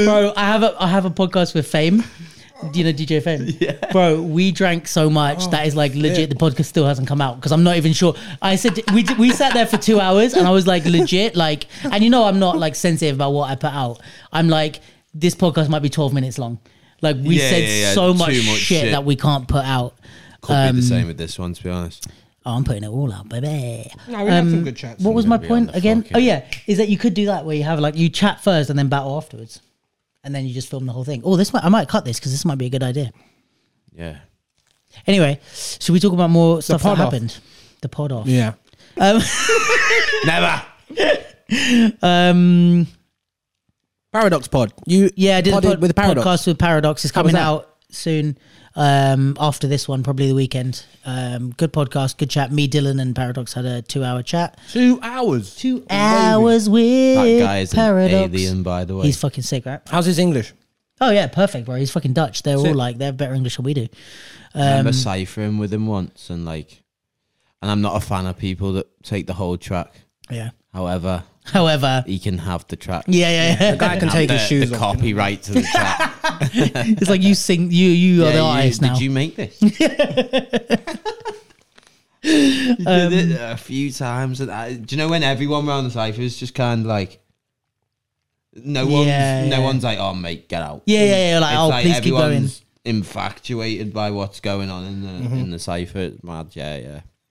[SPEAKER 1] [laughs]
[SPEAKER 4] Yo, bro, I have a I have a podcast with Fame. Do you know DJ Fame? Yeah. Bro, we drank so much
[SPEAKER 1] Oh,
[SPEAKER 4] that is like legit. The podcast still hasn't come out because I'm not even sure. I said we d- we sat there for two hours and I was like legit like, and you know I'm not like sensitive about what I put out. I'm like this podcast might be 12 minutes long. Like we
[SPEAKER 1] Yeah,
[SPEAKER 4] said
[SPEAKER 1] yeah, yeah,
[SPEAKER 4] so
[SPEAKER 1] too
[SPEAKER 4] much,
[SPEAKER 1] much
[SPEAKER 4] shit,
[SPEAKER 1] shit.
[SPEAKER 4] that we can't put out.
[SPEAKER 1] Could be the same with this one, to be honest.
[SPEAKER 4] Oh, I'm putting it all out, baby.
[SPEAKER 3] No, we had some good chats.
[SPEAKER 4] What was my
[SPEAKER 1] gonna be on
[SPEAKER 4] point
[SPEAKER 1] the
[SPEAKER 4] again?
[SPEAKER 1] fucking-
[SPEAKER 4] Oh yeah, is that you could do that where you have like you chat first and then battle afterwards, and then you just film the whole thing. Oh, this might I might cut this because this might be a good idea.
[SPEAKER 1] Yeah.
[SPEAKER 4] Anyway, should we talk about more stuff that
[SPEAKER 3] pod off.
[SPEAKER 4] happened? The pod off.
[SPEAKER 3] Yeah.
[SPEAKER 1] Never.
[SPEAKER 4] Um,
[SPEAKER 3] Paradox pod. You
[SPEAKER 4] yeah, I did a
[SPEAKER 3] Podded
[SPEAKER 4] pod,
[SPEAKER 3] with Paradox.
[SPEAKER 4] podcast with Paradox. It's
[SPEAKER 3] was
[SPEAKER 4] coming
[SPEAKER 3] that?
[SPEAKER 4] out soon. Um, after this one, probably the weekend. Um, good podcast, good chat. Me, Dylan, and Paradox had a two-hour chat.
[SPEAKER 3] two hours.
[SPEAKER 4] Two hours with
[SPEAKER 1] That guy is
[SPEAKER 4] Paradox.
[SPEAKER 1] an alien, by the way.
[SPEAKER 4] He's fucking sick, right?
[SPEAKER 3] How's his English?
[SPEAKER 4] Oh yeah, perfect, bro. He's fucking Dutch. They're all
[SPEAKER 3] it.
[SPEAKER 4] like they have better English than we do.
[SPEAKER 1] I remember ciphering with him once, and like, and I'm not a fan of people that take the whole track.
[SPEAKER 4] Yeah.
[SPEAKER 1] However,
[SPEAKER 4] However,
[SPEAKER 1] he can have the track.
[SPEAKER 4] yeah, yeah, yeah.
[SPEAKER 3] The guy can take
[SPEAKER 1] the,
[SPEAKER 3] his shoes
[SPEAKER 1] the
[SPEAKER 3] off.
[SPEAKER 1] copyright to the track.
[SPEAKER 4] it's like you sing, you you are
[SPEAKER 1] Yeah,
[SPEAKER 4] the
[SPEAKER 1] you-
[SPEAKER 4] artist now.
[SPEAKER 1] Did you make
[SPEAKER 4] [laughs]
[SPEAKER 1] this? you did
[SPEAKER 4] Um,
[SPEAKER 1] it a few times. And I, do you know when everyone around the cipher is just kind of like, no one's,
[SPEAKER 4] Yeah,
[SPEAKER 1] no
[SPEAKER 4] yeah.
[SPEAKER 1] one's like, oh mate, get out.
[SPEAKER 4] yeah, yeah, yeah. Like,
[SPEAKER 1] It's
[SPEAKER 4] oh, please keep going.
[SPEAKER 1] everyone's infatuated by what's going on in the in the cipher. It's mad, yeah, yeah.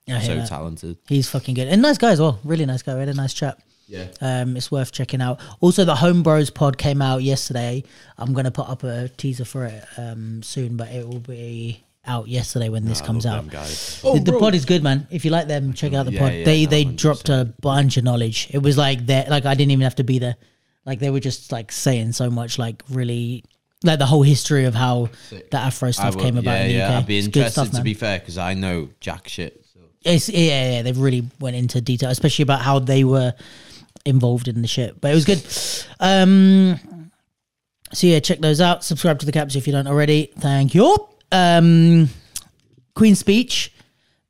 [SPEAKER 4] Mm-hmm. I hear
[SPEAKER 1] so
[SPEAKER 4] that.
[SPEAKER 1] talented.
[SPEAKER 4] He's fucking good. And nice guy as well. Really nice guy. We had a nice chat.
[SPEAKER 1] Yeah.
[SPEAKER 4] Um, it's worth checking out. Also, the Home Bros pod came out yesterday. I'm going to put up a teaser for it um, soon, but it will be out yesterday when this comes out.
[SPEAKER 1] guys.
[SPEAKER 4] the, the pod is good, man. If you like them, check out the
[SPEAKER 1] Yeah,
[SPEAKER 4] pod.
[SPEAKER 1] yeah,
[SPEAKER 4] they
[SPEAKER 1] no,
[SPEAKER 4] they dropped a bunch of knowledge. It was like that. Like I didn't even have to be there. Like they were just like saying so much. Like really, like the whole history of how the Afro stuff came about.
[SPEAKER 1] Yeah,
[SPEAKER 4] in the
[SPEAKER 1] yeah.
[SPEAKER 4] UK.
[SPEAKER 1] I'd be
[SPEAKER 4] It's good
[SPEAKER 1] interested
[SPEAKER 4] stuff,
[SPEAKER 1] to
[SPEAKER 4] man.
[SPEAKER 1] be fair because I know jack shit. So.
[SPEAKER 4] It's, yeah, yeah, yeah, they really went into detail, especially about how they were involved in the shit. But it was good. Um, so yeah, check those out. Subscribe to the Caps if you don't already. Thank you. Um, Queen's Speech.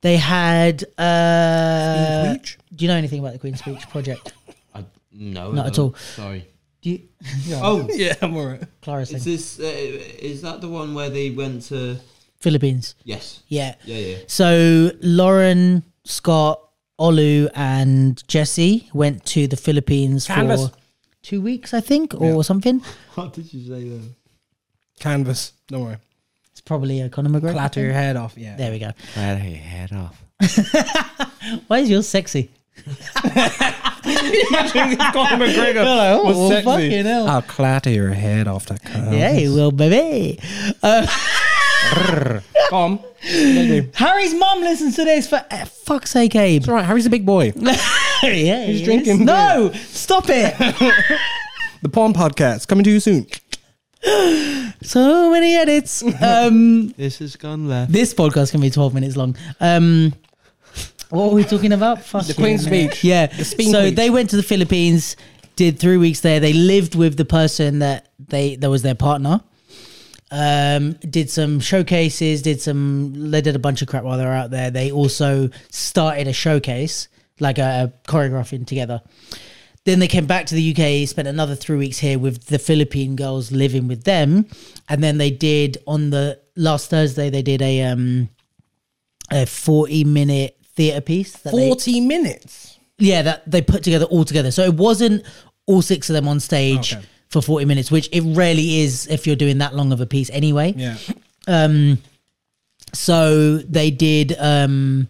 [SPEAKER 4] They had. Uh, do you know anything about the Queen's Speech project?
[SPEAKER 1] I, no,
[SPEAKER 4] Not
[SPEAKER 1] I
[SPEAKER 4] at
[SPEAKER 1] don't.
[SPEAKER 4] all.
[SPEAKER 1] Sorry.
[SPEAKER 4] Do you,
[SPEAKER 1] [laughs] Oh,
[SPEAKER 2] Yeah, I'm alright.
[SPEAKER 4] Clara's
[SPEAKER 1] is
[SPEAKER 4] thing.
[SPEAKER 1] this uh, is that the one where they went to?
[SPEAKER 4] Philippines.
[SPEAKER 1] Yes.
[SPEAKER 4] Yeah.
[SPEAKER 1] Yeah, yeah.
[SPEAKER 4] So Lauren, Scott, Olu, and Jesse went to the Philippines
[SPEAKER 2] Canvas.
[SPEAKER 4] for two weeks, I think, or something.
[SPEAKER 1] [laughs] What did you say then?
[SPEAKER 2] Canvas. Don't worry.
[SPEAKER 4] It's probably a Conor McGregor.
[SPEAKER 2] Clatter your head off. Yeah.
[SPEAKER 4] There we go.
[SPEAKER 1] Had your head off.
[SPEAKER 4] Why is yours sexy?
[SPEAKER 2] Conor McGregor
[SPEAKER 4] Hello,
[SPEAKER 2] was
[SPEAKER 4] Oh, well,
[SPEAKER 2] sexy.
[SPEAKER 4] fucking hell.
[SPEAKER 2] I'll clatter your head off that
[SPEAKER 4] Yeah, you will, baby.
[SPEAKER 2] Come.
[SPEAKER 4] Harry's mum listens to this for eh, fuck's sake, Abe.
[SPEAKER 2] It's all right. Harry's a big boy.
[SPEAKER 4] yeah, he's
[SPEAKER 2] drinking
[SPEAKER 4] No, stop
[SPEAKER 2] [laughs]
[SPEAKER 4] it.
[SPEAKER 2] The Porn Podcast coming to you soon.
[SPEAKER 4] so many edits. Um,
[SPEAKER 1] This has gone left.
[SPEAKER 4] this podcast can be twelve minutes long. Um, what were we talking about?
[SPEAKER 2] The Queen's Speech.
[SPEAKER 4] Yeah.
[SPEAKER 2] Spain
[SPEAKER 4] so
[SPEAKER 2] Queen's.
[SPEAKER 4] they went to the Philippines, did three weeks there. They lived with the person that they that was their partner. Um, did some showcases, did some they did a bunch of crap while they were out there. They also started a showcase, like a, a choreographing together. Then they came back to the UK, spent another three weeks here with the Philippine girls living with them, and then they did on the last Thursday they did a um a forty minute theatre piece. That they-
[SPEAKER 2] Forty minutes.
[SPEAKER 4] yeah, that they put together all together. So it wasn't all six of them on stage
[SPEAKER 2] Okay.
[SPEAKER 4] for 40 minutes, which it rarely is if you're doing that long of a piece anyway. Um,
[SPEAKER 2] Yeah.
[SPEAKER 4] So they did um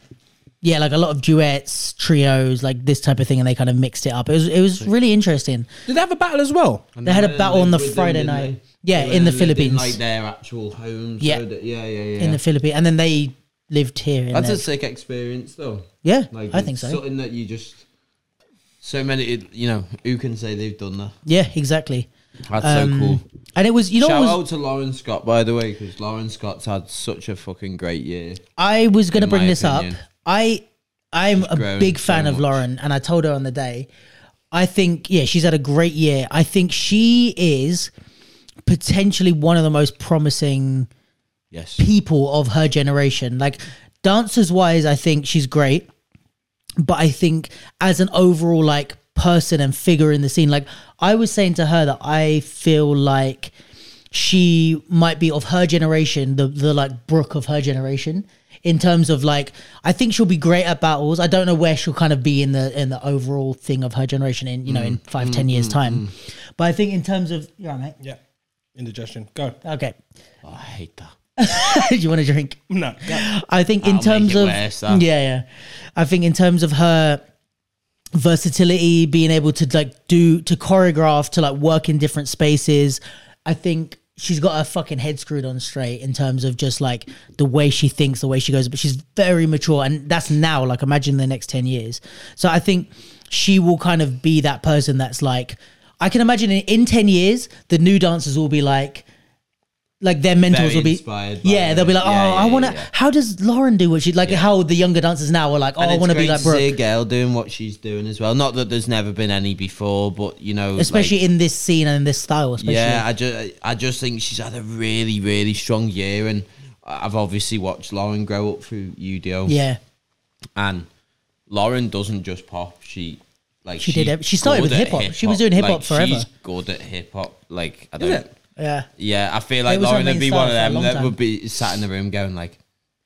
[SPEAKER 4] yeah, like a lot of duets, trios, like this type of thing, and they kind of mixed it up. It was it was really interesting.
[SPEAKER 2] Did they have a battle as well?
[SPEAKER 4] They had a battle on the Friday night. Yeah, in the Philippines.
[SPEAKER 1] like their actual home.
[SPEAKER 4] Yeah.
[SPEAKER 1] Yeah, so that, yeah, yeah, yeah.
[SPEAKER 4] in the Philippines. And then they lived here in
[SPEAKER 1] That's
[SPEAKER 4] there.
[SPEAKER 1] a sick experience, though.
[SPEAKER 4] Yeah,
[SPEAKER 1] Like,
[SPEAKER 4] I think
[SPEAKER 1] it's
[SPEAKER 4] so.
[SPEAKER 1] Something that you just so many, it- you know, who can say they've done that?
[SPEAKER 4] yeah, exactly.
[SPEAKER 1] That's so
[SPEAKER 4] Um,
[SPEAKER 1] cool.
[SPEAKER 4] And it was you know what
[SPEAKER 1] Shout
[SPEAKER 4] was
[SPEAKER 1] out to Lauren Scott, by the way, because Lauren Scott's had such a fucking great year.
[SPEAKER 4] I was going to
[SPEAKER 1] in
[SPEAKER 4] bring
[SPEAKER 1] my
[SPEAKER 4] this up.
[SPEAKER 1] opinion.
[SPEAKER 4] I I'm a
[SPEAKER 1] grown
[SPEAKER 4] big
[SPEAKER 1] so
[SPEAKER 4] fan of
[SPEAKER 1] much.
[SPEAKER 4] Lauren, and I told her on the day. I think yeah, she's had a great year. I think she is potentially one of the most promising
[SPEAKER 1] Yes.
[SPEAKER 4] people of her generation. Like dancers wise, I think she's great, but I think as an overall like person and figure in the scene, like I was saying to her that I feel like she might be of her generation, the the like Brooke of her generation. In terms of like, I think she'll be great at battles. I don't know where she'll kind of be in the in the overall thing of her generation in you know in five ten years time, but I think in terms of you all right, mate.
[SPEAKER 2] Yeah. Indigestion. Go.
[SPEAKER 4] Okay, [laughs]
[SPEAKER 1] Oh, I hate that.
[SPEAKER 4] do you want to drink?
[SPEAKER 2] No.
[SPEAKER 4] I think in
[SPEAKER 1] That'll
[SPEAKER 4] terms
[SPEAKER 1] make it
[SPEAKER 4] of
[SPEAKER 1] worse, that.
[SPEAKER 4] yeah, yeah. I think in terms of her versatility, being able to like do to choreograph, to like work in different spaces, I think she's got her fucking head screwed on straight in terms of just like the way she thinks, the way she goes. But she's very mature, and that's now. Like imagine the next ten years. So I think she will kind of be that person that's like. I can imagine in, in ten years, the new dancers will be like. Like their mentors
[SPEAKER 1] Very
[SPEAKER 4] will be,
[SPEAKER 1] inspired by
[SPEAKER 4] yeah,
[SPEAKER 1] her.
[SPEAKER 4] they'll be like, oh,
[SPEAKER 1] Yeah, yeah,
[SPEAKER 4] I want to.
[SPEAKER 1] yeah, yeah.
[SPEAKER 4] How does Lauren do what she like? How the younger dancers now are like, oh,
[SPEAKER 1] And
[SPEAKER 4] I
[SPEAKER 1] it's
[SPEAKER 4] want to be
[SPEAKER 1] great
[SPEAKER 4] like
[SPEAKER 1] see a
[SPEAKER 4] Brooke,
[SPEAKER 1] girl doing what she's doing as well. Not that there's never been any before, but you know,
[SPEAKER 4] especially
[SPEAKER 1] like-
[SPEAKER 4] in this scene and in this style. Especially,
[SPEAKER 1] Yeah, I just I just think she's had a really really strong year, and I've obviously watched Lauren grow up through UDO.
[SPEAKER 4] yeah,
[SPEAKER 1] and Lauren doesn't just pop. She like
[SPEAKER 4] She did
[SPEAKER 1] she's
[SPEAKER 4] ev- she started
[SPEAKER 1] good
[SPEAKER 4] with
[SPEAKER 1] at
[SPEAKER 4] hip-hop. She was doing hip-hop
[SPEAKER 1] Like,
[SPEAKER 4] forever.
[SPEAKER 1] She's good at hip hop. Like I don't.
[SPEAKER 4] yeah.
[SPEAKER 1] Yeah, I feel
[SPEAKER 4] It
[SPEAKER 1] like
[SPEAKER 4] was her
[SPEAKER 1] Lauren
[SPEAKER 4] main
[SPEAKER 1] would be
[SPEAKER 4] style
[SPEAKER 1] one of
[SPEAKER 4] for a
[SPEAKER 1] them
[SPEAKER 4] long
[SPEAKER 1] that
[SPEAKER 4] time.
[SPEAKER 1] would be sat in the room going like,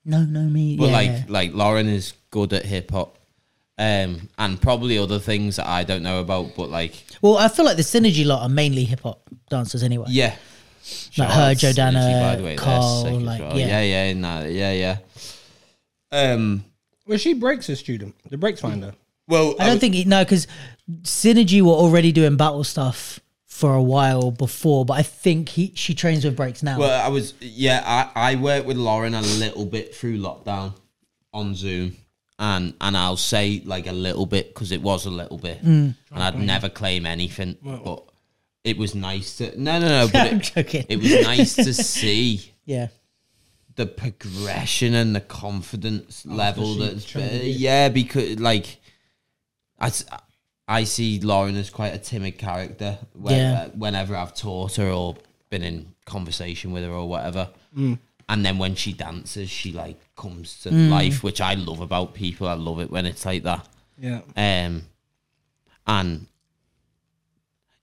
[SPEAKER 4] No, no, me.
[SPEAKER 1] but
[SPEAKER 4] yeah.
[SPEAKER 1] like like Lauren is good at hip hop. Um, and probably other things that I don't know about, but like,
[SPEAKER 4] well, I feel like the synergy lot are mainly hip hop dancers anyway.
[SPEAKER 1] yeah,
[SPEAKER 4] like
[SPEAKER 1] Shout
[SPEAKER 4] her,
[SPEAKER 1] out to Synergy, by the way,
[SPEAKER 4] Jordana,
[SPEAKER 1] they're
[SPEAKER 4] Carl,
[SPEAKER 1] sick as
[SPEAKER 4] like
[SPEAKER 1] well.
[SPEAKER 4] yeah.
[SPEAKER 1] yeah, yeah, nah, yeah, yeah. Um,
[SPEAKER 2] Well, she breaks a student, the breaks finder.
[SPEAKER 1] well,
[SPEAKER 4] I don't think it, no, because Synergy were already doing battle stuff for a while before, but I think he she trains with breaks now.
[SPEAKER 1] Well, I was yeah. I I worked with Lauren a little bit through lockdown on Zoom, and and I'll say like a little bit because it was a little bit,
[SPEAKER 4] Mm.
[SPEAKER 1] and I'd never claim anything, but it was nice to no no no. But
[SPEAKER 4] [laughs] I'm
[SPEAKER 1] it,
[SPEAKER 4] joking.
[SPEAKER 1] it was nice
[SPEAKER 4] [laughs]
[SPEAKER 1] to see
[SPEAKER 4] yeah,
[SPEAKER 1] the progression and the confidence level that's better. yeah because like I, s- I see Lauren as quite a timid character where,
[SPEAKER 4] Yeah.
[SPEAKER 1] whenever I've taught her or been in conversation with her or whatever and then when she dances she like comes to life which I love about people I love it when it's like that
[SPEAKER 2] Yeah.
[SPEAKER 1] um, and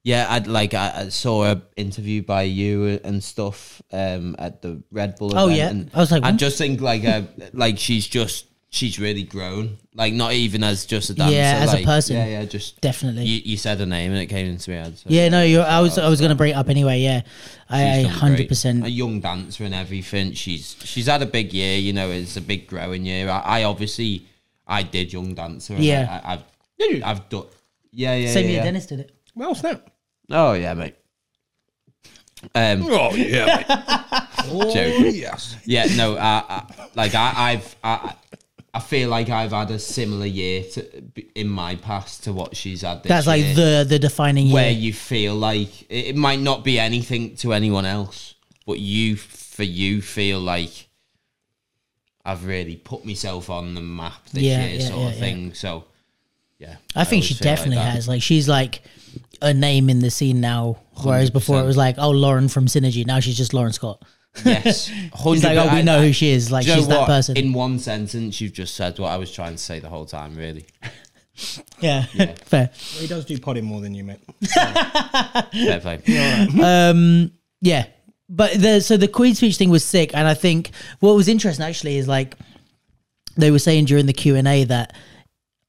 [SPEAKER 1] yeah, I'd like I, I saw a interview by you and stuff um at the Red Bull.
[SPEAKER 4] Oh,
[SPEAKER 1] event,
[SPEAKER 4] yeah.
[SPEAKER 1] and
[SPEAKER 4] I was like,
[SPEAKER 1] I
[SPEAKER 4] what?
[SPEAKER 1] just think like uh, like she's just she's really grown. Like not even as just a dancer,
[SPEAKER 4] Yeah, as a
[SPEAKER 1] like,
[SPEAKER 4] person.
[SPEAKER 1] Yeah, yeah, just
[SPEAKER 4] definitely.
[SPEAKER 1] you, you said her name and it came into my head. So
[SPEAKER 4] yeah, no, you're, I was I was gonna bring it up anyway. Yeah, I
[SPEAKER 1] she's done
[SPEAKER 4] hundred
[SPEAKER 1] great. Uh, A
[SPEAKER 4] percent.
[SPEAKER 1] young dancer and everything. She's she's had a big year. You know, it's a big growing year. I, I obviously I did young dancer. And
[SPEAKER 4] Yeah.
[SPEAKER 1] I, I, I've I've done. Yeah, yeah,
[SPEAKER 4] Same
[SPEAKER 1] yeah,
[SPEAKER 4] year
[SPEAKER 1] yeah.
[SPEAKER 4] Dennis did it.
[SPEAKER 2] Well, snap.
[SPEAKER 1] Oh yeah, mate. Um,
[SPEAKER 5] Oh yeah,
[SPEAKER 1] joke.
[SPEAKER 2] Yes.
[SPEAKER 1] yeah, no, I, I, like I, I've, I, I feel like I've had a similar year to, in my past to what she's had. This
[SPEAKER 4] That's like
[SPEAKER 1] year,
[SPEAKER 4] the the defining
[SPEAKER 1] where
[SPEAKER 4] year.
[SPEAKER 1] you feel like it, it might not be anything to anyone else, but you, for you, feel like I've really put myself on the map this
[SPEAKER 4] Yeah,
[SPEAKER 1] year,
[SPEAKER 4] yeah,
[SPEAKER 1] sort
[SPEAKER 4] yeah,
[SPEAKER 1] of
[SPEAKER 4] yeah.
[SPEAKER 1] thing. So, yeah,
[SPEAKER 4] I think she
[SPEAKER 1] always feel like
[SPEAKER 4] definitely
[SPEAKER 1] that.
[SPEAKER 4] has. Like she's like a name in the scene now. Whereas before it was like, oh, Lauren from Synergy. Now she's just Lauren Scott. [laughs]
[SPEAKER 1] Yes,
[SPEAKER 4] It's
[SPEAKER 1] hundred.
[SPEAKER 4] like, oh, we know who she is. Like
[SPEAKER 1] Do you
[SPEAKER 4] she's
[SPEAKER 1] know
[SPEAKER 4] that
[SPEAKER 1] what?
[SPEAKER 4] person.
[SPEAKER 1] In one sentence, you've just said what I was trying to say the whole time.
[SPEAKER 4] [laughs]
[SPEAKER 1] Really, [laughs]
[SPEAKER 4] yeah, [laughs] fair.
[SPEAKER 2] He does do potting more than you, mate.
[SPEAKER 1] fair play.
[SPEAKER 4] Yeah. But the so the Queen speech thing was sick, and I think what was interesting actually is like they were saying during the Q and A that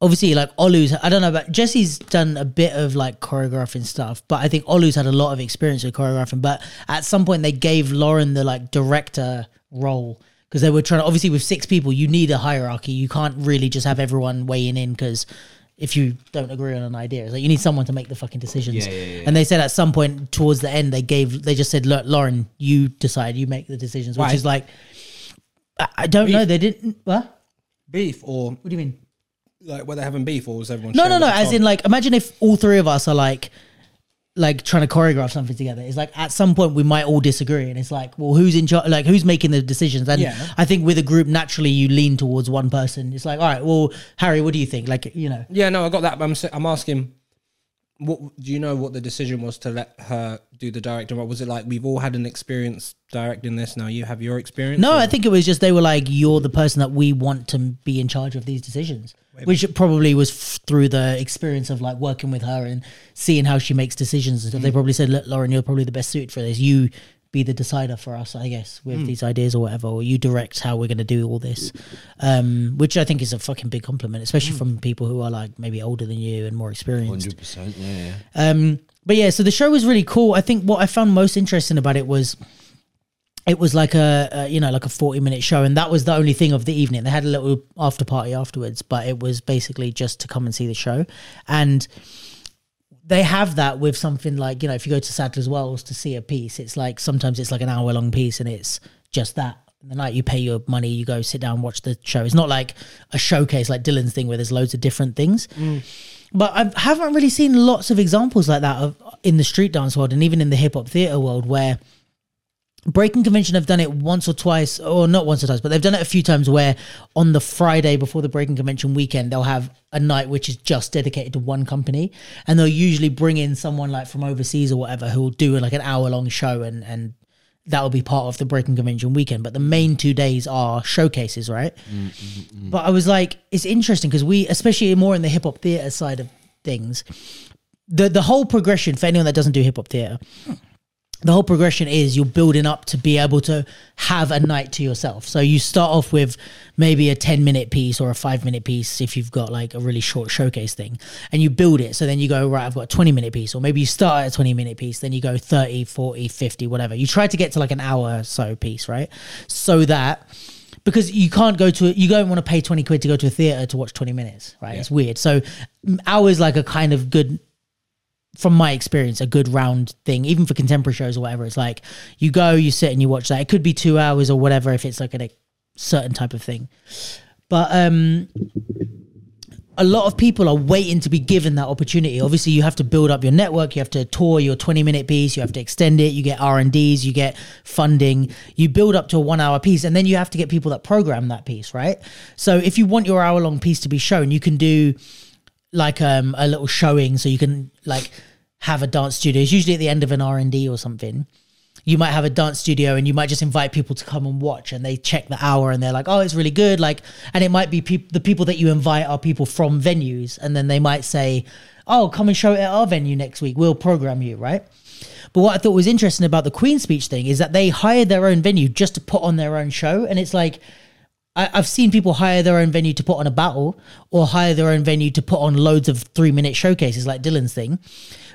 [SPEAKER 4] obviously like Olu's I don't know but Jesse's done a bit of like choreographing stuff, but I think Olu's had a lot of experience with choreographing. But at some point they gave Lauren the like director role because they were trying to obviously with six people you need a hierarchy. You can't really just have everyone weighing in because if you don't agree on an idea, it's like you need someone to make the fucking decisions. And they said at some point towards the end they gave they just said look Lauren you decide you make the decisions, which
[SPEAKER 2] Why?
[SPEAKER 4] is like I, I don't know they didn't what.
[SPEAKER 2] Beef or
[SPEAKER 4] What do you mean?
[SPEAKER 2] like were they having beef or was everyone?
[SPEAKER 4] No,
[SPEAKER 2] sharing
[SPEAKER 4] no, no.
[SPEAKER 2] the
[SPEAKER 4] As
[SPEAKER 2] top?
[SPEAKER 4] in, like, imagine if all three of us are like, like trying to choreograph something together. It's like at some point we might all disagree, and it's like, well, who's in charge? Like, who's making the decisions? And
[SPEAKER 2] Yeah.
[SPEAKER 4] I think with a group, naturally, you lean towards one person. It's like, all right, well, Harry, what do you think? Like, you know,
[SPEAKER 2] Yeah, no, I got that. But I'm s- I'm asking, what do you know? What the decision was to let her do the directing? What was it like? We've all had an experience directing this. Now you have your experience.
[SPEAKER 4] no,
[SPEAKER 2] or-
[SPEAKER 4] I think it was just they were like, you're the person that we want to be in charge of these decisions, which probably was f- through the experience of like working with her and seeing how she makes decisions and stuff. They probably said, look, Lauren, you're probably the best suited for this. You be the decider for us, I guess, with these ideas or whatever, or you direct how we're going to do all this, um, which I think is a fucking big compliment, especially from people who are like maybe older than you and more experienced.
[SPEAKER 1] Hundred percent. Yeah, yeah.
[SPEAKER 4] Um, but yeah, so the show was really cool. I think what I found most interesting about it was it was like a, a you know like a 40 minute show and that was the only thing of the evening they had a little after party afterwards but it was basically just to come and see the show and they have that with something like you know if you go to sadler's wells to see a piece it's like sometimes it's like an hour long piece and it's just that the night you pay your money you go sit down watch the show it's not like a showcase like dylan's thing where there's loads of different things but I haven't really seen lots of examples like that of, in the street dance world and even in the hip hop theater world where Breaking Convention have done it once or twice, or not once or twice, but they've done it a few times where on the Friday before the Breaking Convention weekend, they'll have a night which is just dedicated to one company. And they'll usually bring in someone like from overseas or whatever who will do like an hour long show and, and that'll be part of the Breaking Convention weekend. But the main two days are showcases, right? But I was like, it's interesting because we, especially more in the hip hop theater side of things, the, the whole progression for anyone that doesn't do hip hop theater, the whole progression is you're building up to be able to have a night to yourself. So you start off with maybe a 10 minute piece or a five minute piece if you've got like a really short showcase thing and you build it. So then you go, right, I've got a 20 minute piece, or maybe you start at a 20 minute piece, then you go 30, 40, 50, whatever. You try to get to like an hour or so piece, right? So that because you can't go to you don't want to pay 20 quid to go to a theater to watch 20 minutes, right? It's weird. So mm, hours like a kind of good from my experience, a good round thing, even for contemporary shows or whatever. It's like you go, you sit, and you watch that. It could be two hours or whatever if it's like a certain type of thing. But um, a lot of people are waiting to be given that opportunity. Obviously, you have to build up your network. You have to tour your twenty-minute piece. You have to extend it. You get R and Ds. You get funding. You build up to a one-hour piece, and then you have to get people that program that piece, right? So, if you want your hour-long piece to be shown, you can do like um a little showing so you can like have a dance studio it's usually at the end of an r&d or something you might have a dance studio and you might just invite people to come and watch and they check the hour and they're like oh it's really good like and it might be peop the people that you invite are people from venues and then they might say oh come and show it at our venue next week we'll program you right but what I thought was interesting about the Queen speech thing is that they hired their own venue just to put on their own show. And it's like, I, I've seen people hire their own venue to put on a battle or hire their own venue to put on loads of three minute showcases like Dylan's thing.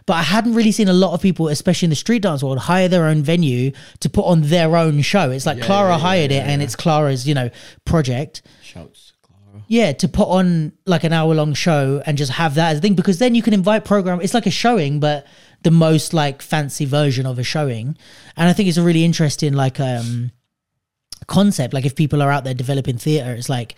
[SPEAKER 4] But I hadn't really seen a lot of people, especially in the street dance world, hire their own venue to put on their own show. It's like Clara hired it and it's Clara's, you know, project.
[SPEAKER 1] Shouts, Clara.
[SPEAKER 4] Yeah, to put on like an hour long show and just have that as a thing because then you can invite program. It's like a showing, but the most like fancy version of a showing. And I think it's a really interesting like um concept. Like if people are out there developing theater, it's like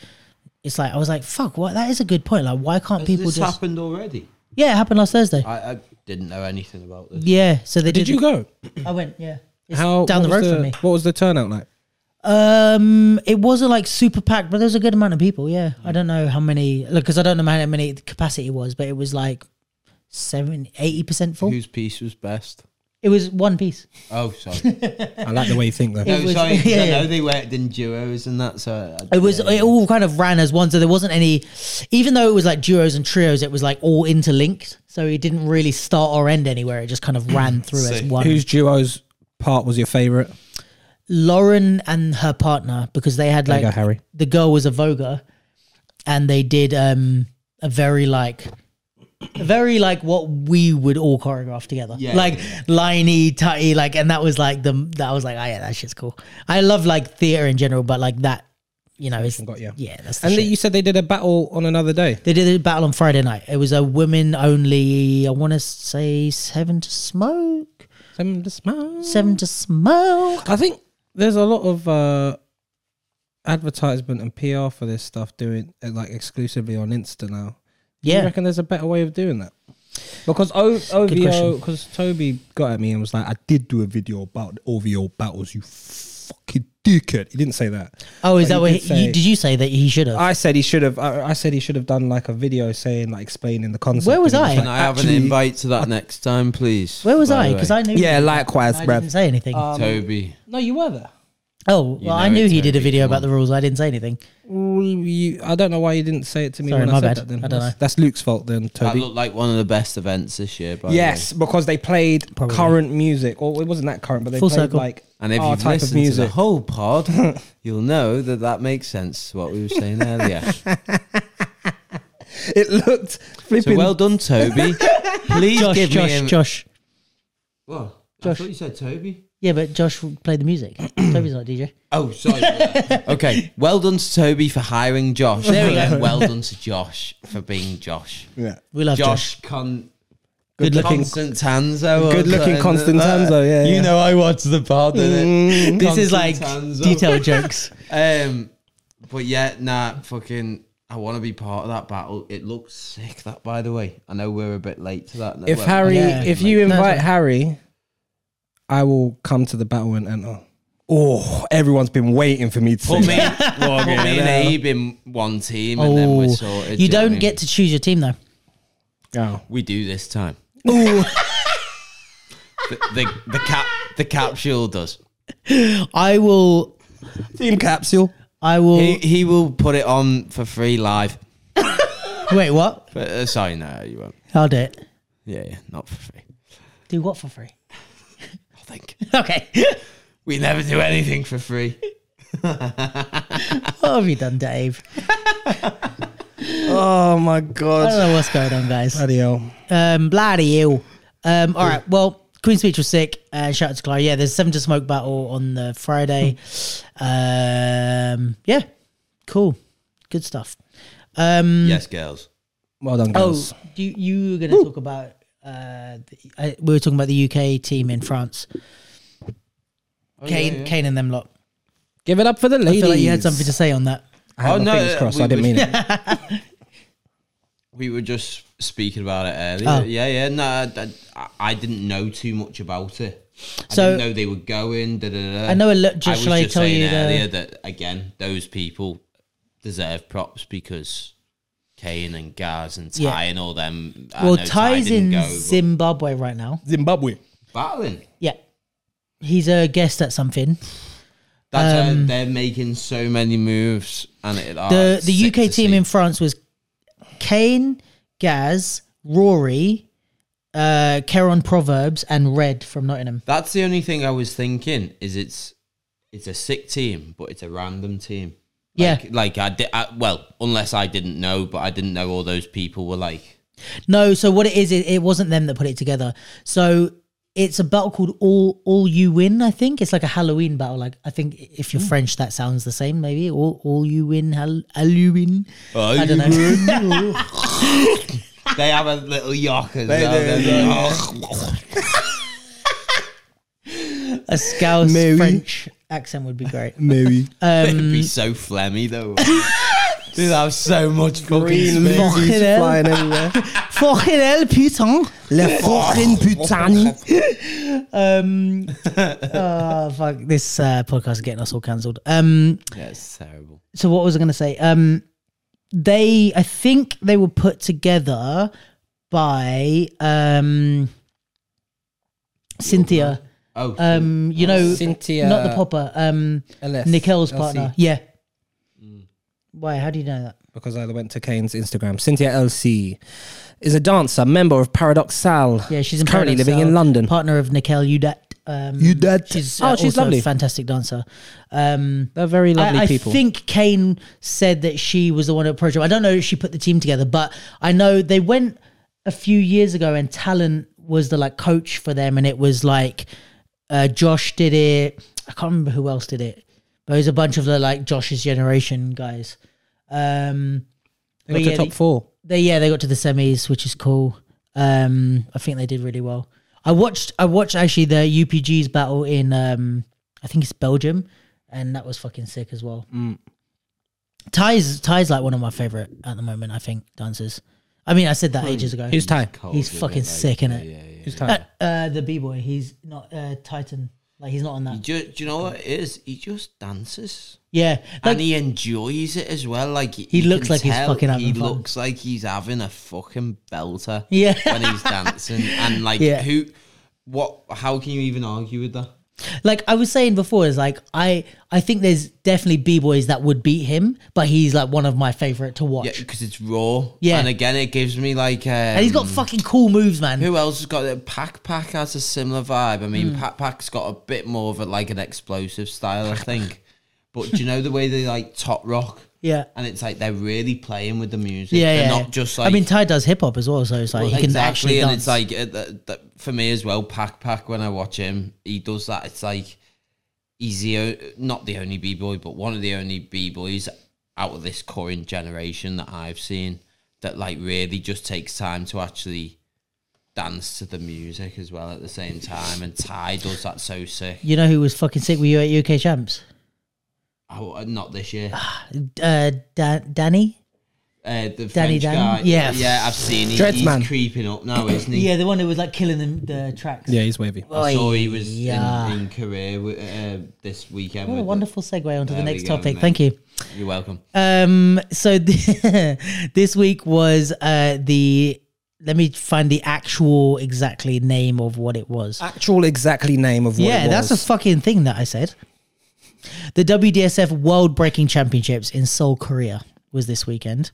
[SPEAKER 4] it's like I was like, fuck, what? That is a good point. Like, why can't people
[SPEAKER 1] this Uh,
[SPEAKER 4] just?
[SPEAKER 1] happened already.
[SPEAKER 4] Yeah, it happened last Thursday.
[SPEAKER 1] I, I didn't know anything about this.
[SPEAKER 4] yeah, so they
[SPEAKER 2] Did you go?
[SPEAKER 4] I went. Yeah, it's
[SPEAKER 3] How
[SPEAKER 4] down the
[SPEAKER 3] what
[SPEAKER 4] road
[SPEAKER 3] was
[SPEAKER 4] from me.
[SPEAKER 3] What was the turnout like?
[SPEAKER 4] Um, it wasn't like super packed, but there was a good amount of people. Yeah, I don't know how many. Look, because I don't know how many the capacity was, but it was like 70 80 percent full.
[SPEAKER 1] Whose piece was best?
[SPEAKER 4] It was one piece.
[SPEAKER 1] Oh,
[SPEAKER 4] [laughs]
[SPEAKER 1] sorry.
[SPEAKER 3] I like the way you think though.
[SPEAKER 1] no,
[SPEAKER 4] It was-
[SPEAKER 1] sorry. 'cause
[SPEAKER 4] [laughs] yeah,
[SPEAKER 1] I
[SPEAKER 4] yeah.
[SPEAKER 1] know they worked in duos and that, so uh, I,
[SPEAKER 4] It was. uh, It all kind of ran as one, so there wasn't any. Even though it was like duos and trios, it was like all interlinked. So it didn't really start or end anywhere. It just kind of
[SPEAKER 3] [clears throat]
[SPEAKER 4] ran through as one.
[SPEAKER 3] Whose duo's part was your favorite?
[SPEAKER 4] Lauren and her partner because they had
[SPEAKER 3] There
[SPEAKER 4] like
[SPEAKER 3] you go, Harry.
[SPEAKER 4] the girl was a voguer and they did um a very like a very like what we would all choreograph together
[SPEAKER 1] Yeah,
[SPEAKER 4] like
[SPEAKER 1] yeah,
[SPEAKER 4] liney tutty like and that was like the that was like oh yeah that shit's cool i love like theater in general but like that you know it's
[SPEAKER 3] Got you.
[SPEAKER 4] yeah that's the
[SPEAKER 3] And
[SPEAKER 4] shit.
[SPEAKER 3] you said they did a battle on another day.
[SPEAKER 4] They did a battle on Friday night. It was a women only. I want to say seven to smoke,
[SPEAKER 3] Seven to smoke.
[SPEAKER 4] seven to smoke.
[SPEAKER 3] I think there's a lot of uh, advertisement and PR for this stuff doing uh, like exclusively on Insta now. Do you
[SPEAKER 4] Yeah,
[SPEAKER 3] reckon there's a better way of doing that? Because o- OVO,
[SPEAKER 4] question.
[SPEAKER 3] because Toby got at me and was like, "I did do a video about OVO battles, you fucking dickhead." He didn't say that.
[SPEAKER 4] Oh, is
[SPEAKER 3] But
[SPEAKER 4] that
[SPEAKER 3] you
[SPEAKER 4] what he,
[SPEAKER 3] did say-
[SPEAKER 4] you, did you say that he should have?
[SPEAKER 3] I said he should have. I, I said he should have done like a video saying like explaining the concept.
[SPEAKER 4] Where was
[SPEAKER 3] And he
[SPEAKER 4] I?
[SPEAKER 1] Can I have
[SPEAKER 3] actually-
[SPEAKER 1] an invite to that next time, please?
[SPEAKER 4] Where was
[SPEAKER 1] By
[SPEAKER 4] I?
[SPEAKER 1] the
[SPEAKER 4] Because
[SPEAKER 1] way.
[SPEAKER 4] I knew.
[SPEAKER 3] Yeah, likewise,
[SPEAKER 4] I Um,
[SPEAKER 3] bruv.
[SPEAKER 4] didn't say anything.
[SPEAKER 1] Toby.
[SPEAKER 3] No, you were there.
[SPEAKER 4] oh, well, I
[SPEAKER 1] know
[SPEAKER 4] knew
[SPEAKER 1] it's
[SPEAKER 4] he did a
[SPEAKER 1] Toby,
[SPEAKER 4] video
[SPEAKER 1] come
[SPEAKER 4] about the rules. I didn't say anything.
[SPEAKER 3] Well, you, I don't know why you didn't say it to me
[SPEAKER 4] Sorry,
[SPEAKER 3] when
[SPEAKER 4] my
[SPEAKER 3] I said
[SPEAKER 4] bad.
[SPEAKER 3] that. Then
[SPEAKER 4] I don't
[SPEAKER 3] that's,
[SPEAKER 4] know.
[SPEAKER 3] that's Luke's fault then,
[SPEAKER 1] That
[SPEAKER 3] Toby.
[SPEAKER 1] looked like one of the best events this year. By the way.
[SPEAKER 3] Yes, because they played
[SPEAKER 4] Probably.
[SPEAKER 3] current music, or it wasn't that current, but they
[SPEAKER 4] Full
[SPEAKER 3] played
[SPEAKER 4] circle.
[SPEAKER 3] like
[SPEAKER 1] And if
[SPEAKER 4] Oh,
[SPEAKER 3] our
[SPEAKER 1] you've
[SPEAKER 3] type
[SPEAKER 1] listened
[SPEAKER 3] of
[SPEAKER 1] to the
[SPEAKER 3] music.
[SPEAKER 1] whole
[SPEAKER 4] [laughs]
[SPEAKER 1] pod, you'll know that that makes sense. What we were saying earlier.
[SPEAKER 4] [laughs]
[SPEAKER 3] [laughs] It looked
[SPEAKER 1] so
[SPEAKER 3] flipping.
[SPEAKER 1] well done, Toby. Please
[SPEAKER 4] Josh,
[SPEAKER 1] give
[SPEAKER 4] Josh,
[SPEAKER 1] me. A,
[SPEAKER 4] Josh.
[SPEAKER 1] What?
[SPEAKER 4] Josh.
[SPEAKER 1] I thought you said Toby.
[SPEAKER 4] Yeah, but Josh played the [clears throat] music. Toby's not a DJ.
[SPEAKER 1] Oh, sorry. okay. Well done to Toby for hiring Josh. There we go. Well done to Josh for being Josh.
[SPEAKER 3] yeah.
[SPEAKER 4] We love Josh.
[SPEAKER 1] Josh Con.
[SPEAKER 3] Good looking-
[SPEAKER 1] Constantanzo. or
[SPEAKER 3] Good looking
[SPEAKER 1] something like that.
[SPEAKER 2] uh,
[SPEAKER 3] Constantanzo, yeah, yeah.
[SPEAKER 1] You know I watched the pod, didn't
[SPEAKER 4] Mm. This is like
[SPEAKER 1] Constantanzo.
[SPEAKER 4] detailed jokes. [laughs]
[SPEAKER 1] it? Um, but yeah, nah, fucking. I want to be part of that battle. It looks sick, that, by the way. I know we're a bit late to that.
[SPEAKER 3] If
[SPEAKER 1] Well,
[SPEAKER 3] Harry,
[SPEAKER 4] Yeah.
[SPEAKER 3] if you
[SPEAKER 4] No, it's
[SPEAKER 3] invite
[SPEAKER 4] fine.
[SPEAKER 3] Harry, I will come to the battle and enter. Oh, everyone's been waiting for me to say
[SPEAKER 1] Put me,
[SPEAKER 3] that.
[SPEAKER 1] put me and Abe in one team, and then we're
[SPEAKER 4] Oh,
[SPEAKER 1] sorted.
[SPEAKER 4] you
[SPEAKER 1] do know what I
[SPEAKER 4] don't
[SPEAKER 1] mean?
[SPEAKER 4] get to choose your team though.
[SPEAKER 3] Oh.
[SPEAKER 1] We do this time. the, the the cap the capsule does.
[SPEAKER 4] [gasps] I will.
[SPEAKER 3] Team capsule.
[SPEAKER 4] I will.
[SPEAKER 1] He he will put it on for free live.
[SPEAKER 4] [laughs] wait, what?
[SPEAKER 1] But, uh, sorry, no, you won't.
[SPEAKER 4] I'll do it.
[SPEAKER 1] Yeah, yeah, not for free.
[SPEAKER 4] Do what for free?
[SPEAKER 1] I think
[SPEAKER 4] [laughs] Okay. [laughs]
[SPEAKER 1] we never do anything for free.
[SPEAKER 4] what have you done, Dave?
[SPEAKER 2] Oh my
[SPEAKER 4] I
[SPEAKER 2] god.
[SPEAKER 4] don't know what's going on, guys.
[SPEAKER 2] Bloody hell.
[SPEAKER 4] Um, bloody you. Um, all right. Well, Queen's Speech was sick. Uh, shout out to Clara. Yeah, there's Seven to Smoke battle on the Friday. Hmm. um, yeah, cool. Good stuff. Um,
[SPEAKER 1] yes, girls.
[SPEAKER 2] Well done,
[SPEAKER 4] oh,
[SPEAKER 2] guys.
[SPEAKER 4] do, you were going to talk about. Uh, the, I, we were talking about the UK team in France.
[SPEAKER 1] Oh,
[SPEAKER 4] Kane, Kane, and them lot.
[SPEAKER 2] Give it up for the
[SPEAKER 4] I
[SPEAKER 2] ladies.
[SPEAKER 4] feel like you had something to say on that.
[SPEAKER 2] I had
[SPEAKER 1] Oh,
[SPEAKER 2] my
[SPEAKER 1] no,
[SPEAKER 2] fingers
[SPEAKER 1] uh,
[SPEAKER 2] crossed.
[SPEAKER 1] we-
[SPEAKER 2] I didn't
[SPEAKER 1] we-
[SPEAKER 2] [laughs] mean it.
[SPEAKER 1] We were just speaking about it earlier.
[SPEAKER 4] Oh.
[SPEAKER 1] Yeah, yeah. No, I, I, I didn't know too much about it. I
[SPEAKER 4] So-
[SPEAKER 1] didn't know they were going. Da, da, da. da.
[SPEAKER 4] I know a lot.
[SPEAKER 1] I
[SPEAKER 4] Just
[SPEAKER 1] was
[SPEAKER 4] shall I
[SPEAKER 1] just
[SPEAKER 4] tell
[SPEAKER 1] saying
[SPEAKER 4] you the-
[SPEAKER 1] earlier that again, those people deserve props because Kane and Gaz and Ty
[SPEAKER 4] Yeah.
[SPEAKER 1] and all them. I
[SPEAKER 4] well,
[SPEAKER 1] know
[SPEAKER 4] Ty's
[SPEAKER 1] didn't go,
[SPEAKER 4] in
[SPEAKER 1] but
[SPEAKER 4] Zimbabwe right now.
[SPEAKER 2] Zimbabwe.
[SPEAKER 1] battling.
[SPEAKER 4] Yeah, he's a guest at something.
[SPEAKER 1] That's how they're making so many moves, and it oh,
[SPEAKER 4] Um, the
[SPEAKER 1] it's
[SPEAKER 4] the
[SPEAKER 1] sick
[SPEAKER 4] UK
[SPEAKER 1] to
[SPEAKER 4] team
[SPEAKER 1] see.
[SPEAKER 4] in France was Kane, Gaz, Rory, uh, Keron Proverbs, and Red from Nottingham.
[SPEAKER 1] That's the only thing I was thinking is it's it's a sick team, but it's a random team.
[SPEAKER 4] Yeah,
[SPEAKER 1] Like, like I did. I, well, unless I didn't know, but I didn't know all those people were like.
[SPEAKER 4] no. So what it is, it, it wasn't them that put it together. So it's a battle called All All You Win. I think it's like a Halloween battle. Like I think if you're
[SPEAKER 1] Hmm.
[SPEAKER 4] French, that sounds the same. Maybe All All You Win, Hall- Halloween. I don't know.
[SPEAKER 1] they have a little yock as well.
[SPEAKER 2] do,
[SPEAKER 1] don't
[SPEAKER 2] yeah.
[SPEAKER 4] [laughs] a Scouse
[SPEAKER 2] Maybe.
[SPEAKER 4] French accent would be great.
[SPEAKER 2] [laughs] Maybe.
[SPEAKER 4] [laughs]
[SPEAKER 1] [laughs] It'd
[SPEAKER 4] Um,
[SPEAKER 1] be so phlegmy though. Dude, I have so much fucking.
[SPEAKER 2] Green
[SPEAKER 4] Fucking
[SPEAKER 2] lizards
[SPEAKER 4] hell.
[SPEAKER 2] flying everywhere.
[SPEAKER 4] Fucking hell, putain.
[SPEAKER 2] Le fucking putain.
[SPEAKER 4] Um, oh fuck! This uh, podcast is getting us all cancelled. Um,
[SPEAKER 1] That's terrible.
[SPEAKER 4] so what was I going to say? Um, they, I think they were put together by um, Cynthia.
[SPEAKER 1] Oh,
[SPEAKER 4] Um, you know,
[SPEAKER 2] Cynthia.
[SPEAKER 4] not the popper. Um,
[SPEAKER 2] LS,
[SPEAKER 4] Nicole's
[SPEAKER 2] LC.
[SPEAKER 4] partner. Yeah. Why? How do you know that?
[SPEAKER 2] Because I went to Kane's Instagram. Cynthia LC is a dancer, member of Paradoxal.
[SPEAKER 4] Yeah, she's in
[SPEAKER 2] currently
[SPEAKER 4] Paradise
[SPEAKER 2] living in
[SPEAKER 4] Isle,
[SPEAKER 2] London.
[SPEAKER 4] Partner of Nicole Udat. Um,
[SPEAKER 2] Udat.
[SPEAKER 4] She's
[SPEAKER 2] Oh,
[SPEAKER 4] uh,
[SPEAKER 2] she's
[SPEAKER 4] also
[SPEAKER 2] lovely.
[SPEAKER 4] A fantastic dancer. Um,
[SPEAKER 2] They're very lovely
[SPEAKER 4] I, I
[SPEAKER 2] people.
[SPEAKER 4] think Kane said that she was the one who approached him. I don't know if she put the team together, but I know they went a few years ago and talent was the like coach for them, and it was like uh, Josh did it. I can't remember who else did it, but it was a bunch of the like Josh's generation guys. Um,
[SPEAKER 2] they got
[SPEAKER 4] but
[SPEAKER 2] to
[SPEAKER 4] yeah,
[SPEAKER 2] top
[SPEAKER 4] the-
[SPEAKER 2] four.
[SPEAKER 4] they yeah they got to the semis which is cool um i think they did really well i watched i watched actually the upg's battle in um i think it's belgium and that was fucking sick as well ty's ty's like one of my favorite at the moment i think dancers i mean i said that ages ago
[SPEAKER 2] Who's Ty?
[SPEAKER 4] he's fucking sick in it
[SPEAKER 2] Who's Ty?
[SPEAKER 4] uh, the b-boy he's not uh titan like he's not on that
[SPEAKER 1] Do, do you know what it is? He just dances.
[SPEAKER 4] yeah like
[SPEAKER 1] and he enjoys it as well. Like he,
[SPEAKER 4] looks
[SPEAKER 1] can
[SPEAKER 4] like he's fucking having
[SPEAKER 1] He
[SPEAKER 4] fun.
[SPEAKER 1] looks like he's having a fucking belter.
[SPEAKER 4] Yeah.
[SPEAKER 1] when he's
[SPEAKER 4] [laughs]
[SPEAKER 1] dancing and like
[SPEAKER 4] Yeah.
[SPEAKER 1] who, what? How can you even argue with that?
[SPEAKER 4] like I was saying before, is like I I think there's definitely b boys that would beat him, but he's like one of my favorite to watch.
[SPEAKER 1] Yeah, because it's raw.
[SPEAKER 4] Yeah.
[SPEAKER 1] and again, it gives me like. Um,
[SPEAKER 4] and he's got fucking cool moves, man.
[SPEAKER 1] Who else has got it? Pack Pack has a similar vibe. I mean,
[SPEAKER 4] Hmm.
[SPEAKER 1] Pack Pack's got a bit more of a, like an explosive style, I think. But do you know the way they like top rock?
[SPEAKER 4] yeah.
[SPEAKER 1] And it's like they're really playing with the music.
[SPEAKER 4] Yeah,
[SPEAKER 1] they're
[SPEAKER 4] yeah.
[SPEAKER 1] not just like
[SPEAKER 4] I mean, Ty does hip hop as well, so it's like he can actually
[SPEAKER 1] exactly. And
[SPEAKER 4] dance.
[SPEAKER 1] it's like uh, that, that for me as well. Pack Pack when I watch him, he does that. It's like he's the o- not the only b boy, but one of the only b boys out of this current generation that I've seen that like really just takes time to actually dance to the music as well at the same time. And Ty does that so sick.
[SPEAKER 4] you know who was fucking sick? Were you at UK champs?
[SPEAKER 1] Oh, uh, not this year.
[SPEAKER 4] Uh, Dan- Danny.
[SPEAKER 1] Uh, the
[SPEAKER 4] Danny
[SPEAKER 1] French
[SPEAKER 4] Dan?
[SPEAKER 1] guy.
[SPEAKER 4] Yeah.
[SPEAKER 1] yeah, I've seen. He,
[SPEAKER 2] Dreads
[SPEAKER 1] he's
[SPEAKER 2] man.
[SPEAKER 1] creeping up now, isn't he?
[SPEAKER 4] Yeah, the one who was like killing the, the tracks.
[SPEAKER 2] Yeah, he's wavy.
[SPEAKER 1] I saw he was
[SPEAKER 4] Yeah.
[SPEAKER 1] in, in Korea uh, this weekend.
[SPEAKER 4] What a
[SPEAKER 1] with the-
[SPEAKER 4] wonderful segue onto the
[SPEAKER 1] There we
[SPEAKER 4] next
[SPEAKER 1] go,
[SPEAKER 4] topic.
[SPEAKER 1] mate.
[SPEAKER 4] Thank you.
[SPEAKER 1] You're welcome.
[SPEAKER 4] Um, so [laughs] th- this week was uh the. Let me find the actual exactly name of what it was.
[SPEAKER 2] Actual exactly name of what
[SPEAKER 4] yeah,
[SPEAKER 2] it
[SPEAKER 4] that's a
[SPEAKER 2] was.
[SPEAKER 4] fucking thing that I said. The WDSF World Breaking Championships in Seoul, Korea was this weekend.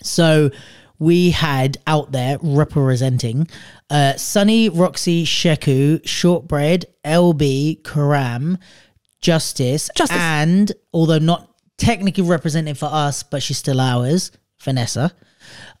[SPEAKER 4] So we had out there representing uh, Sunny, Roxy, Sheku, Shortbread, LB, Karam, Justice,
[SPEAKER 10] Justice.
[SPEAKER 4] and although not technically represented for us, but she's still ours, Vanessa.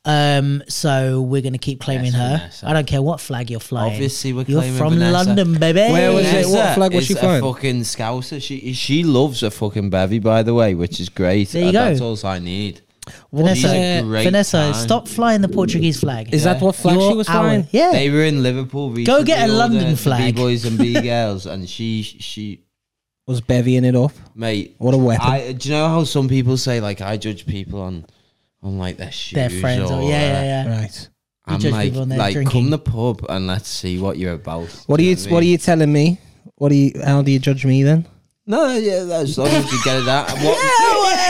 [SPEAKER 4] Um, so we're gonna keep claiming her. I don't care what flag you're flying.
[SPEAKER 1] Obviously, we're
[SPEAKER 4] you're
[SPEAKER 1] claiming
[SPEAKER 4] from
[SPEAKER 1] Vanessa.
[SPEAKER 4] London, baby.
[SPEAKER 2] Where was it? What
[SPEAKER 1] Vanessa
[SPEAKER 2] flag was
[SPEAKER 1] is
[SPEAKER 2] she
[SPEAKER 1] a
[SPEAKER 2] flying?
[SPEAKER 1] Fucking scouser. She she loves a fucking bevy, by the way, which is great.
[SPEAKER 4] There you
[SPEAKER 1] Uh,
[SPEAKER 4] go.
[SPEAKER 1] That's all I need. She's
[SPEAKER 4] Vanessa,
[SPEAKER 1] a great
[SPEAKER 4] Vanessa,
[SPEAKER 1] time.
[SPEAKER 4] stop flying the Portuguese flag.
[SPEAKER 2] Is that what flag
[SPEAKER 4] You're
[SPEAKER 2] she was
[SPEAKER 4] our-
[SPEAKER 2] flying?
[SPEAKER 4] Yeah.
[SPEAKER 1] They were in Liverpool recently.
[SPEAKER 4] get a
[SPEAKER 1] all
[SPEAKER 4] London
[SPEAKER 1] the- the
[SPEAKER 4] flag.
[SPEAKER 1] B-boys and
[SPEAKER 4] [laughs]
[SPEAKER 1] B-girls, and she, she,
[SPEAKER 2] Was bevying it off.
[SPEAKER 1] mate.
[SPEAKER 2] What a weapon.
[SPEAKER 1] I, do you know how some people say, like, I judge people on, on like, their shoes
[SPEAKER 4] They're friends.
[SPEAKER 1] or... uh,
[SPEAKER 4] Oh, yeah, yeah, yeah.
[SPEAKER 2] right.
[SPEAKER 4] You
[SPEAKER 1] I'm
[SPEAKER 4] judge
[SPEAKER 1] like,
[SPEAKER 4] people on their
[SPEAKER 1] like
[SPEAKER 4] drinking.
[SPEAKER 1] come the pub and let's see what you're about.
[SPEAKER 2] What are you?
[SPEAKER 1] know
[SPEAKER 2] What are you telling me? What do you? How do you judge me then?
[SPEAKER 1] No, yeah, that's as long as you get it
[SPEAKER 4] [laughs]
[SPEAKER 1] out. What, what,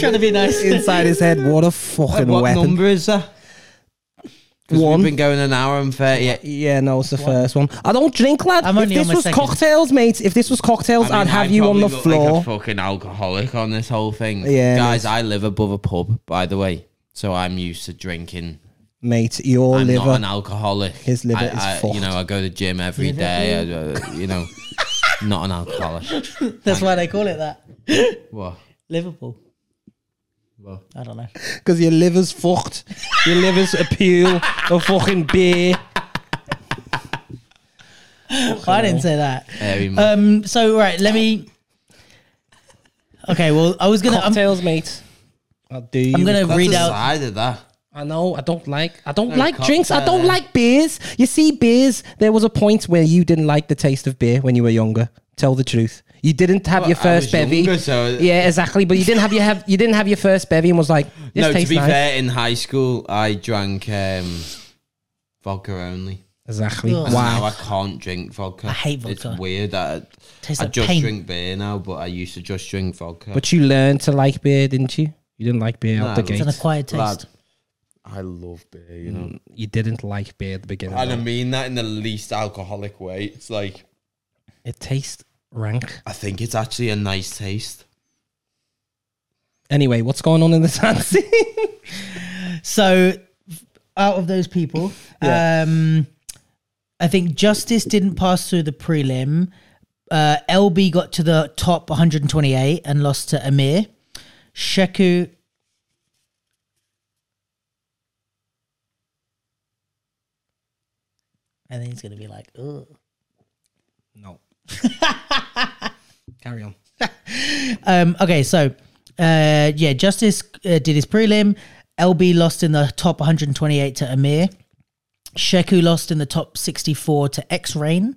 [SPEAKER 4] Trying to
[SPEAKER 1] [laughs]
[SPEAKER 4] be nice.
[SPEAKER 2] Inside his head, what a
[SPEAKER 1] I
[SPEAKER 2] fucking
[SPEAKER 1] mean, what
[SPEAKER 2] weapon.
[SPEAKER 1] number is that? 'Cause
[SPEAKER 2] One.
[SPEAKER 1] We've been going an hour and thirty.
[SPEAKER 2] Yeah, no, it's the first one. I don't drink, lad.
[SPEAKER 4] I'm
[SPEAKER 2] if
[SPEAKER 4] only
[SPEAKER 2] this
[SPEAKER 4] on my
[SPEAKER 2] was
[SPEAKER 4] second.
[SPEAKER 2] cocktails, mate, if this was cocktails,
[SPEAKER 1] I
[SPEAKER 2] I
[SPEAKER 1] mean,
[SPEAKER 2] would have
[SPEAKER 1] I
[SPEAKER 2] you on
[SPEAKER 1] probably
[SPEAKER 2] the
[SPEAKER 1] look
[SPEAKER 2] floor.
[SPEAKER 1] Like a fucking alcoholic on this whole thing.
[SPEAKER 2] Yeah,
[SPEAKER 1] guys, I live above a pub, by the way, so I'm used to drinking.
[SPEAKER 2] mate, your
[SPEAKER 1] I'm
[SPEAKER 2] liver.
[SPEAKER 1] not an alcoholic.
[SPEAKER 2] His liver
[SPEAKER 1] I,
[SPEAKER 2] is
[SPEAKER 1] I- You
[SPEAKER 2] fucked.
[SPEAKER 1] know, I go to gym every day. I, uh, you know, not an alcoholic.
[SPEAKER 4] That's why they call it that.
[SPEAKER 1] What?
[SPEAKER 4] Liverpool. I don't know.
[SPEAKER 2] Because your liver's fucked. Your liver's a peel of fucking beer.
[SPEAKER 4] I didn't say that.
[SPEAKER 1] Hairy
[SPEAKER 2] Uh,
[SPEAKER 1] man.
[SPEAKER 4] Um. So right, let me. Okay. Well, I was gonna. I'm,
[SPEAKER 2] Cocktails, mate. I'll do you.
[SPEAKER 4] I'm gonna
[SPEAKER 1] That's
[SPEAKER 4] read
[SPEAKER 1] the
[SPEAKER 4] out.
[SPEAKER 1] side of that.
[SPEAKER 2] I know. I don't like. I don't
[SPEAKER 1] No,
[SPEAKER 2] like drinks. I
[SPEAKER 1] cocktail,
[SPEAKER 2] don't
[SPEAKER 1] eh?
[SPEAKER 2] like beers. You see, beers. There was a point where you didn't like the taste of beer when you were younger. Tell the truth. You didn't have
[SPEAKER 1] Well,
[SPEAKER 2] your
[SPEAKER 1] I
[SPEAKER 2] first
[SPEAKER 1] was
[SPEAKER 2] bevy.
[SPEAKER 1] younger, so- uh, [laughs]
[SPEAKER 2] yeah, exactly. But you didn't have your have. You didn't have your first bevy and was like, this
[SPEAKER 1] no, to
[SPEAKER 2] tastes
[SPEAKER 1] be
[SPEAKER 2] nice.
[SPEAKER 1] fair, in high school, I drank um, vodka only.
[SPEAKER 2] Exactly.
[SPEAKER 4] Ugh.
[SPEAKER 1] And
[SPEAKER 2] Wow.
[SPEAKER 1] Now I can't drink vodka.
[SPEAKER 4] I hate vodka.
[SPEAKER 1] It's weird. I,
[SPEAKER 4] Tastes
[SPEAKER 1] I
[SPEAKER 4] like
[SPEAKER 1] just
[SPEAKER 4] paint.
[SPEAKER 1] drink beer now, but I used to just drink vodka.
[SPEAKER 2] But you learned to like beer, didn't you? You didn't like beer
[SPEAKER 1] No,
[SPEAKER 2] out the
[SPEAKER 1] I
[SPEAKER 2] gate.
[SPEAKER 4] It's an acquired taste.
[SPEAKER 1] Lad, I love beer, you know.
[SPEAKER 2] You didn't like beer at the beginning.
[SPEAKER 1] Mm. And I mean that in the least alcoholic way. It's like,
[SPEAKER 2] It tastes rank.
[SPEAKER 1] I think it's actually a nice taste.
[SPEAKER 2] Anyway, what's going on in the fancy?
[SPEAKER 4] So, out of those people, um, I think Justice didn't pass through the prelim. Uh, LB got to the top 128 and lost to Amir. Sheku. I think he's going to be like, ugh.
[SPEAKER 2] no. [laughs] Carry on.
[SPEAKER 4] Um, okay, so uh, yeah, Justice uh, did his prelim. LB lost in the top 128 to Amir. Sheku lost in the top 64 to X Rain.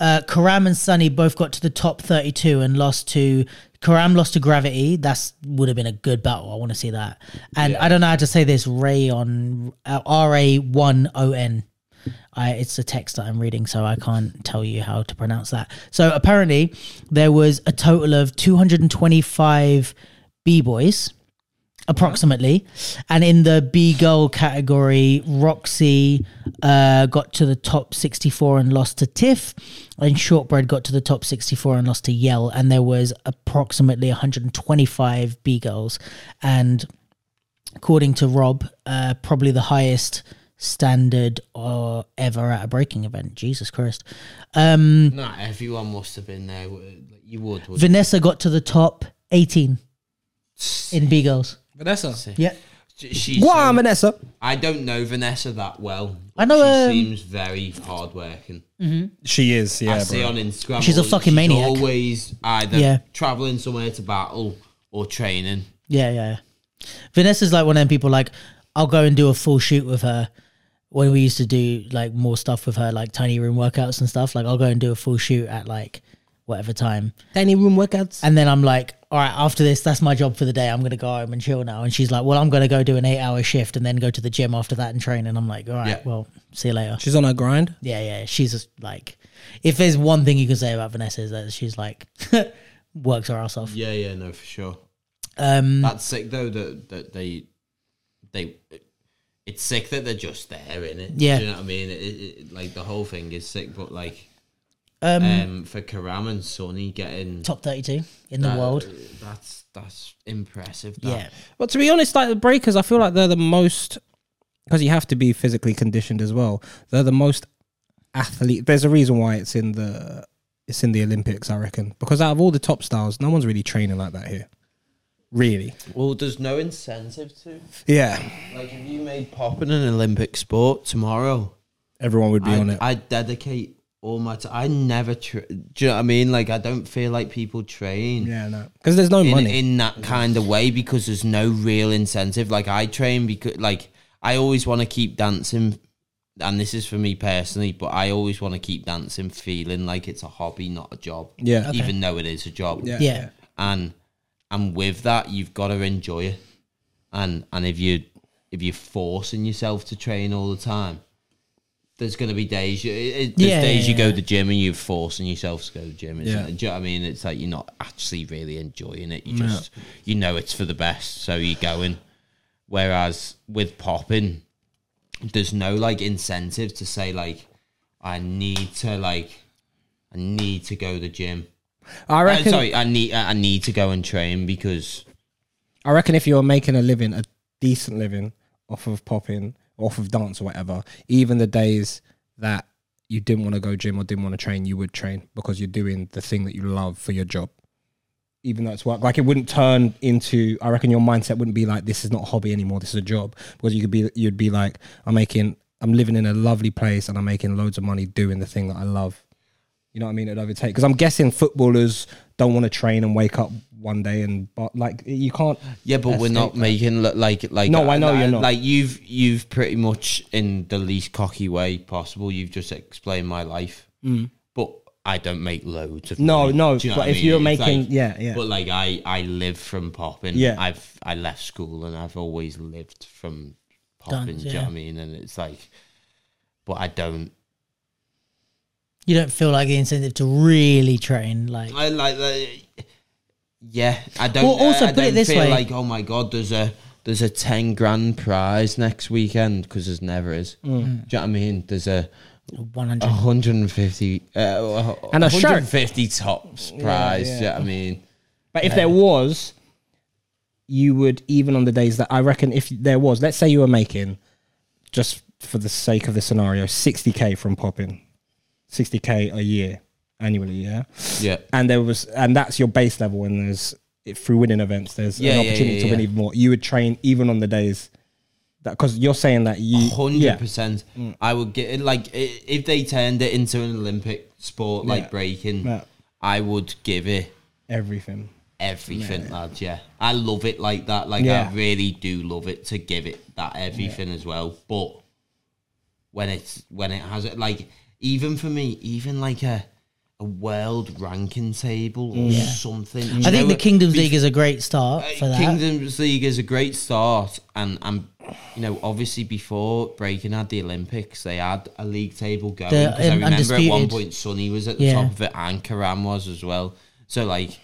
[SPEAKER 4] Uh, Karam and Sunny both got to the top 32 and lost to Karam lost to Gravity. That's would have been a good battle. I want to see that. And I don't know how to say this. Rayon uh, R A one O N. I, it's a text that I'm reading, so I can't tell you how to pronounce that. So apparently, there was a total of 225 b boys, approximately, and in the b girl category, Roxy uh, got to the top 64 and lost to Tiff, and Shortbread got to the top 64 and lost to Yell, and there was approximately 125 b girls, and according to Rob, uh, probably the highest standard or ever at a breaking event. Jesus Christ. Um,
[SPEAKER 1] Not everyone must have been there. w- like, You would. would
[SPEAKER 4] Vanessa got to the top 18 in B girls.
[SPEAKER 2] Vanessa.
[SPEAKER 4] Yeah.
[SPEAKER 1] She's
[SPEAKER 2] What,
[SPEAKER 1] so-
[SPEAKER 2] Vanessa?
[SPEAKER 1] I don't know Vanessa that well.
[SPEAKER 4] I know, um,
[SPEAKER 1] She seems very hardworking.
[SPEAKER 11] She is,
[SPEAKER 1] I
[SPEAKER 11] yeah.
[SPEAKER 1] see on Instagram.
[SPEAKER 4] She's a
[SPEAKER 1] all-
[SPEAKER 4] fucking maniac.
[SPEAKER 1] Always either
[SPEAKER 4] Yeah.
[SPEAKER 1] traveling somewhere to battle or training.
[SPEAKER 4] Yeah, yeah. yeah. Vanessa's like one of them people like I'll go and do a full shoot with her when we used to do like more stuff with her, like tiny room workouts and stuff. Like I'll go and do a full shoot at like whatever time.
[SPEAKER 2] Tiny room workouts.
[SPEAKER 4] And then I'm like, all right, after this, that's my job for the day. I'm going to go home and chill now. And she's like, well, I'm going to go do an eight hour shift and then go to the gym after that and train. And I'm like, all right,
[SPEAKER 1] Yeah.
[SPEAKER 4] well, see you later.
[SPEAKER 2] She's on her grind.
[SPEAKER 4] Yeah, yeah. She's just like, if there's one thing you can say about Vanessa is that she's like, [laughs] works her ass off.
[SPEAKER 1] Yeah, yeah, no, for sure.
[SPEAKER 4] Um,
[SPEAKER 1] That's sick though. That that they they it's sick that they're just there in it.
[SPEAKER 4] Yeah.
[SPEAKER 1] do you know what I mean. It, it, it- like the whole thing is sick, but like
[SPEAKER 4] Um,
[SPEAKER 1] um, for Karam and Sonny getting
[SPEAKER 4] top 32 in the
[SPEAKER 1] that-
[SPEAKER 4] world.
[SPEAKER 1] That's that's impressive. That.
[SPEAKER 4] Yeah.
[SPEAKER 3] But to be honest, like the breakers, I feel like they're the most because you have to be physically conditioned as well. They're the most athlete. There's a reason why it's in the it's in the Olympics, I reckon. Because out of all the top stars, no one's really training like that here. Really?
[SPEAKER 1] Well, there's no incentive to
[SPEAKER 3] Yeah.
[SPEAKER 1] like if you made popping an Olympic sport tomorrow.
[SPEAKER 3] Everyone would be on it.
[SPEAKER 1] I dedicate all my time. I never. Tra- do you know what I mean? Like I don't feel like people train.
[SPEAKER 3] yeah, no. Because there's no
[SPEAKER 1] in,
[SPEAKER 3] money.
[SPEAKER 1] in that kind of way because there's no real incentive. Like I train because like I always want to keep dancing, and this is for me personally. But I always want to keep dancing, feeling like it's a hobby, not a job.
[SPEAKER 3] Yeah.
[SPEAKER 4] Okay.
[SPEAKER 1] even though it is a job.
[SPEAKER 4] Yeah.
[SPEAKER 1] and and with that, you've got to enjoy it. And and if you if you're forcing yourself to train all the time. There's gonna be days you it, it- there's
[SPEAKER 4] Yeah,
[SPEAKER 1] days
[SPEAKER 4] yeah,
[SPEAKER 1] you go
[SPEAKER 4] yeah.
[SPEAKER 1] to the gym and you're forcing yourself to go to the gym. It's
[SPEAKER 3] Yeah.
[SPEAKER 1] like- do you know what I mean? It's like you're not actually really enjoying it. You just you know it's for the best, so you're going. Whereas with popping, there's no like incentive to say like I need to like I need to go to the gym.
[SPEAKER 3] I
[SPEAKER 1] Uh,
[SPEAKER 3] reckon
[SPEAKER 1] sorry, I need I need to go and train because
[SPEAKER 3] I reckon if you're making a living, a decent living off of popping, off of dance or whatever, even the days that you didn't want to go gym or didn't want to train, you would train because you're doing the thing that you love for your job. Even though it's work, like it wouldn't turn into. I reckon your mindset wouldn't be like this is not a hobby anymore. This is a job because you could be. You'd be like, I'm making. I'm living in a lovely place and I'm making loads of money doing the thing that I love. You know what I mean? It overtake because I'm guessing footballers don't want to train and wake up one day and but like you can't.
[SPEAKER 1] yeah, but we're not
[SPEAKER 3] Escape,
[SPEAKER 1] making look like like
[SPEAKER 3] No, I know you're not.
[SPEAKER 1] Like you've you've pretty much in the least cocky way possible. You've just explained my life, but I don't make loads of
[SPEAKER 3] Mm. No,
[SPEAKER 1] money.
[SPEAKER 3] no,
[SPEAKER 1] Do you know
[SPEAKER 3] but
[SPEAKER 1] what I
[SPEAKER 3] if
[SPEAKER 1] mean?
[SPEAKER 3] you're
[SPEAKER 1] It's
[SPEAKER 3] making-
[SPEAKER 1] like-
[SPEAKER 3] yeah, yeah.
[SPEAKER 1] But like I I live from popping.
[SPEAKER 3] Yeah.
[SPEAKER 1] I've I left school and I've always lived from popping.
[SPEAKER 4] Dance,
[SPEAKER 1] Do you know
[SPEAKER 4] yeah.
[SPEAKER 1] what I mean? And it's like, but I don't.
[SPEAKER 4] You don't feel like the incentive to really train. Like,
[SPEAKER 1] I like that. Yeah, I don't.
[SPEAKER 4] Well, also,
[SPEAKER 1] I
[SPEAKER 4] put it
[SPEAKER 1] don't
[SPEAKER 4] this
[SPEAKER 1] feel
[SPEAKER 4] way.
[SPEAKER 1] like oh my god, there's a there's a ten grand prize next weekend because there's never is.
[SPEAKER 4] Mm.
[SPEAKER 1] Do you know what I mean? There's a
[SPEAKER 4] 100.
[SPEAKER 1] a hundred and fifty uh,
[SPEAKER 3] And a shirt.
[SPEAKER 1] hundred and fifty tops prize. Do you know what I
[SPEAKER 4] [laughs]
[SPEAKER 1] mean?
[SPEAKER 3] But if there was, you would even on the days that I reckon if there was, let's say you were making just for the sake of the scenario, sixty k from popping, sixty k a year annually, yeah.
[SPEAKER 1] Yeah.
[SPEAKER 3] And there was, and that's your base level, and there's through winning events, there's
[SPEAKER 1] Yeah,
[SPEAKER 3] an
[SPEAKER 1] yeah,
[SPEAKER 3] opportunity
[SPEAKER 1] yeah,
[SPEAKER 3] to win
[SPEAKER 1] yeah.
[SPEAKER 3] even more. You would train even on the days that because you're saying that you
[SPEAKER 1] hundred
[SPEAKER 3] yeah.
[SPEAKER 1] percent.
[SPEAKER 4] Mm.
[SPEAKER 1] I would get it, like i- if they turned it into an Olympic sport like
[SPEAKER 3] Yeah.
[SPEAKER 1] breaking.
[SPEAKER 3] Yeah.
[SPEAKER 1] I would give it
[SPEAKER 3] everything.
[SPEAKER 1] everything, lads. Yeah, I love it like that. Like
[SPEAKER 3] Yeah.
[SPEAKER 1] I really do love it to give it that everything as well. But when it's when it has it, like even for me, even like a a world ranking table or something. you know,
[SPEAKER 4] I think the Kingdoms
[SPEAKER 1] be-
[SPEAKER 4] League is a great start
[SPEAKER 1] uh,
[SPEAKER 4] for that.
[SPEAKER 1] Kingdoms League is a great start, and and you know obviously before breaking had the Olympics, they had a league table going.
[SPEAKER 4] The,
[SPEAKER 1] 'cause I
[SPEAKER 4] um,
[SPEAKER 1] remember at one
[SPEAKER 4] undisputed.
[SPEAKER 1] point Sonny was at the
[SPEAKER 4] Yeah.
[SPEAKER 1] top of it, and Karam was as well. So like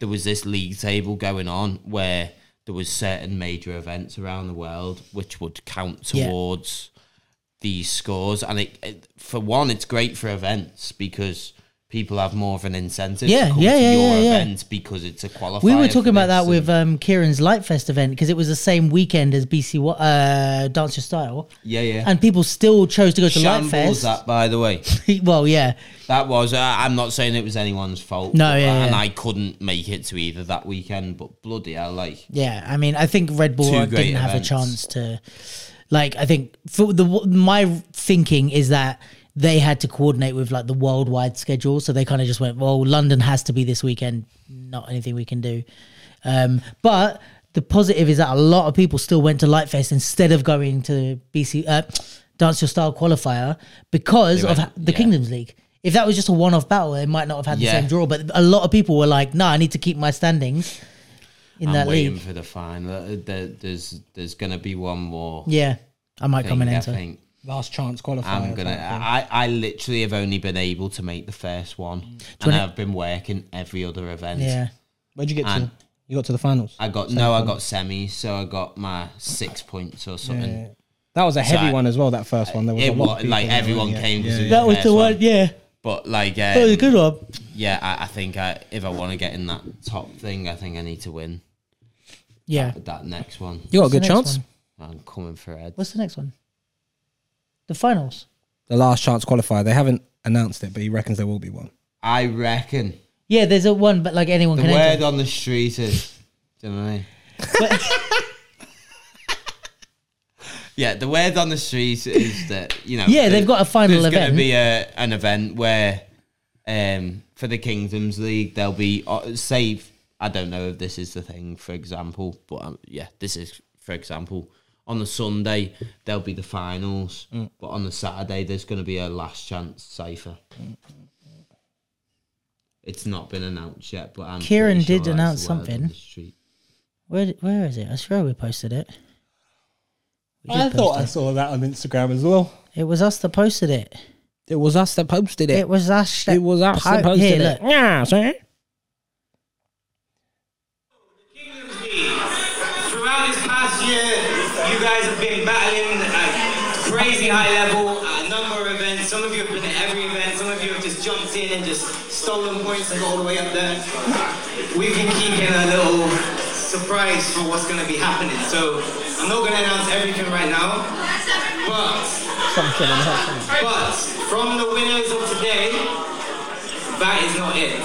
[SPEAKER 1] there was this league table going on where there was certain major events around the world which would count
[SPEAKER 4] Yeah.
[SPEAKER 1] towards these scores, and it, it for one, it's great for events because. People have more of an incentive
[SPEAKER 4] Yeah,
[SPEAKER 1] to come
[SPEAKER 4] yeah,
[SPEAKER 1] to
[SPEAKER 4] yeah,
[SPEAKER 1] your
[SPEAKER 4] yeah, yeah.
[SPEAKER 1] event because it's a qualifier.
[SPEAKER 4] We were
[SPEAKER 1] for
[SPEAKER 4] talking
[SPEAKER 1] this
[SPEAKER 4] about that
[SPEAKER 1] and-
[SPEAKER 4] with um, Kieran's Lightfest event because it was the same weekend as BC Wa- uh, Dance Your Style,
[SPEAKER 1] yeah, yeah.
[SPEAKER 4] and people still chose to go to
[SPEAKER 1] Shambles
[SPEAKER 4] Lightfest.
[SPEAKER 1] that, by the way.
[SPEAKER 4] [laughs] well, yeah,
[SPEAKER 1] That was. Uh, I'm not saying it was anyone's fault.
[SPEAKER 4] No,
[SPEAKER 1] but-
[SPEAKER 4] yeah,
[SPEAKER 1] And
[SPEAKER 4] yeah.
[SPEAKER 1] I couldn't make it to either that weekend, but bloody hell, like
[SPEAKER 4] yeah. I mean, I think Red Bull
[SPEAKER 1] Two
[SPEAKER 4] didn't
[SPEAKER 1] great
[SPEAKER 4] have a
[SPEAKER 1] events.
[SPEAKER 4] chance to. Like, I think for the my thinking is that they had to coordinate with like the worldwide schedule, so they kind of just went, "Well, London has to be this weekend. Not anything we can do." Um, but the positive is that a lot of people still went to Lightfest instead of going to BC uh, Dance Your Style qualifier because
[SPEAKER 1] They
[SPEAKER 4] of
[SPEAKER 1] went-
[SPEAKER 4] the
[SPEAKER 1] yeah.
[SPEAKER 4] Kingdoms League. If that was just a one-off battle, it might not have had the
[SPEAKER 1] Yeah.
[SPEAKER 4] same draw. But a lot of people were like, "No, I need to keep my standings in
[SPEAKER 1] I'm
[SPEAKER 4] that
[SPEAKER 1] waiting
[SPEAKER 4] league."
[SPEAKER 1] for the final. Uh, There, there's there's gonna be one more.
[SPEAKER 4] Yeah, I might come
[SPEAKER 1] thing,
[SPEAKER 4] and
[SPEAKER 1] I
[SPEAKER 4] enter.
[SPEAKER 1] think.
[SPEAKER 12] Last chance qualifier.
[SPEAKER 1] I'm gonna. uh, I, I literally have only been able to make the first one, and
[SPEAKER 4] wanna-
[SPEAKER 1] I've been working every other event.
[SPEAKER 4] Mm. Yeah,
[SPEAKER 12] Where'd you get
[SPEAKER 1] And
[SPEAKER 12] to? You got to the finals.
[SPEAKER 1] I got no, I got semis, so I got my six points or something.
[SPEAKER 3] That was a heavy
[SPEAKER 1] I-
[SPEAKER 3] one as well. That first one. There was a
[SPEAKER 1] It
[SPEAKER 3] lot of
[SPEAKER 1] was
[SPEAKER 3] people
[SPEAKER 1] like
[SPEAKER 3] there,
[SPEAKER 1] everyone
[SPEAKER 3] yeah.
[SPEAKER 1] came.
[SPEAKER 3] Yeah,
[SPEAKER 1] because
[SPEAKER 3] yeah.
[SPEAKER 1] it
[SPEAKER 4] that was
[SPEAKER 1] first
[SPEAKER 4] the one. Yeah,
[SPEAKER 1] But like, um,
[SPEAKER 4] Oh, good one.
[SPEAKER 1] yeah, I, I think I, if I want to get in that top thing, I think I need to win
[SPEAKER 4] Yeah.
[SPEAKER 1] that next one.
[SPEAKER 3] You got a
[SPEAKER 4] What's the
[SPEAKER 3] good
[SPEAKER 4] next
[SPEAKER 3] chance.
[SPEAKER 4] one?
[SPEAKER 1] I'm coming for Ed.
[SPEAKER 4] What's the next one? The finals.
[SPEAKER 3] The last chance qualifier. They haven't announced it, but he reckons there will be one.
[SPEAKER 1] I reckon
[SPEAKER 4] Yeah, there's a one, but like anyone
[SPEAKER 1] the
[SPEAKER 4] can
[SPEAKER 1] word
[SPEAKER 4] enter.
[SPEAKER 1] on the street is. Do you know what I mean? Yeah, the word on the street is that you know.
[SPEAKER 4] [laughs] Yeah,
[SPEAKER 1] that
[SPEAKER 4] they've got a final
[SPEAKER 1] There's going
[SPEAKER 4] event.
[SPEAKER 1] to be a, an event where, um, for the Kingdoms League, there'll be uh, say I don't know if this is the thing, for example, but um, yeah, this is for example. On the Sunday, there'll be the finals,
[SPEAKER 4] Mm.
[SPEAKER 1] but on the Saturday, there's going to be a last chance cipher. It's not been announced yet, but I'm pretty
[SPEAKER 4] Kieran
[SPEAKER 1] sure
[SPEAKER 4] did
[SPEAKER 1] that's the
[SPEAKER 4] announce
[SPEAKER 1] word on
[SPEAKER 4] something.
[SPEAKER 1] the street.
[SPEAKER 4] [laughs] Where, where is it? I swear we posted it. We
[SPEAKER 2] I
[SPEAKER 4] did
[SPEAKER 2] thought I
[SPEAKER 4] post
[SPEAKER 2] saw that on Instagram as well.
[SPEAKER 4] it. it was us that posted it.
[SPEAKER 3] It was us that posted
[SPEAKER 4] It was us. That
[SPEAKER 3] It was us
[SPEAKER 4] po-
[SPEAKER 3] that
[SPEAKER 4] Here,
[SPEAKER 3] posted it.
[SPEAKER 4] look.
[SPEAKER 3] Yeah, see?
[SPEAKER 13] Throughout this past year, you guys have been battling at crazy high level at a number of events. Some of you have been at every event. Some of you have just jumped in and just stolen points and got all the way up there. We've been keeping a little surprise for what's going to be happening. So I'm not going to announce everything right now, but but from the winners of today, that is not it.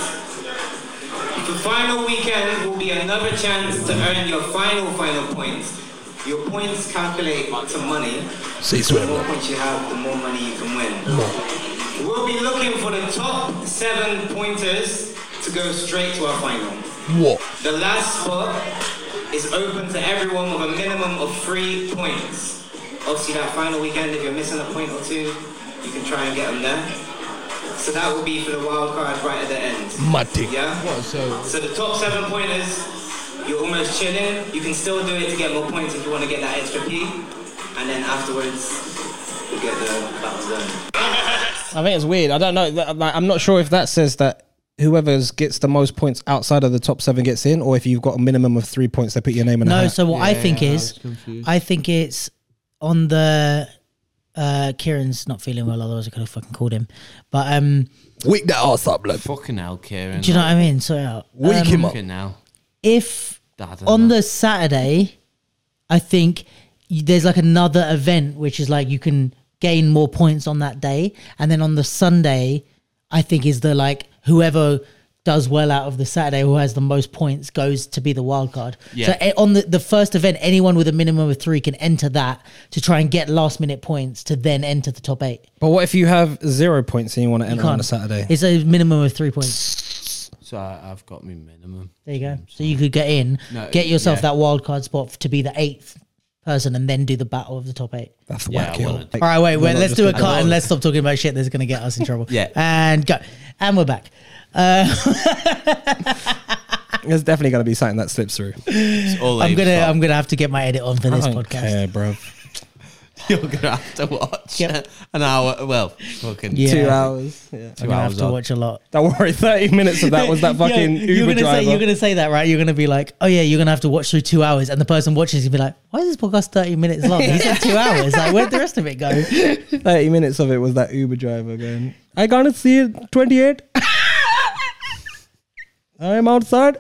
[SPEAKER 13] The final weekend will be another chance to earn your final, final points. Your points calculate onto money. the more points you have, the more money you can win. We'll be looking for the top seven pointers to go straight to our final. The last spot is open to everyone with a minimum of three points. Obviously, that final weekend, if you're missing a point or two, you can try and get them there. So that will be for the wild card right at the end. Yeah? So the top seven pointers, you're almost chilling. You can still do it to get more points if you want to get that extra P. And then afterwards, you get the battle done.
[SPEAKER 3] I think it's weird. I don't know. Th- Like, I'm not sure if that says that whoever gets the most points outside of the top seven gets in, or if you've got a minimum of three points, they put your name in. a
[SPEAKER 4] No,
[SPEAKER 3] hat.
[SPEAKER 4] so what I think is, I think it's on the. Uh, Kieran's not feeling well, otherwise I could have fucking called him. But um,
[SPEAKER 5] Wake that ass up, blood.
[SPEAKER 1] Fucking hell, Kieran!
[SPEAKER 4] do you know what I mean? So uh,
[SPEAKER 5] Wake him up.
[SPEAKER 1] Fucking hell,
[SPEAKER 4] if
[SPEAKER 1] Dad and
[SPEAKER 4] on the Saturday, I think y- there's like another event which is like you can gain more points on that day, and then on the Sunday, I think is the like whoever does well out of the Saturday who has the most points goes to be the wild card. So eh, on the, the first event, anyone with a minimum of three can enter that to try and get last minute points to then enter the top eight.
[SPEAKER 3] But what if you have zero points and you want to enter on
[SPEAKER 4] Can't-
[SPEAKER 3] a Saturday?
[SPEAKER 4] It's a minimum of three points.
[SPEAKER 1] So I, I've got my minimum.
[SPEAKER 4] There you go. So you could get in, get yourself that wild card spot to be the eighth person, and then do the battle of the top eight.
[SPEAKER 3] That's
[SPEAKER 1] Yeah,
[SPEAKER 3] wacky.
[SPEAKER 1] I wanna
[SPEAKER 3] Like,
[SPEAKER 4] All right, wait,
[SPEAKER 3] we're
[SPEAKER 4] wait.
[SPEAKER 3] not
[SPEAKER 4] Let's
[SPEAKER 3] just
[SPEAKER 4] do a
[SPEAKER 3] talking
[SPEAKER 4] cut
[SPEAKER 3] about-
[SPEAKER 4] and let's stop talking about shit that's going to get us in
[SPEAKER 3] [laughs]
[SPEAKER 4] trouble.
[SPEAKER 1] Yeah.
[SPEAKER 4] And go. And we're back.
[SPEAKER 3] There's definitely going to be something that slips through.
[SPEAKER 1] It's all
[SPEAKER 4] I'm
[SPEAKER 1] Abe's
[SPEAKER 4] gonna
[SPEAKER 1] fault.
[SPEAKER 4] I'm gonna have to get my edit on for this podcast.
[SPEAKER 3] bro.
[SPEAKER 1] [laughs] You're gonna have to watch
[SPEAKER 4] um, Yep.
[SPEAKER 1] an hour. Well, fucking
[SPEAKER 4] Yeah.
[SPEAKER 3] Two hours. Yeah.
[SPEAKER 4] I'm gonna have to
[SPEAKER 1] hours
[SPEAKER 4] watch a lot.
[SPEAKER 3] Don't worry. Thirty minutes of that was
[SPEAKER 2] [laughs]
[SPEAKER 3] that fucking
[SPEAKER 4] Yo, you're
[SPEAKER 3] Uber
[SPEAKER 4] gonna
[SPEAKER 3] driver.
[SPEAKER 4] say you're gonna say that, right? You're gonna be like, oh yeah, you're gonna have to watch through two hours, and the person watching is gonna be like, why is this podcast thirty minutes long? He said
[SPEAKER 3] [laughs]
[SPEAKER 4] two hours. Like, where'd the rest of it go?
[SPEAKER 3] Thirty minutes of it was that Uber driver going. I gonna see it. Twenty-eight. [laughs] I'm outside.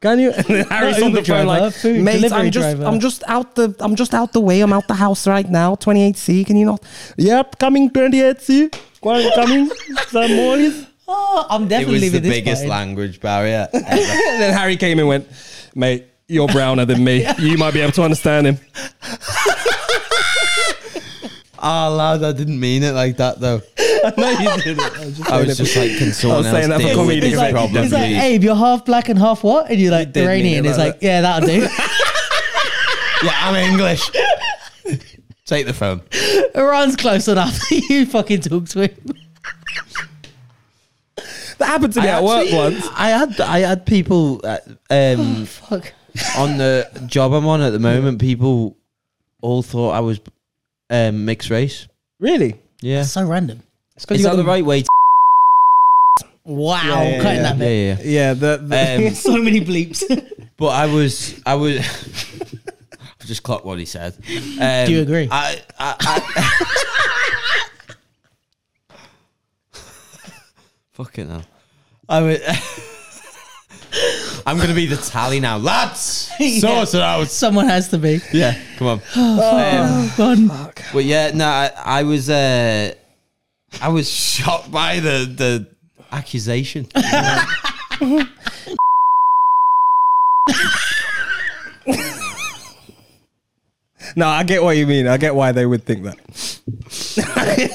[SPEAKER 3] Can you? And then [laughs] Harry's on
[SPEAKER 4] Uber
[SPEAKER 3] the phone
[SPEAKER 4] driver,
[SPEAKER 3] like,
[SPEAKER 4] food
[SPEAKER 3] mate,
[SPEAKER 4] delivery
[SPEAKER 3] I'm just,
[SPEAKER 4] driver."
[SPEAKER 3] I'm just out the, I'm just out the way. I'm out the house right now. 28C. Can you not? Yep, coming 28C. Quite Coming. Some more. is-"
[SPEAKER 4] Oh, I'm
[SPEAKER 1] It
[SPEAKER 4] definitely
[SPEAKER 1] was the
[SPEAKER 4] leaving this.
[SPEAKER 1] biggest
[SPEAKER 4] part in.
[SPEAKER 1] language barrier. [laughs]
[SPEAKER 3] And then Harry came and went, mate, you're browner than [laughs] me. You might be able to understand [laughs] him.
[SPEAKER 1] Ah, lad, I didn't mean it like that though.
[SPEAKER 3] no, you didn't. I was just,
[SPEAKER 1] I was just like, can someone
[SPEAKER 3] saying that
[SPEAKER 1] else
[SPEAKER 3] for
[SPEAKER 1] deal with
[SPEAKER 3] comedic
[SPEAKER 1] this
[SPEAKER 3] effect.
[SPEAKER 1] problem,
[SPEAKER 4] He's like,
[SPEAKER 1] please?
[SPEAKER 4] Abe, you're half black and half what? And you're like,
[SPEAKER 3] did mean
[SPEAKER 4] Iranian.
[SPEAKER 3] it
[SPEAKER 4] He's
[SPEAKER 3] like
[SPEAKER 4] like, yeah, that'll do.
[SPEAKER 1] yeah, I'm English. [laughs] Take the phone.
[SPEAKER 4] [laughs] Iran's close enough. [laughs] you fucking talk to him.
[SPEAKER 3] that happened to me at work once.
[SPEAKER 1] I had I had people uh,
[SPEAKER 4] [sighs]
[SPEAKER 1] um,
[SPEAKER 4] Fuck.
[SPEAKER 1] on the job I'm on at the moment. People all thought I was um, mixed race.
[SPEAKER 3] Really?
[SPEAKER 1] Yeah,
[SPEAKER 4] So random.
[SPEAKER 1] is that the right way? To
[SPEAKER 4] Wow. cutting that
[SPEAKER 1] yeah, yeah.
[SPEAKER 4] bit.
[SPEAKER 3] Yeah. The, the [laughs]
[SPEAKER 1] Um,
[SPEAKER 4] So many bleeps.
[SPEAKER 1] But I was, I was, [laughs] I just clocked what he said. Um,
[SPEAKER 4] Do you agree?
[SPEAKER 1] I, [laughs] I, I, Fucking hell. I
[SPEAKER 4] [laughs]
[SPEAKER 1] would. I'm gonna be the tally now,
[SPEAKER 4] [laughs]
[SPEAKER 1] lads. Sort it out.
[SPEAKER 4] Someone has to be.
[SPEAKER 1] Yeah, come on.
[SPEAKER 4] Oh, [laughs] God.
[SPEAKER 1] But yeah, no, I, I was uh, I was shocked by the the accusation.
[SPEAKER 3] No, I get what you mean. I get why they would think that.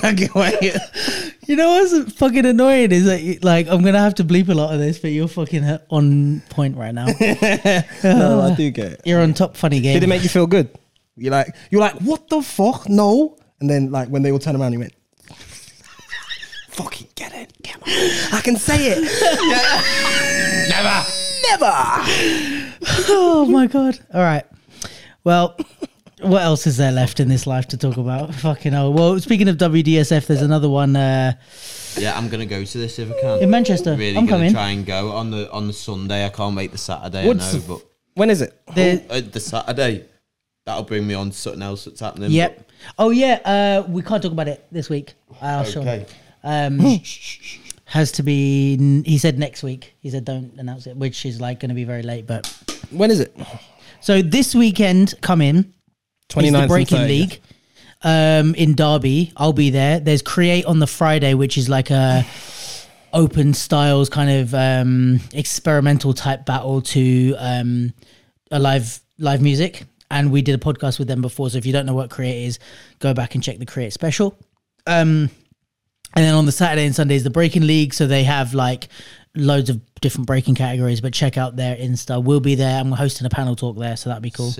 [SPEAKER 3] I get why. You,
[SPEAKER 4] [laughs] You know what's fucking annoying is that, you- like, I'm gonna have to bleep a lot of this, but you're fucking on point right [laughs] now.
[SPEAKER 3] no, I do get it.
[SPEAKER 4] You're on top funny game.
[SPEAKER 3] Did it make you feel good? You like you're like what the fuck? No, and then like when they all turn around, you went. Fucking get it, come on! I can say it.
[SPEAKER 1] Never.
[SPEAKER 4] oh my god! All right. Well, what else is there left in this life to talk about? Fucking hell. Well, speaking of WDSF, there's another one uh,
[SPEAKER 1] Yeah, I'm gonna go to this if I can.
[SPEAKER 4] in Manchester.
[SPEAKER 1] really
[SPEAKER 4] I'm
[SPEAKER 1] gonna
[SPEAKER 4] coming.
[SPEAKER 1] try and go on the on the Sunday. I can't make the Saturday. I
[SPEAKER 3] What's
[SPEAKER 1] know,
[SPEAKER 3] the-
[SPEAKER 1] but
[SPEAKER 3] When is it?
[SPEAKER 4] There-
[SPEAKER 1] uh, the Saturday that'll bring me on to something else that's happening.
[SPEAKER 4] Yep. Oh yeah. Uh, we can't talk about it this week. I'll show him.
[SPEAKER 1] Okay.
[SPEAKER 4] Um, has to be. n- He said next week. He said don't announce it, which is like going to be very late. But
[SPEAKER 3] When is it?
[SPEAKER 4] so this weekend, come in. It's
[SPEAKER 3] 29th
[SPEAKER 4] the
[SPEAKER 3] and
[SPEAKER 4] Breaking
[SPEAKER 3] 30th.
[SPEAKER 4] League um, in Derby. I'll be there. There's Create on the Friday, which is like a open styles kind of um, experimental type battle to um, a live live music. And we did a podcast with them before, so if you don't know what Create is, go back and check the Create special. Um, and then on the Saturday and Sunday is the Breaking League, so they have like loads of different breaking categories. But check out their Insta. We'll be there, and we're hosting a panel talk there, so that'd be cool.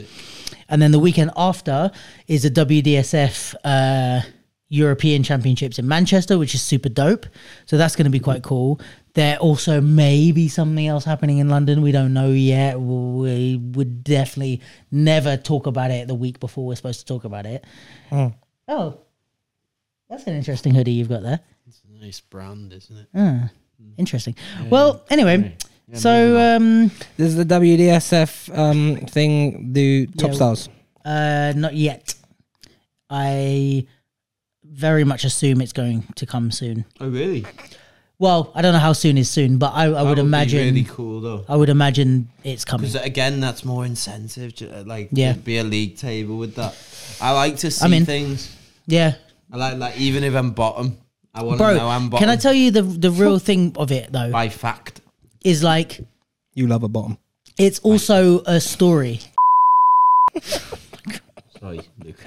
[SPEAKER 4] And then the weekend after is the WDSF uh, European Championships in Manchester, which is super dope. So that's going to be quite cool. There also may be something else happening in London. We don't know yet. We would definitely never talk about it the week before we're supposed to talk about it. Oh, that's an interesting hoodie you've got there.
[SPEAKER 1] Nice brand, isn't it?
[SPEAKER 4] Interesting. well, anyway, so um,
[SPEAKER 3] This is the WDSF um, thing. The top
[SPEAKER 4] Yeah.
[SPEAKER 3] stars.
[SPEAKER 4] Uh, not yet. I very much assume it's going to come soon.
[SPEAKER 1] Oh really?
[SPEAKER 4] Well, I don't know how soon is soon, but I, I would imagine.
[SPEAKER 1] really cool though.
[SPEAKER 4] I would imagine it's coming.
[SPEAKER 1] Because again, that's more incentive. ju- uh, Like,
[SPEAKER 4] Yeah.
[SPEAKER 1] yeah, be a league table with that. I like to see
[SPEAKER 4] I'm in.
[SPEAKER 1] things.
[SPEAKER 4] Yeah,
[SPEAKER 1] I like like even if I'm bottom, I want to
[SPEAKER 4] bro.
[SPEAKER 1] know I'm bottom
[SPEAKER 4] Can I tell you the the real thing of it though?
[SPEAKER 1] by fact.
[SPEAKER 4] Is like
[SPEAKER 3] You love a bottom.
[SPEAKER 4] it's also a story.
[SPEAKER 1] Sorry, Luke.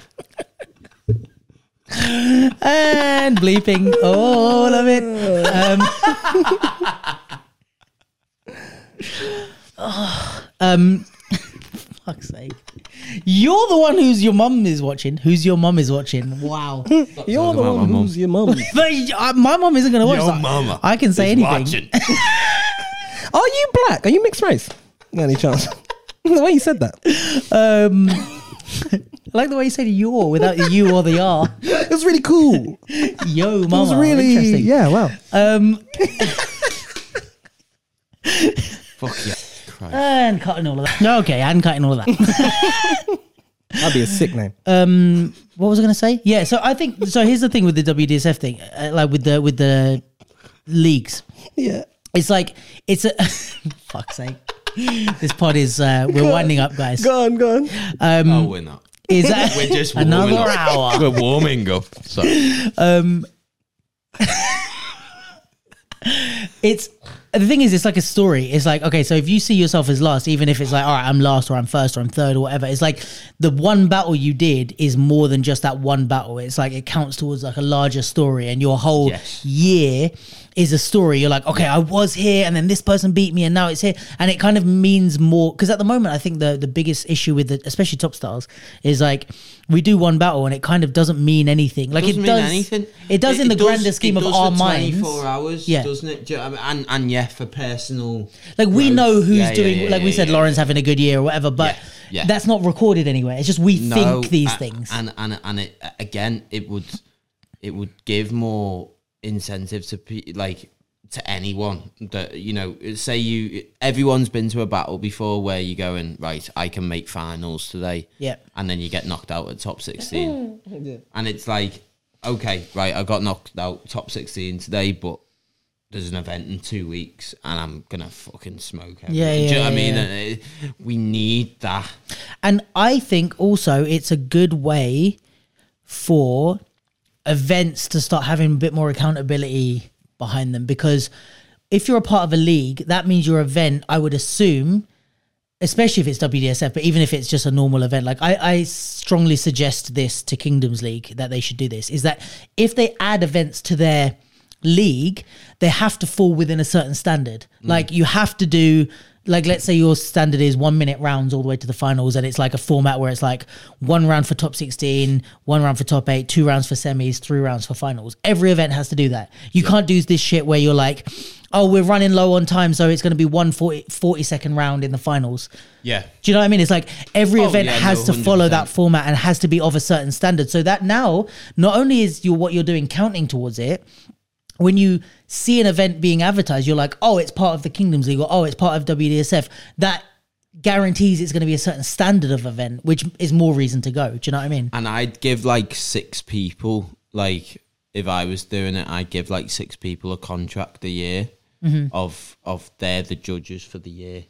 [SPEAKER 4] and bleeping all of it. Um, um, fuck's sake. You're the one who's your mum is watching. Who's your mum is watching? Wow.
[SPEAKER 3] You're the one who's your mum.
[SPEAKER 4] But uh, my mum isn't going to watch
[SPEAKER 1] Your
[SPEAKER 4] that.
[SPEAKER 1] mama
[SPEAKER 4] I can say
[SPEAKER 1] is watching.
[SPEAKER 4] anything.
[SPEAKER 3] [laughs] Are you black? Are you mixed race? Any chance? [laughs] the way you said that, it
[SPEAKER 4] Um, [laughs] I like the way you said "your" without the "you" or the "r."
[SPEAKER 3] was really cool.
[SPEAKER 4] Yo,
[SPEAKER 3] It was
[SPEAKER 4] mama.
[SPEAKER 3] really
[SPEAKER 4] interesting.
[SPEAKER 3] yeah. Wow.
[SPEAKER 4] Um,
[SPEAKER 1] Fuck yeah. Christ.
[SPEAKER 4] and cutting all of that. No, okay, and cutting all of that.
[SPEAKER 3] That'd be a sick name.
[SPEAKER 4] um what was i going to say yeah so i think so here's the thing with the wdsf thing uh, like with the with the leagues
[SPEAKER 3] yeah.
[SPEAKER 4] it's like it's a [laughs] fuck's sake this pod is uh we're winding up guys
[SPEAKER 3] Go on, go on.
[SPEAKER 4] um
[SPEAKER 1] No, we're not.
[SPEAKER 4] is that
[SPEAKER 1] We're just warming
[SPEAKER 4] [laughs] another
[SPEAKER 1] up.
[SPEAKER 4] hour
[SPEAKER 1] We're warming up. Sorry.
[SPEAKER 4] um it's the thing is it's like a story it's like okay so if you see yourself as last even if it's like all right i'm last or i'm first or i'm third or whatever it's like the one battle you did is more than just that one battle it's like it counts towards like a larger story and your whole
[SPEAKER 1] Yes.
[SPEAKER 4] year is a story you're like okay i was here and then this person beat me and now it's here and it kind of means more because at the moment i think the the biggest issue with the especially top stars is like we do one battle and it kind of doesn't mean anything like
[SPEAKER 1] doesn't
[SPEAKER 4] it
[SPEAKER 1] mean
[SPEAKER 4] does
[SPEAKER 1] anything.
[SPEAKER 4] it does in the grander scheme
[SPEAKER 1] it
[SPEAKER 4] of
[SPEAKER 1] does
[SPEAKER 4] our
[SPEAKER 1] for
[SPEAKER 4] minds
[SPEAKER 1] 24 hours,
[SPEAKER 4] Yeah.
[SPEAKER 1] doesn't it? Do you know what I mean? And, and yeah, for personal.
[SPEAKER 4] like we
[SPEAKER 1] growth.
[SPEAKER 4] know who's
[SPEAKER 1] Yeah, yeah,
[SPEAKER 4] doing
[SPEAKER 1] yeah,
[SPEAKER 4] like we
[SPEAKER 1] yeah,
[SPEAKER 4] said
[SPEAKER 1] yeah,
[SPEAKER 4] lauren's having a good year or whatever but
[SPEAKER 1] Yeah, yeah.
[SPEAKER 4] that's not recorded anywhere it's just we
[SPEAKER 1] No,
[SPEAKER 4] think these
[SPEAKER 1] a-
[SPEAKER 4] things
[SPEAKER 1] And and and it again, it would it would give more incentive to pe- like to anyone that you know. Say you everyone's been to a battle before where you're going right. I can make finals today.
[SPEAKER 4] Yeah.
[SPEAKER 1] and then you get knocked out at top sixteen, and it's like okay, right, I got knocked out top sixteen today, but there's an event in two weeks and I'm gonna fucking smoke. Everyone.
[SPEAKER 4] Yeah,
[SPEAKER 1] Do you know
[SPEAKER 4] yeah,
[SPEAKER 1] what I mean?
[SPEAKER 4] yeah,
[SPEAKER 1] And it- we need that.
[SPEAKER 4] And I think also it's a good way for events to start having a bit more accountability behind them because if you're a part of a league, that means your event, I would assume, especially if it's WDSF, but even if it's just a normal event, like I, I strongly suggest this to Kingdoms League that they should do this is that if they add events to their league, they have to fall within a certain standard. Like you have to do. Like let's say your standard is one minute rounds all the way to the finals, and it's like a format where it's like one round for top sixteen, one round for top eight, two rounds for semis, three rounds for finals. Every event has to do that. You can't do this shit where you're like, oh, we're running low on time, so it's going to be one 40, 40 second round in the finals.
[SPEAKER 1] Yeah.
[SPEAKER 4] Do you know what I mean? It's like every
[SPEAKER 1] Oh,
[SPEAKER 4] event
[SPEAKER 1] yeah,
[SPEAKER 4] has
[SPEAKER 1] no,
[SPEAKER 4] to follow
[SPEAKER 1] 100%.
[SPEAKER 4] that format and has to be of a certain standard. So that now, not only is your what you're doing counting towards it, when you see an event being advertised, you're like, oh, it's part of the Kingdoms League or oh, it's part of WDSF. That guarantees it's going to be a certain standard of event, which is more reason to go. Do you know what I mean?
[SPEAKER 1] And I'd give like six people, like if I was doing it, I'd give like six people a contract a year
[SPEAKER 4] Mm-hmm.
[SPEAKER 1] of of they're the judges for the year.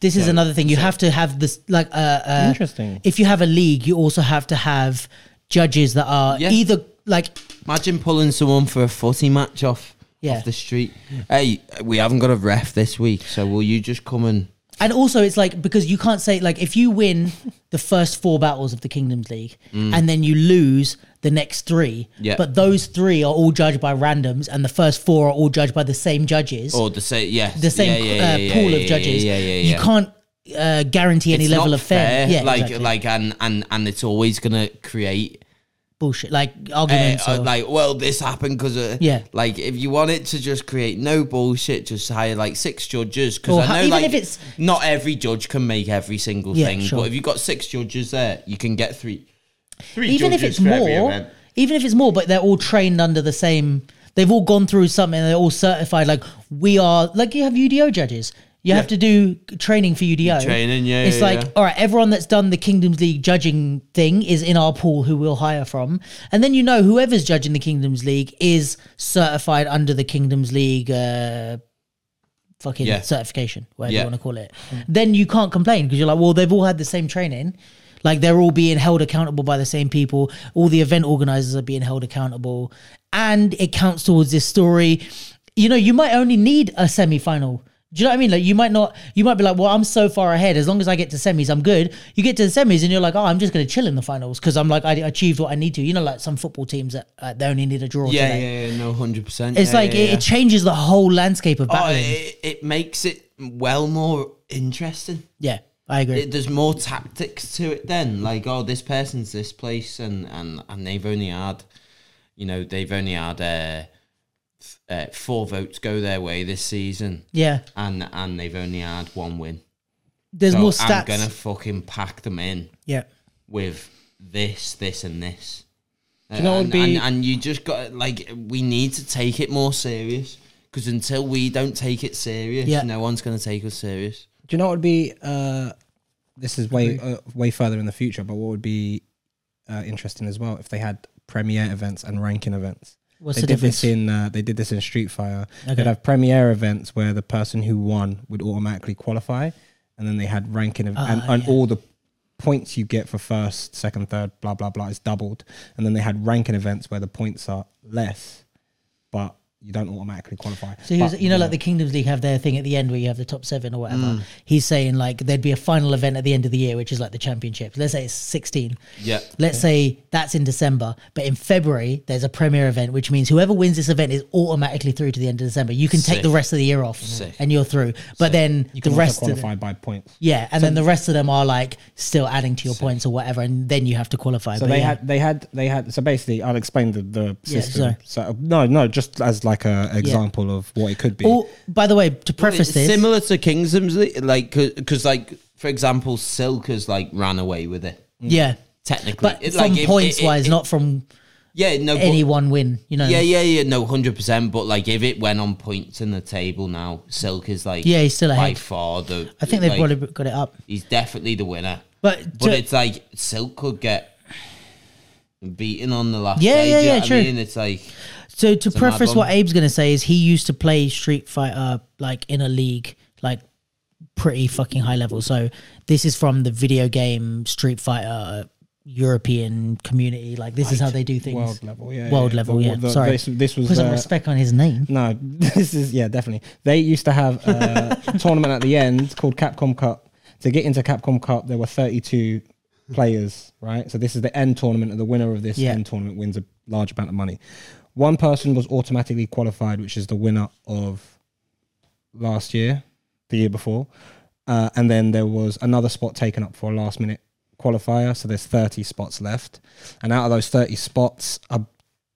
[SPEAKER 4] This is another thing. You have to have this, like, uh, uh,
[SPEAKER 3] Interesting.
[SPEAKER 4] if you have a league, you also have to have judges that are
[SPEAKER 1] Yeah.
[SPEAKER 4] either like
[SPEAKER 1] Imagine pulling someone for a footy match off
[SPEAKER 4] Yeah.
[SPEAKER 1] off the street. Hey, we haven't got a ref this week, so will you just come and
[SPEAKER 4] And also, it's like because you can't say like if you win the first four battles of the Kingdoms League and then you lose the next three,
[SPEAKER 1] Mm. Yeah.
[SPEAKER 4] but those three are all judged by randoms, and the first four are all judged by the same judges,
[SPEAKER 1] or the same yes,
[SPEAKER 4] the same
[SPEAKER 1] yeah, yeah,
[SPEAKER 4] uh,
[SPEAKER 1] yeah,
[SPEAKER 4] pool
[SPEAKER 1] yeah,
[SPEAKER 4] of
[SPEAKER 1] yeah,
[SPEAKER 4] judges.
[SPEAKER 1] Yeah, yeah, yeah.
[SPEAKER 4] You can't uh, guarantee any
[SPEAKER 1] It's
[SPEAKER 4] level
[SPEAKER 1] not
[SPEAKER 4] of fair. Yeah,
[SPEAKER 1] like
[SPEAKER 4] exactly.
[SPEAKER 1] like and and and it's always gonna create
[SPEAKER 4] bullshit, like
[SPEAKER 1] Uh,
[SPEAKER 4] arguments.
[SPEAKER 1] uh,
[SPEAKER 4] or,
[SPEAKER 1] like, well, this happened because of
[SPEAKER 4] Yeah.
[SPEAKER 1] Like, if you want it to just create no bullshit, just hire like six judges because
[SPEAKER 4] Or
[SPEAKER 1] I
[SPEAKER 4] ho-
[SPEAKER 1] know
[SPEAKER 4] even
[SPEAKER 1] like
[SPEAKER 4] if it's-
[SPEAKER 1] not every judge can make every single
[SPEAKER 4] Yeah,
[SPEAKER 1] thing,
[SPEAKER 4] sure.
[SPEAKER 1] but if you've got six judges there, you can get three. three
[SPEAKER 4] even if
[SPEAKER 1] judges
[SPEAKER 4] it's
[SPEAKER 1] for every
[SPEAKER 4] more,
[SPEAKER 1] event.
[SPEAKER 4] even if it's more, but they're all trained under the same. They've all gone through something. They're all certified. Like we are. Like you have UDO judges. You have to do training for UDO.
[SPEAKER 1] Training, yeah,
[SPEAKER 4] It's
[SPEAKER 1] yeah,
[SPEAKER 4] like
[SPEAKER 1] yeah.
[SPEAKER 4] all right. Everyone that's done the Kingdoms League judging thing is in our pool. Who we'll hire from, and then you know whoever's judging the Kingdoms League is certified under the Kingdoms League. Uh, Fucking
[SPEAKER 1] Yeah.
[SPEAKER 4] certification, whatever
[SPEAKER 1] Yeah.
[SPEAKER 4] you want to call it. Then you can't complain because you're like, well, they've all had the same training. Like they're all being held accountable by the same people. All the event organizers are being held accountable, and it counts towards this story. You know, you might only need a semi-final. Do you know what I mean? Like you might not. You might be like, well, I'm so far ahead. As long as I get to semis, I'm good. You get to the semis, and you're like, oh, I'm just going to chill in the finals because I'm like, I achieved what I need to. You know, like some football teams that uh, they only need a draw.
[SPEAKER 1] Yeah,
[SPEAKER 4] today.
[SPEAKER 1] yeah, yeah, no, hundred percent.
[SPEAKER 4] It's like It, it changes the whole landscape of
[SPEAKER 1] oh,
[SPEAKER 4] battling.
[SPEAKER 1] it, it makes it well more interesting.
[SPEAKER 4] yeah, I agree.
[SPEAKER 1] It, there's more tactics to it then, like oh, this person's this place, and and and they've only had, you know, they've only had uh, th- uh, four votes go their way this season,
[SPEAKER 4] yeah,
[SPEAKER 1] and and they've only had one win.
[SPEAKER 4] there's
[SPEAKER 1] So
[SPEAKER 4] more stats.
[SPEAKER 1] I'm gonna fucking pack them in
[SPEAKER 4] yeah.
[SPEAKER 1] with this, this, and this.
[SPEAKER 2] you know what
[SPEAKER 1] and,
[SPEAKER 2] would be-
[SPEAKER 1] and, and you just got like we need to take it more serious because until we don't take it serious,
[SPEAKER 4] Yeah.
[SPEAKER 1] no one's gonna take us serious.
[SPEAKER 2] Do you know what would be
[SPEAKER 3] Uh,
[SPEAKER 2] this is way uh, way further in the future, but what would be uh, interesting as well if they had premiere events and ranking events.
[SPEAKER 4] What's
[SPEAKER 2] they
[SPEAKER 4] the
[SPEAKER 2] did
[SPEAKER 4] difference?
[SPEAKER 2] this in uh, they did this in Street Fighter.
[SPEAKER 4] Okay.
[SPEAKER 2] They'd have premiere events where the person who won would automatically qualify, and then they had ranking
[SPEAKER 4] Ah,
[SPEAKER 2] ev- and, and all the points you get for first, second, third, blah blah blah is doubled, and then they had ranking events where the points are less, but you don't automatically qualify.
[SPEAKER 4] So he was,
[SPEAKER 2] But,
[SPEAKER 4] you know, like the Kingdoms League have their thing at the end where you have the top seven or whatever.
[SPEAKER 1] Mm.
[SPEAKER 4] He's saying like there'd be a final event at the end of the year, which is like the championship. Let's say it's sixteen.
[SPEAKER 1] Yeah.
[SPEAKER 4] Let's say that's in December, but in February there's a premier event, which means whoever wins this event is automatically through to the end of December. You can take the rest of the year off, and you're through. But then
[SPEAKER 2] you
[SPEAKER 4] the
[SPEAKER 2] can
[SPEAKER 4] rest
[SPEAKER 2] also
[SPEAKER 4] of the,
[SPEAKER 2] qualify by points.
[SPEAKER 4] yeah, and then the rest of them are like still adding to your points or whatever, and then you have to qualify.
[SPEAKER 2] So
[SPEAKER 4] but
[SPEAKER 2] they
[SPEAKER 4] yeah.
[SPEAKER 2] had they had they had so basically I'll explain the, the
[SPEAKER 4] Yeah,
[SPEAKER 2] system.
[SPEAKER 4] sorry.
[SPEAKER 2] so no, no, just as like a example of what it could be.
[SPEAKER 4] Oh, by the way, to preface
[SPEAKER 1] It's
[SPEAKER 4] this,
[SPEAKER 1] similar to Kingdoms, Lea- like because like for example, Silk has like ran away with it
[SPEAKER 4] yeah,
[SPEAKER 1] technically,
[SPEAKER 4] but
[SPEAKER 1] It-
[SPEAKER 4] from
[SPEAKER 1] like, it-
[SPEAKER 4] points
[SPEAKER 1] it- it-
[SPEAKER 4] wise, not from
[SPEAKER 1] yeah, no, but-
[SPEAKER 4] any one win. You know,
[SPEAKER 1] yeah, yeah, yeah, no, hundred percent. But like, if it went on points in the table now, Silk is like
[SPEAKER 4] Yeah, he's still
[SPEAKER 1] by
[SPEAKER 4] ahead.
[SPEAKER 1] far the.
[SPEAKER 4] I think they've
[SPEAKER 1] like,
[SPEAKER 4] got it got it up.
[SPEAKER 1] He's definitely the winner,
[SPEAKER 4] But,
[SPEAKER 1] but
[SPEAKER 4] to-
[SPEAKER 1] it's like Silk could get beaten on the last.
[SPEAKER 4] Yeah,
[SPEAKER 1] day,
[SPEAKER 4] yeah,
[SPEAKER 1] do you know
[SPEAKER 4] yeah,
[SPEAKER 1] what
[SPEAKER 4] true.
[SPEAKER 1] I mean, it's like
[SPEAKER 4] So to preface
[SPEAKER 1] one.
[SPEAKER 4] what Abe's gonna say is he used to play Street Fighter like in a league like pretty fucking high level. So this is from the video game Street Fighter European community. Like this is how they do things.
[SPEAKER 14] World level, yeah.
[SPEAKER 4] World
[SPEAKER 14] yeah.
[SPEAKER 4] level,
[SPEAKER 14] The-
[SPEAKER 4] yeah.
[SPEAKER 14] the-
[SPEAKER 4] Sorry,
[SPEAKER 14] This, this was
[SPEAKER 4] put some
[SPEAKER 14] uh,
[SPEAKER 4] respect on his
[SPEAKER 3] [laughs]
[SPEAKER 4] name.
[SPEAKER 14] no.
[SPEAKER 3] this is yeah, definitely. They used to have a tournament at the end called Capcom Cup. To get into Capcom Cup, there were 32 players, right? So this is the end tournament, and the winner of this
[SPEAKER 4] Yeah.
[SPEAKER 3] end tournament wins a large amount of money. One person was automatically qualified, which is the winner of last year, the year before, uh, and then there was another spot taken up for a last minute qualifier. So there's 30 spots left, and out of those 30 spots, I'm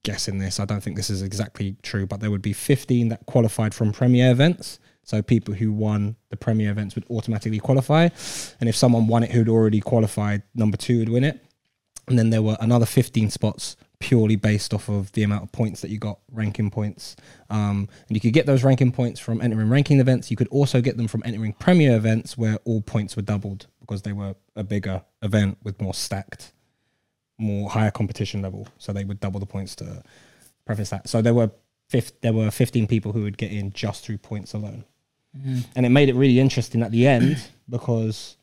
[SPEAKER 3] guessing this. I don't think this is exactly true, but there would be 15 that qualified from premier events. So people who won the premier events would automatically qualify, and if someone won it who'd already qualified, number two would win it. And then there were another 15 spots purely based off of the amount of points that you got, ranking points. Um, and you could get those ranking points from entering ranking events. You could also get them from entering premier events where all points were doubled because they were a bigger event with more stacked, more higher competition level. So they would double the points to preface that. So there were fif- there were 15 people who would get in just through points alone.
[SPEAKER 1] Mm-hmm.
[SPEAKER 3] And it made it really interesting at the end [coughs] because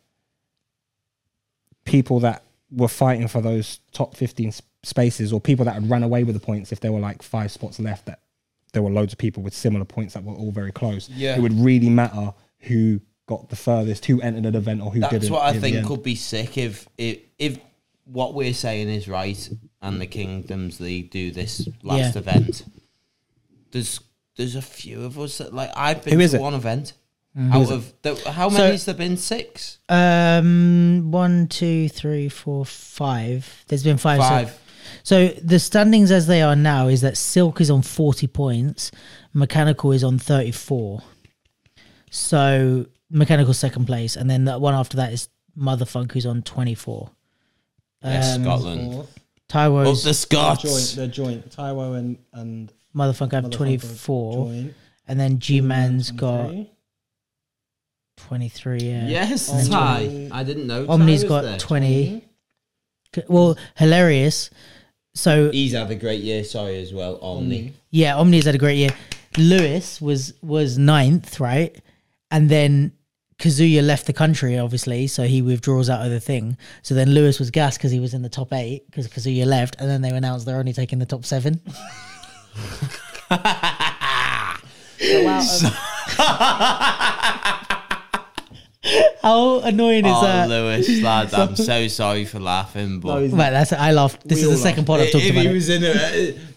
[SPEAKER 3] people that were fighting for those top 15 s- spaces or people that had run away with the points if there were like five spots left that there were loads of people with similar points that were all very close
[SPEAKER 1] Yeah.
[SPEAKER 3] it would really matter who got the furthest who entered an event or who
[SPEAKER 1] That's
[SPEAKER 3] didn't
[SPEAKER 1] what I
[SPEAKER 3] in the
[SPEAKER 1] think
[SPEAKER 3] end.
[SPEAKER 1] could be sick if if if what we're saying is right and the kingdoms they do this last
[SPEAKER 4] Yeah.
[SPEAKER 1] event. There's there's a few of us that like I've been
[SPEAKER 3] Who is
[SPEAKER 1] to
[SPEAKER 3] it?
[SPEAKER 1] one event.
[SPEAKER 4] Mm.
[SPEAKER 1] Out of the, how
[SPEAKER 4] So-
[SPEAKER 1] many's there been? Six,
[SPEAKER 4] Um, one, two, three, four, five. There's been five. so-
[SPEAKER 1] five.
[SPEAKER 4] So the standings as they are now is that Silk is on 40 points, Mechanical is on 34. So Mechanical second place, and then that one after that is Motherfunk who's on 24.
[SPEAKER 1] Yes, Scotland. Up
[SPEAKER 3] Oh,
[SPEAKER 4] Tyro's
[SPEAKER 1] the Scots.
[SPEAKER 3] they're joint Taiwo and and
[SPEAKER 4] Motherfunk have 24, and then G Man's got 23. Yeah.
[SPEAKER 1] Yes,
[SPEAKER 4] Omni-
[SPEAKER 1] Ty. I didn't know. Ty
[SPEAKER 4] Omni's
[SPEAKER 1] was
[SPEAKER 4] got
[SPEAKER 1] there.
[SPEAKER 4] 20. C- Well, hilarious. So
[SPEAKER 1] He's had a great year. Sorry, as well. Omni.
[SPEAKER 4] Yeah, Omni's had a great year. Lewis was was ninth, right? And then Kazuya left the country, obviously, so he withdraws out of the thing. So then Lewis was gassed because he was in the top eight because Kazuya left, and then they announced they're only taking the top seven. [laughs] How annoying is
[SPEAKER 1] Oh,
[SPEAKER 4] that?
[SPEAKER 1] Lewis, lad,
[SPEAKER 3] [laughs]
[SPEAKER 1] I'm so sorry for laughing, but
[SPEAKER 4] Right, that's I laughed. This is the second part I've talked
[SPEAKER 1] if
[SPEAKER 4] about.
[SPEAKER 1] he
[SPEAKER 4] it.
[SPEAKER 1] was
[SPEAKER 3] [laughs]
[SPEAKER 1] in a, uh,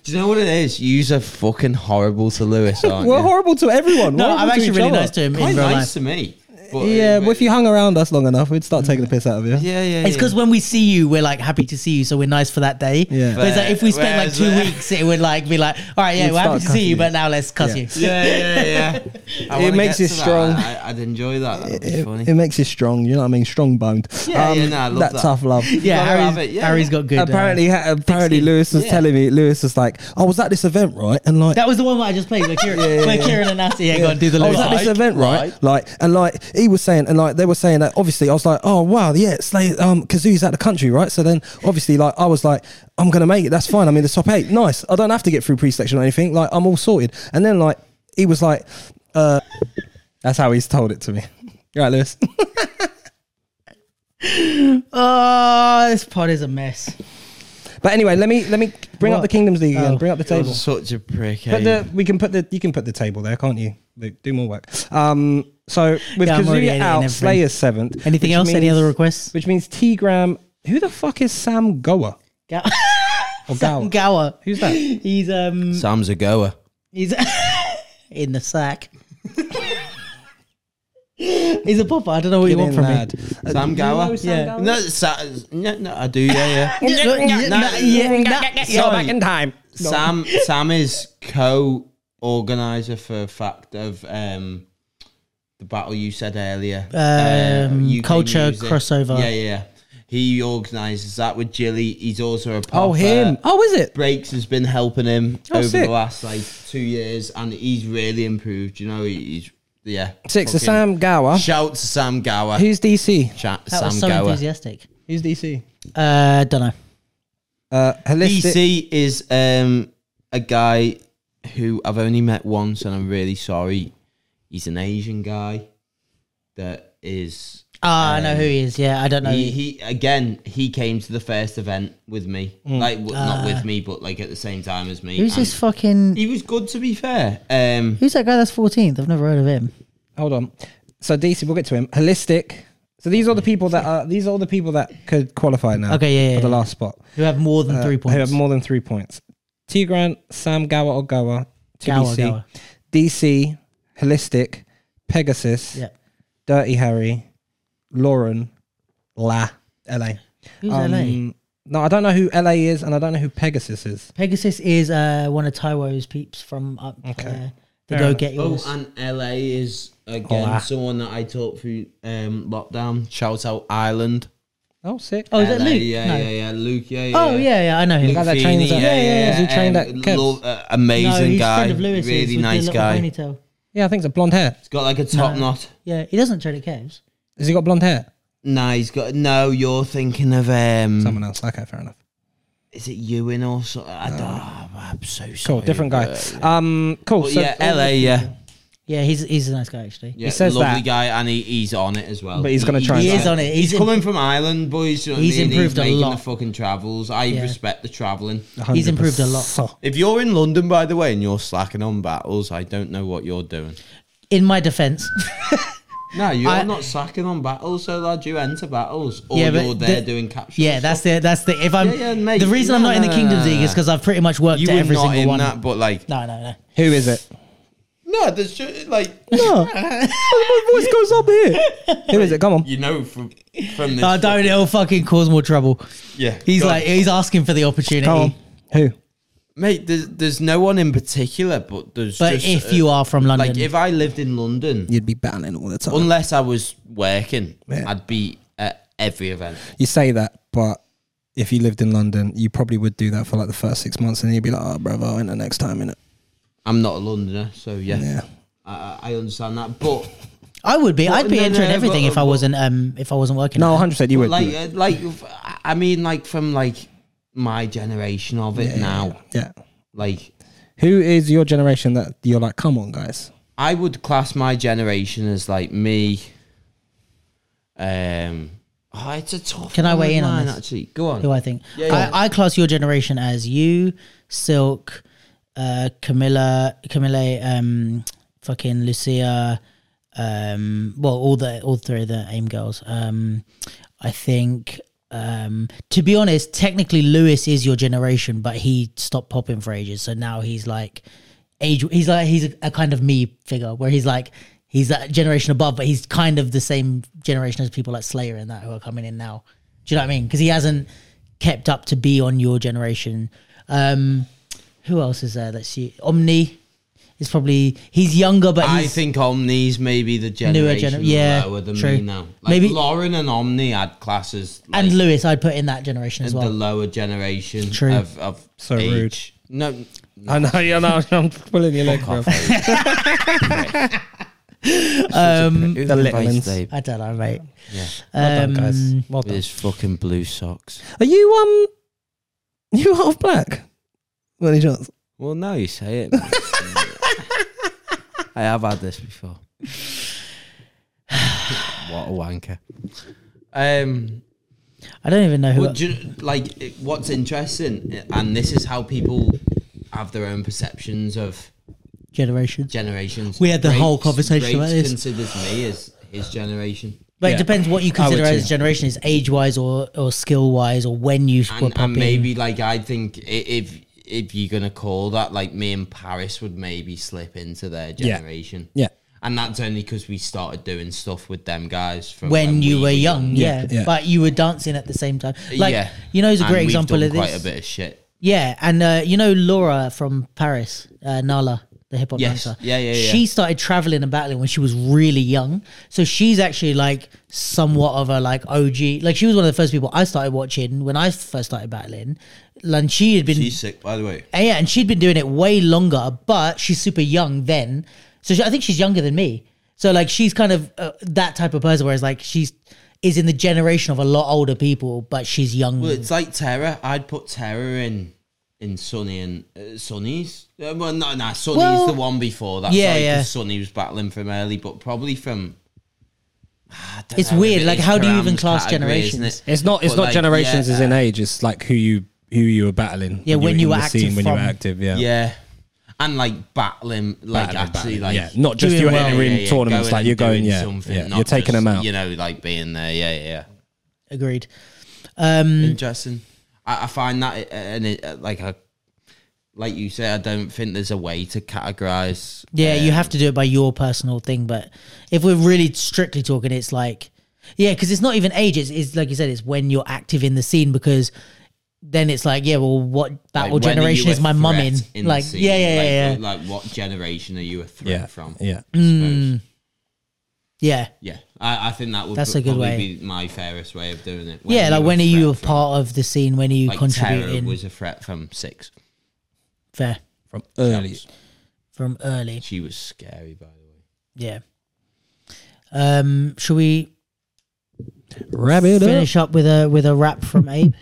[SPEAKER 1] do you know what it is? Yous are fucking horrible to Lewis, aren't
[SPEAKER 3] we're
[SPEAKER 1] you?
[SPEAKER 3] horrible to everyone
[SPEAKER 4] no,
[SPEAKER 3] horrible
[SPEAKER 4] I'm
[SPEAKER 3] to
[SPEAKER 4] actually
[SPEAKER 3] each
[SPEAKER 4] really
[SPEAKER 3] other.
[SPEAKER 4] nice to him in
[SPEAKER 1] Quite
[SPEAKER 4] real
[SPEAKER 1] nice
[SPEAKER 4] life.
[SPEAKER 1] to me. But,
[SPEAKER 3] yeah
[SPEAKER 1] uh,
[SPEAKER 3] but if you hung around us long enough we'd start taking the piss out of you
[SPEAKER 1] yeah, yeah,
[SPEAKER 4] It's because when we see you, we're like happy to see you, so we're nice for that day.
[SPEAKER 3] Yeah.
[SPEAKER 4] Whereas like, if we spent
[SPEAKER 1] Whereas,
[SPEAKER 4] like two
[SPEAKER 1] uh,
[SPEAKER 4] weeks, it would like be like, all right, yeah,
[SPEAKER 3] You'd
[SPEAKER 4] we're happy
[SPEAKER 3] start
[SPEAKER 4] to see you,
[SPEAKER 3] cussing
[SPEAKER 4] but now let's cuss you.
[SPEAKER 1] [laughs] yeah, yeah, yeah. I
[SPEAKER 3] It
[SPEAKER 1] wanna
[SPEAKER 3] makes
[SPEAKER 1] get
[SPEAKER 3] you
[SPEAKER 1] to that.
[SPEAKER 3] strong.
[SPEAKER 1] I, I'd enjoy that. That'd be
[SPEAKER 3] It,
[SPEAKER 1] funny.
[SPEAKER 3] it um, makes you strong, you know what I mean? Strong boned.
[SPEAKER 1] Yeah, yeah, no, I love that.
[SPEAKER 2] [laughs]
[SPEAKER 3] tough love.
[SPEAKER 4] Yeah,
[SPEAKER 1] gotta
[SPEAKER 4] Harry's,
[SPEAKER 1] have it, yeah.
[SPEAKER 4] Harry's got good. uh,
[SPEAKER 3] apparently, ha- apparently,
[SPEAKER 4] skin.
[SPEAKER 3] Lewis was
[SPEAKER 1] Yeah.
[SPEAKER 3] telling me. Lewis was like, "I was at this event, right?" And like,
[SPEAKER 4] that was the one that I just played where Kieran, where Kieran and Nasty yeah, go and do the
[SPEAKER 3] I was
[SPEAKER 4] little
[SPEAKER 3] at Oh, this event, right? Like, and like he was saying, and like they were saying that. Obviously, I was like, oh wow, yeah, Slay, um, Kazoo's out of the country, right? So then, obviously, like I was like, I'm gonna make it. That's fine. I'm in the top eight. Nice. I don't have to get through pre-selection or anything. Like I'm all sorted. And then like he was like, uh, that's how he's told it to me. [laughs] Right, Lewis.
[SPEAKER 4] Oh, this pod is a mess.
[SPEAKER 3] But anyway, let me let me bring up
[SPEAKER 4] What?
[SPEAKER 3] the Kingdoms League again.
[SPEAKER 4] Oh.
[SPEAKER 3] Bring up the table.
[SPEAKER 1] Such a prick. eh?
[SPEAKER 3] Put the, we can put the you can put the table there, can't you? Luke, do more work. Um, so with
[SPEAKER 4] Yeah, I'm already
[SPEAKER 3] Kazuya
[SPEAKER 4] editing
[SPEAKER 3] out,
[SPEAKER 4] everything.
[SPEAKER 3] Slayer's seventh.
[SPEAKER 4] Anything
[SPEAKER 3] which
[SPEAKER 4] else? Any
[SPEAKER 3] means-
[SPEAKER 4] other requests?
[SPEAKER 3] Which means T Gram. Who the fuck is Sam Goa?
[SPEAKER 4] Ga-
[SPEAKER 3] Or Gower?
[SPEAKER 4] Sam Gower.
[SPEAKER 3] Who's that?
[SPEAKER 4] He's um
[SPEAKER 1] Sam's a goer.
[SPEAKER 3] Uh,
[SPEAKER 4] he's in the sack. he's a popper. I don't know what you want from me.
[SPEAKER 1] Sam Gower.
[SPEAKER 4] Yeah.
[SPEAKER 1] No, Sa- no, no, I do.
[SPEAKER 3] [laughs]
[SPEAKER 1] Yeah, yeah.
[SPEAKER 4] Yeah, yeah,
[SPEAKER 1] no,
[SPEAKER 4] yeah, yeah, sorry.
[SPEAKER 3] in time.
[SPEAKER 1] Sam, Sam is co-organizer for fact of um, the battle you said earlier. Uh,
[SPEAKER 4] Um,
[SPEAKER 1] UK
[SPEAKER 4] culture crossover.
[SPEAKER 1] Yeah, yeah. yeah. He organises that with Jilly. He's also a
[SPEAKER 3] Oh,
[SPEAKER 1] popper.
[SPEAKER 3] him. Oh, is it?
[SPEAKER 1] Breaks has been helping him
[SPEAKER 3] Oh,
[SPEAKER 1] over
[SPEAKER 3] sick.
[SPEAKER 1] the last like two years, and he's really improved. You know, he's yeah.
[SPEAKER 3] Six. So
[SPEAKER 1] fucking-
[SPEAKER 3] Sam Gower.
[SPEAKER 1] Shout to Sam Gower.
[SPEAKER 3] Who's DC?
[SPEAKER 1] Chat
[SPEAKER 4] That
[SPEAKER 1] Sam
[SPEAKER 4] was so
[SPEAKER 1] Gower.
[SPEAKER 4] enthusiastic.
[SPEAKER 3] Who's DC?
[SPEAKER 4] Uh, don't know.
[SPEAKER 3] Uh, holistic.
[SPEAKER 1] DC is um a guy who I've only met once, and I'm really sorry. He's an Asian guy that is
[SPEAKER 4] Ah, I know who he is. Yeah, I don't know.
[SPEAKER 1] he, he again he came to the first event with me like w- not with me but like at the same time as me
[SPEAKER 4] Mm. Ah. Who's
[SPEAKER 1] and
[SPEAKER 4] this fucking?
[SPEAKER 1] he was good to be fair um
[SPEAKER 4] Who's that guy? That's fourteenth. I've never heard of him.
[SPEAKER 2] Hold on. So DC, we'll get to him. Holistic. So these are the people that are these are the people that could qualify now.
[SPEAKER 4] Okay, yeah, yeah,
[SPEAKER 2] for the
[SPEAKER 4] yeah.
[SPEAKER 2] last spot.
[SPEAKER 4] Who have more than
[SPEAKER 2] Uh,
[SPEAKER 4] three
[SPEAKER 2] Who
[SPEAKER 4] points?
[SPEAKER 2] have more than three points. Tigran, Sam Gawa or Gawa,
[SPEAKER 4] Gawa,
[SPEAKER 2] TBC,
[SPEAKER 4] Gawa.
[SPEAKER 2] DC, Holistic, Pegasus,
[SPEAKER 4] Yeah.
[SPEAKER 2] Dirty Harry, Lauren, La, LA.
[SPEAKER 4] Who's
[SPEAKER 1] Um,
[SPEAKER 4] LA?
[SPEAKER 2] No, I don't know who LA is, and I don't know who Pegasus is.
[SPEAKER 4] Pegasus is uh, one of Taiwo's peeps from up there. The
[SPEAKER 2] Fair
[SPEAKER 4] Go
[SPEAKER 2] enough.
[SPEAKER 4] Get Yours.
[SPEAKER 1] oh and la is again
[SPEAKER 2] Hola.
[SPEAKER 1] someone that i talked through um lockdown shout out ireland
[SPEAKER 2] Oh, sick.
[SPEAKER 4] oh, is that
[SPEAKER 1] LA,
[SPEAKER 4] Luke?
[SPEAKER 1] yeah
[SPEAKER 4] No.
[SPEAKER 1] yeah yeah luke yeah, yeah
[SPEAKER 4] Oh yeah, yeah, I know him.
[SPEAKER 1] Luke
[SPEAKER 2] guy that
[SPEAKER 1] Feeney,
[SPEAKER 2] trains
[SPEAKER 1] yeah,
[SPEAKER 2] at-
[SPEAKER 1] yeah,
[SPEAKER 2] yeah, yeah,
[SPEAKER 1] yeah,
[SPEAKER 2] he trained
[SPEAKER 1] um,
[SPEAKER 2] at Kev's.
[SPEAKER 1] lo- uh,
[SPEAKER 4] no,
[SPEAKER 1] amazing
[SPEAKER 4] he's
[SPEAKER 1] guy,
[SPEAKER 4] friend of Lewis's
[SPEAKER 1] really
[SPEAKER 4] with
[SPEAKER 1] nice
[SPEAKER 4] the little
[SPEAKER 1] guy. He's
[SPEAKER 4] Ponytail.
[SPEAKER 2] Yeah, I think it's a blonde hair.
[SPEAKER 1] got like a top
[SPEAKER 4] No.
[SPEAKER 1] knot.
[SPEAKER 4] Yeah, he doesn't train at Kev's.
[SPEAKER 2] Has he got blonde hair?
[SPEAKER 1] Nah, he's got no. You're thinking of um,
[SPEAKER 2] Someone else. Okay, fair enough.
[SPEAKER 1] is it Ewan or something? I don't know. I'm so sorry.
[SPEAKER 2] Cool, different guy. Um, cool.
[SPEAKER 1] But
[SPEAKER 2] so
[SPEAKER 1] yeah, LA, yeah.
[SPEAKER 4] Yeah, he's he's a nice guy actually.
[SPEAKER 1] yeah.
[SPEAKER 2] says
[SPEAKER 1] lovely
[SPEAKER 2] that.
[SPEAKER 1] guy, and he, he's on it as well.
[SPEAKER 2] But he's gonna try
[SPEAKER 4] He
[SPEAKER 2] and
[SPEAKER 4] is on it. He's,
[SPEAKER 1] He's
[SPEAKER 4] in-
[SPEAKER 1] coming from Ireland, boys. You know what I
[SPEAKER 4] He's
[SPEAKER 1] mean?
[SPEAKER 4] improved a
[SPEAKER 1] making
[SPEAKER 4] lot.
[SPEAKER 1] the fucking travels. I
[SPEAKER 4] Yeah.
[SPEAKER 1] respect the traveling.
[SPEAKER 4] he's improved a lot.
[SPEAKER 1] If you're in London, by the way, and you're slacking on battles, I don't know what you're doing.
[SPEAKER 4] In my defense,
[SPEAKER 1] No, you're
[SPEAKER 4] I-
[SPEAKER 1] not slacking on battles, so lad. You enter battles, or
[SPEAKER 4] Yeah, but
[SPEAKER 1] you're there
[SPEAKER 4] the-
[SPEAKER 1] doing capture.
[SPEAKER 4] yeah, that's the that's the if I'm
[SPEAKER 1] Yeah, yeah, mate.
[SPEAKER 4] the reason I'm
[SPEAKER 1] No,
[SPEAKER 4] not in
[SPEAKER 1] no,
[SPEAKER 4] the
[SPEAKER 1] no,
[SPEAKER 4] Kingdom
[SPEAKER 1] no,
[SPEAKER 4] League
[SPEAKER 1] no.
[SPEAKER 4] is because I've pretty much worked
[SPEAKER 1] you
[SPEAKER 4] to
[SPEAKER 1] were
[SPEAKER 4] every
[SPEAKER 1] not
[SPEAKER 4] single
[SPEAKER 1] in
[SPEAKER 4] one.
[SPEAKER 1] that, but like,
[SPEAKER 4] No, no, no.
[SPEAKER 2] Who is it?
[SPEAKER 1] [laughs] no, there's just, like
[SPEAKER 2] My voice goes up here. [laughs] Who is it? Come on.
[SPEAKER 1] you know from from this.
[SPEAKER 4] No, Oh, don't. It'll fucking cause more trouble.
[SPEAKER 1] Yeah,
[SPEAKER 4] He's
[SPEAKER 1] go on.
[SPEAKER 4] like, he's asking for the opportunity.
[SPEAKER 2] Come on. Who?
[SPEAKER 1] mate. There's there's no one in particular, but there's
[SPEAKER 4] But
[SPEAKER 1] just,
[SPEAKER 4] if
[SPEAKER 1] uh,
[SPEAKER 4] you are from London,
[SPEAKER 1] like if I lived in London,
[SPEAKER 2] You'd be battling all the time.
[SPEAKER 1] unless I was working,
[SPEAKER 2] Yeah.
[SPEAKER 1] I'd be at every event.
[SPEAKER 2] you say that, but if you lived in London, you probably would do that for like the first six months, and you'd be like, "Oh, brother, I'll enter next time." In it,
[SPEAKER 1] I'm not a Londoner, so yeah,
[SPEAKER 2] yeah.
[SPEAKER 1] I, I- I understand that. But
[SPEAKER 4] I would be. I'd be
[SPEAKER 1] no, no,
[SPEAKER 4] entering
[SPEAKER 1] but-
[SPEAKER 4] everything if I
[SPEAKER 1] but-
[SPEAKER 4] wasn't um if I wasn't working.
[SPEAKER 2] No, hundred percent, you would.
[SPEAKER 1] like
[SPEAKER 2] you would.
[SPEAKER 1] uh, like f- I mean, like from like my generation of it now,
[SPEAKER 2] yeah.
[SPEAKER 1] like
[SPEAKER 2] Who is your generation that you're like? Come on, guys.
[SPEAKER 1] I would class my generation as like me. Um, oh, it's a tough.
[SPEAKER 4] Can I
[SPEAKER 1] one
[SPEAKER 4] weigh
[SPEAKER 1] with
[SPEAKER 4] in on
[SPEAKER 1] mine,
[SPEAKER 4] this?
[SPEAKER 1] Actually, go on.
[SPEAKER 4] Who I think
[SPEAKER 1] Yeah, yeah.
[SPEAKER 4] I, I class your generation as you, Silk, uh, Camilla, Camille, um, fucking Lucia, um, well, all the all three of the AIM girls. Um, I think. Um, to be honest, technically Lewis is your generation, but he stopped popping for ages. So now he's like age. He's like he's a, a kind of me figure where he's like he's that generation above, but he's kind of the same generation as people like Slayer and that who are coming in now. Do you know what I mean? Because he hasn't kept up to be on your generation. Um, who else is there? That's you. Omni is probably he's younger, but
[SPEAKER 1] I
[SPEAKER 4] he's,
[SPEAKER 1] think Omni's maybe the
[SPEAKER 4] Newer
[SPEAKER 1] generation
[SPEAKER 4] gener- yeah,
[SPEAKER 1] lower than
[SPEAKER 4] true.
[SPEAKER 1] me now. Like
[SPEAKER 4] Maybe-
[SPEAKER 1] Lauren and Omni had classes like,
[SPEAKER 4] and Lewis I'd put in that generation as
[SPEAKER 1] the
[SPEAKER 4] well.
[SPEAKER 1] lower generation
[SPEAKER 4] True.
[SPEAKER 1] of of
[SPEAKER 2] So
[SPEAKER 1] age. No,
[SPEAKER 2] I know. You know. [laughs] I'm pulling your leg, bro.
[SPEAKER 1] um,
[SPEAKER 2] the Litmans.
[SPEAKER 4] I don't know, mate.
[SPEAKER 1] Yeah.
[SPEAKER 2] Well done, guys.
[SPEAKER 4] Um,
[SPEAKER 2] Well
[SPEAKER 1] with
[SPEAKER 2] done.
[SPEAKER 1] his fucking blue socks.
[SPEAKER 2] Are you um? You half black? Well, any chance?
[SPEAKER 1] Well, now you say it. man.
[SPEAKER 4] [laughs]
[SPEAKER 1] I have had this before. [sighs] what a wanker. Um,
[SPEAKER 4] I don't even know who.
[SPEAKER 1] Well, do you, like it- what's interesting, and this is how people have their own perceptions of
[SPEAKER 4] generation.
[SPEAKER 1] generations.
[SPEAKER 4] We had the whole conversation
[SPEAKER 1] Rates
[SPEAKER 4] about this.
[SPEAKER 1] Considers me as his generation,
[SPEAKER 4] But
[SPEAKER 2] Yeah.
[SPEAKER 4] it depends what
[SPEAKER 2] I
[SPEAKER 4] you
[SPEAKER 2] would
[SPEAKER 4] consider as
[SPEAKER 2] too.
[SPEAKER 4] generation is age wise or, or skill wise or when you were
[SPEAKER 1] and,
[SPEAKER 4] popping.
[SPEAKER 1] and maybe like I think i- if if you're gonna call that, like me and Paris would maybe slip into their generation.
[SPEAKER 2] Yeah.
[SPEAKER 1] And that's only because we started doing stuff with them guys from
[SPEAKER 4] when, you
[SPEAKER 1] we
[SPEAKER 4] were young, yeah,
[SPEAKER 2] yeah.
[SPEAKER 4] But you were dancing at the same time. Like
[SPEAKER 1] yeah,
[SPEAKER 4] you know, is a
[SPEAKER 1] And
[SPEAKER 4] great
[SPEAKER 1] we've
[SPEAKER 4] example
[SPEAKER 1] done
[SPEAKER 4] of this.
[SPEAKER 1] Quite a bit of shit.
[SPEAKER 4] Yeah, and uh, you know Laura from Paris, uh, Nala, the hip hop
[SPEAKER 1] Yes.
[SPEAKER 4] dancer.
[SPEAKER 1] Yeah, yeah, yeah.
[SPEAKER 4] She started traveling and battling when she was really young, so she's actually like somewhat of a like OG. Like she was one of the first people I started watching when I first started battling. And she had been
[SPEAKER 1] sick, by the way.
[SPEAKER 4] and yeah, and she'd been doing it way longer, but she's super young then. So she, I think she's younger than me. So like she's kind of uh, that type of person, whereas like she's is in the generation of a lot older people, but she's young.
[SPEAKER 1] Well, it's like Terror. I'd put Terror in in Sonny and uh, Sonny's. Uh, well, no, no, Sonny's
[SPEAKER 4] Well-
[SPEAKER 1] the one before that.
[SPEAKER 4] Yeah,
[SPEAKER 1] like,
[SPEAKER 4] yeah.
[SPEAKER 1] Sonny was battling from early, but probably from. I don't
[SPEAKER 4] It's
[SPEAKER 1] know if
[SPEAKER 4] weird,
[SPEAKER 1] it
[SPEAKER 4] like,
[SPEAKER 1] is
[SPEAKER 4] how do you
[SPEAKER 1] Karam's
[SPEAKER 4] even class
[SPEAKER 1] category, isn't
[SPEAKER 4] generations?
[SPEAKER 1] it?
[SPEAKER 2] It's not. It's
[SPEAKER 1] But
[SPEAKER 2] not
[SPEAKER 1] like,
[SPEAKER 2] generations
[SPEAKER 1] yeah,
[SPEAKER 2] as in age. It's like who you who you were battling.
[SPEAKER 4] Yeah, when you
[SPEAKER 2] in
[SPEAKER 4] were
[SPEAKER 2] the
[SPEAKER 4] active
[SPEAKER 2] scene, when you were
[SPEAKER 4] from-
[SPEAKER 2] active. Yeah,
[SPEAKER 1] Yeah, and like battling, like
[SPEAKER 2] Battling,
[SPEAKER 1] actually,
[SPEAKER 2] battling,
[SPEAKER 1] like
[SPEAKER 2] yeah. Not just
[SPEAKER 4] doing
[SPEAKER 2] you
[SPEAKER 4] well,
[SPEAKER 2] entering
[SPEAKER 1] yeah, yeah,
[SPEAKER 2] tournaments.
[SPEAKER 1] going
[SPEAKER 2] like
[SPEAKER 1] and
[SPEAKER 2] you're going.
[SPEAKER 1] doing
[SPEAKER 2] Yeah,
[SPEAKER 1] something,
[SPEAKER 2] yeah.
[SPEAKER 1] not
[SPEAKER 2] You're taking
[SPEAKER 1] just,
[SPEAKER 2] them out.
[SPEAKER 1] You know, like being there. Yeah, yeah. yeah.
[SPEAKER 4] Agreed.
[SPEAKER 2] Mm.
[SPEAKER 4] Um,
[SPEAKER 1] Interesting. I, I find that, uh, and it, uh, like I, like you say, I don't think there's a way to categorize.
[SPEAKER 4] yeah, you
[SPEAKER 1] Um,
[SPEAKER 4] have to do it by your personal thing. But if we're really strictly talking, it's like, yeah, because it's not even age. It's, it's like you said, it's when you're active in the scene because then it's like, yeah, well, what
[SPEAKER 1] like,
[SPEAKER 4] battle
[SPEAKER 1] when are
[SPEAKER 4] generation
[SPEAKER 1] you a
[SPEAKER 4] is my mum
[SPEAKER 1] threat
[SPEAKER 4] in?
[SPEAKER 1] the
[SPEAKER 4] Like,
[SPEAKER 1] scene?
[SPEAKER 4] yeah, yeah, yeah,
[SPEAKER 1] Like, like, what generation are you a threat
[SPEAKER 2] Yeah,
[SPEAKER 1] from? I
[SPEAKER 2] yeah.
[SPEAKER 1] suppose.
[SPEAKER 4] yeah.
[SPEAKER 1] Yeah, I, I think that would
[SPEAKER 4] Mm. That's
[SPEAKER 1] pro-
[SPEAKER 4] a good
[SPEAKER 1] probably
[SPEAKER 4] way.
[SPEAKER 1] be my fairest way of doing it.
[SPEAKER 4] yeah, like when are you a
[SPEAKER 1] threat
[SPEAKER 4] part of the scene? When are you
[SPEAKER 1] from- Like Terror
[SPEAKER 4] contributing?
[SPEAKER 1] was a threat from six.
[SPEAKER 4] Fair
[SPEAKER 2] From early.
[SPEAKER 4] from early.
[SPEAKER 1] She was scary, by the way.
[SPEAKER 4] Yeah. Um, should we
[SPEAKER 2] Wrap it up.
[SPEAKER 4] finish up with a with a rap from Abe?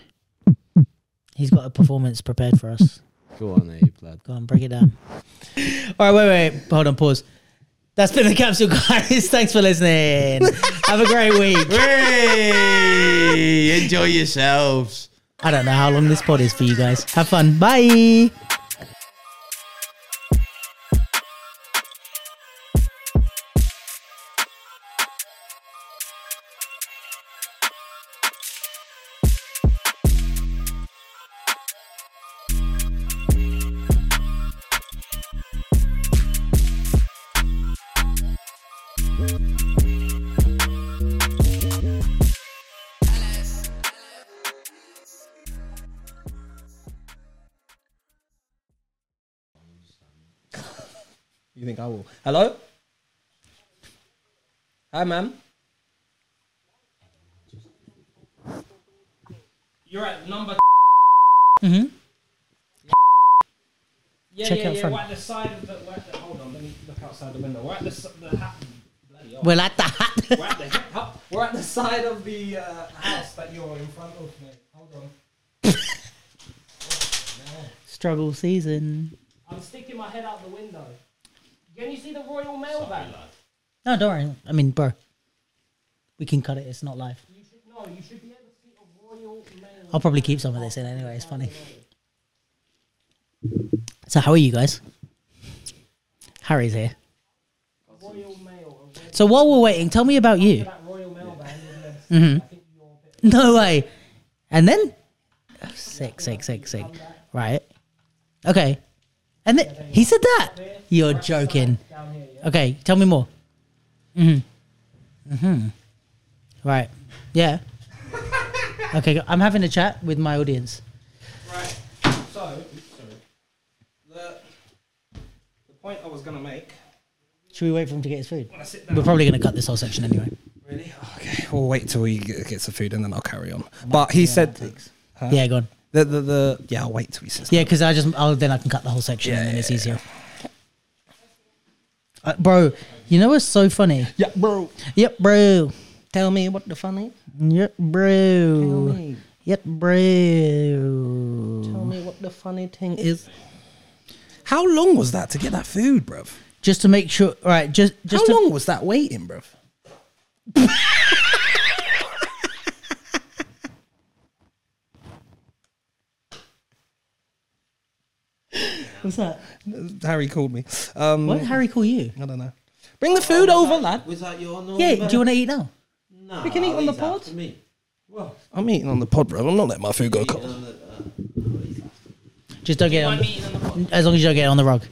[SPEAKER 4] He's got a performance prepared for us.
[SPEAKER 1] Go on, Abe, lad.
[SPEAKER 4] Go on, break it
[SPEAKER 15] [laughs]
[SPEAKER 4] down. All right, wait, wait, hold on, pause. That's been the capsule,
[SPEAKER 15] [laughs]
[SPEAKER 4] guys. Thanks for listening. Have a great week.
[SPEAKER 1] Hey, enjoy yourselves.
[SPEAKER 4] [laughs] I don't know how long this pod is for you guys. Have fun. Bye.
[SPEAKER 15] You think I will? Hello? Hi, ma'am. You're at number. Mm-hmm.
[SPEAKER 4] Mhm.
[SPEAKER 15] Yeah,
[SPEAKER 4] Check
[SPEAKER 15] yeah,
[SPEAKER 4] out
[SPEAKER 15] yeah.
[SPEAKER 4] front.
[SPEAKER 15] We're at the side of the. We're at the, hold on, let me look outside the window. We're at the. s- the ha- bloody hell.
[SPEAKER 4] Well, at the hat.
[SPEAKER 15] We're at the hip hop. We're at the side of the uh, house that you're in front of, mate. Hold on.
[SPEAKER 4] [laughs] Struggle season.
[SPEAKER 15] I'm sticking my head out the window. Can you see the Royal Mail van?
[SPEAKER 4] No, don't worry. I mean, bro, we can cut it. It's not live.
[SPEAKER 15] You should know. You should be able to see a Royal Mail.
[SPEAKER 4] I'll probably keep some of this in anyway. It's funny. So, how are you guys? Harry's here.
[SPEAKER 15] Royal Mail. a Royal-
[SPEAKER 4] So, while we're waiting, tell me about you. Mm-hmm.
[SPEAKER 15] That Royal Mail van. isn't it?
[SPEAKER 4] No way. And then sick, sick, sick, sick. Right. Okay. And then he said that. You're joking. Okay, tell me more. Mm-hmm. Mm-hmm. Right. Yeah. Okay, go- I'm having a chat with my audience.
[SPEAKER 15] Right. So, oops, sorry. The the point I was gonna make.
[SPEAKER 4] Should we wait for him to get his food?
[SPEAKER 15] When I sit
[SPEAKER 4] We're
[SPEAKER 15] down.
[SPEAKER 4] probably going to cut this whole section anyway.
[SPEAKER 15] Really?
[SPEAKER 2] Okay, we'll wait till he g- gets the food and then I'll carry on. But he said
[SPEAKER 4] Yeah, go on.
[SPEAKER 2] the, the the yeah. I'll wait till he says.
[SPEAKER 4] Yeah, because I just I'll, then I can cut the whole section and then it's easier. Uh, bro, you know what's so funny?
[SPEAKER 2] yeah, bro.
[SPEAKER 4] Yep, bro.
[SPEAKER 2] Tell me what the fun is.
[SPEAKER 4] Yep, bro.
[SPEAKER 2] me.
[SPEAKER 4] Yep, bro.
[SPEAKER 2] Tell me what the funny thing is. How long was that to get that food, bruv?
[SPEAKER 4] Just to make sure. All right, just just
[SPEAKER 2] How
[SPEAKER 4] to,
[SPEAKER 2] long was that waiting, bruv?
[SPEAKER 4] What's that?
[SPEAKER 2] Harry called me. Um,
[SPEAKER 4] What did Harry call you?
[SPEAKER 2] I don't know. Bring the food over, lad.
[SPEAKER 1] Was that your number?
[SPEAKER 4] Yeah. Do you want to eat now?
[SPEAKER 1] No,
[SPEAKER 2] we can eat on the
[SPEAKER 1] he's
[SPEAKER 2] pod.
[SPEAKER 1] after Me.
[SPEAKER 2] I'm eating on the pod, bruv. I'm not letting my food go cold.
[SPEAKER 4] Just don't get it on. As long as you don't get it on the rug.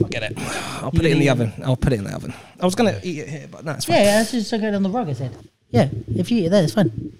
[SPEAKER 2] I'll get it. I'll put it in the oven. I'll put it in the oven. I was gonna eat it here, but no, it's fine.
[SPEAKER 4] Yeah, yeah. Just don't get it on the rug. I said. Yeah. If you eat it there, it's fine.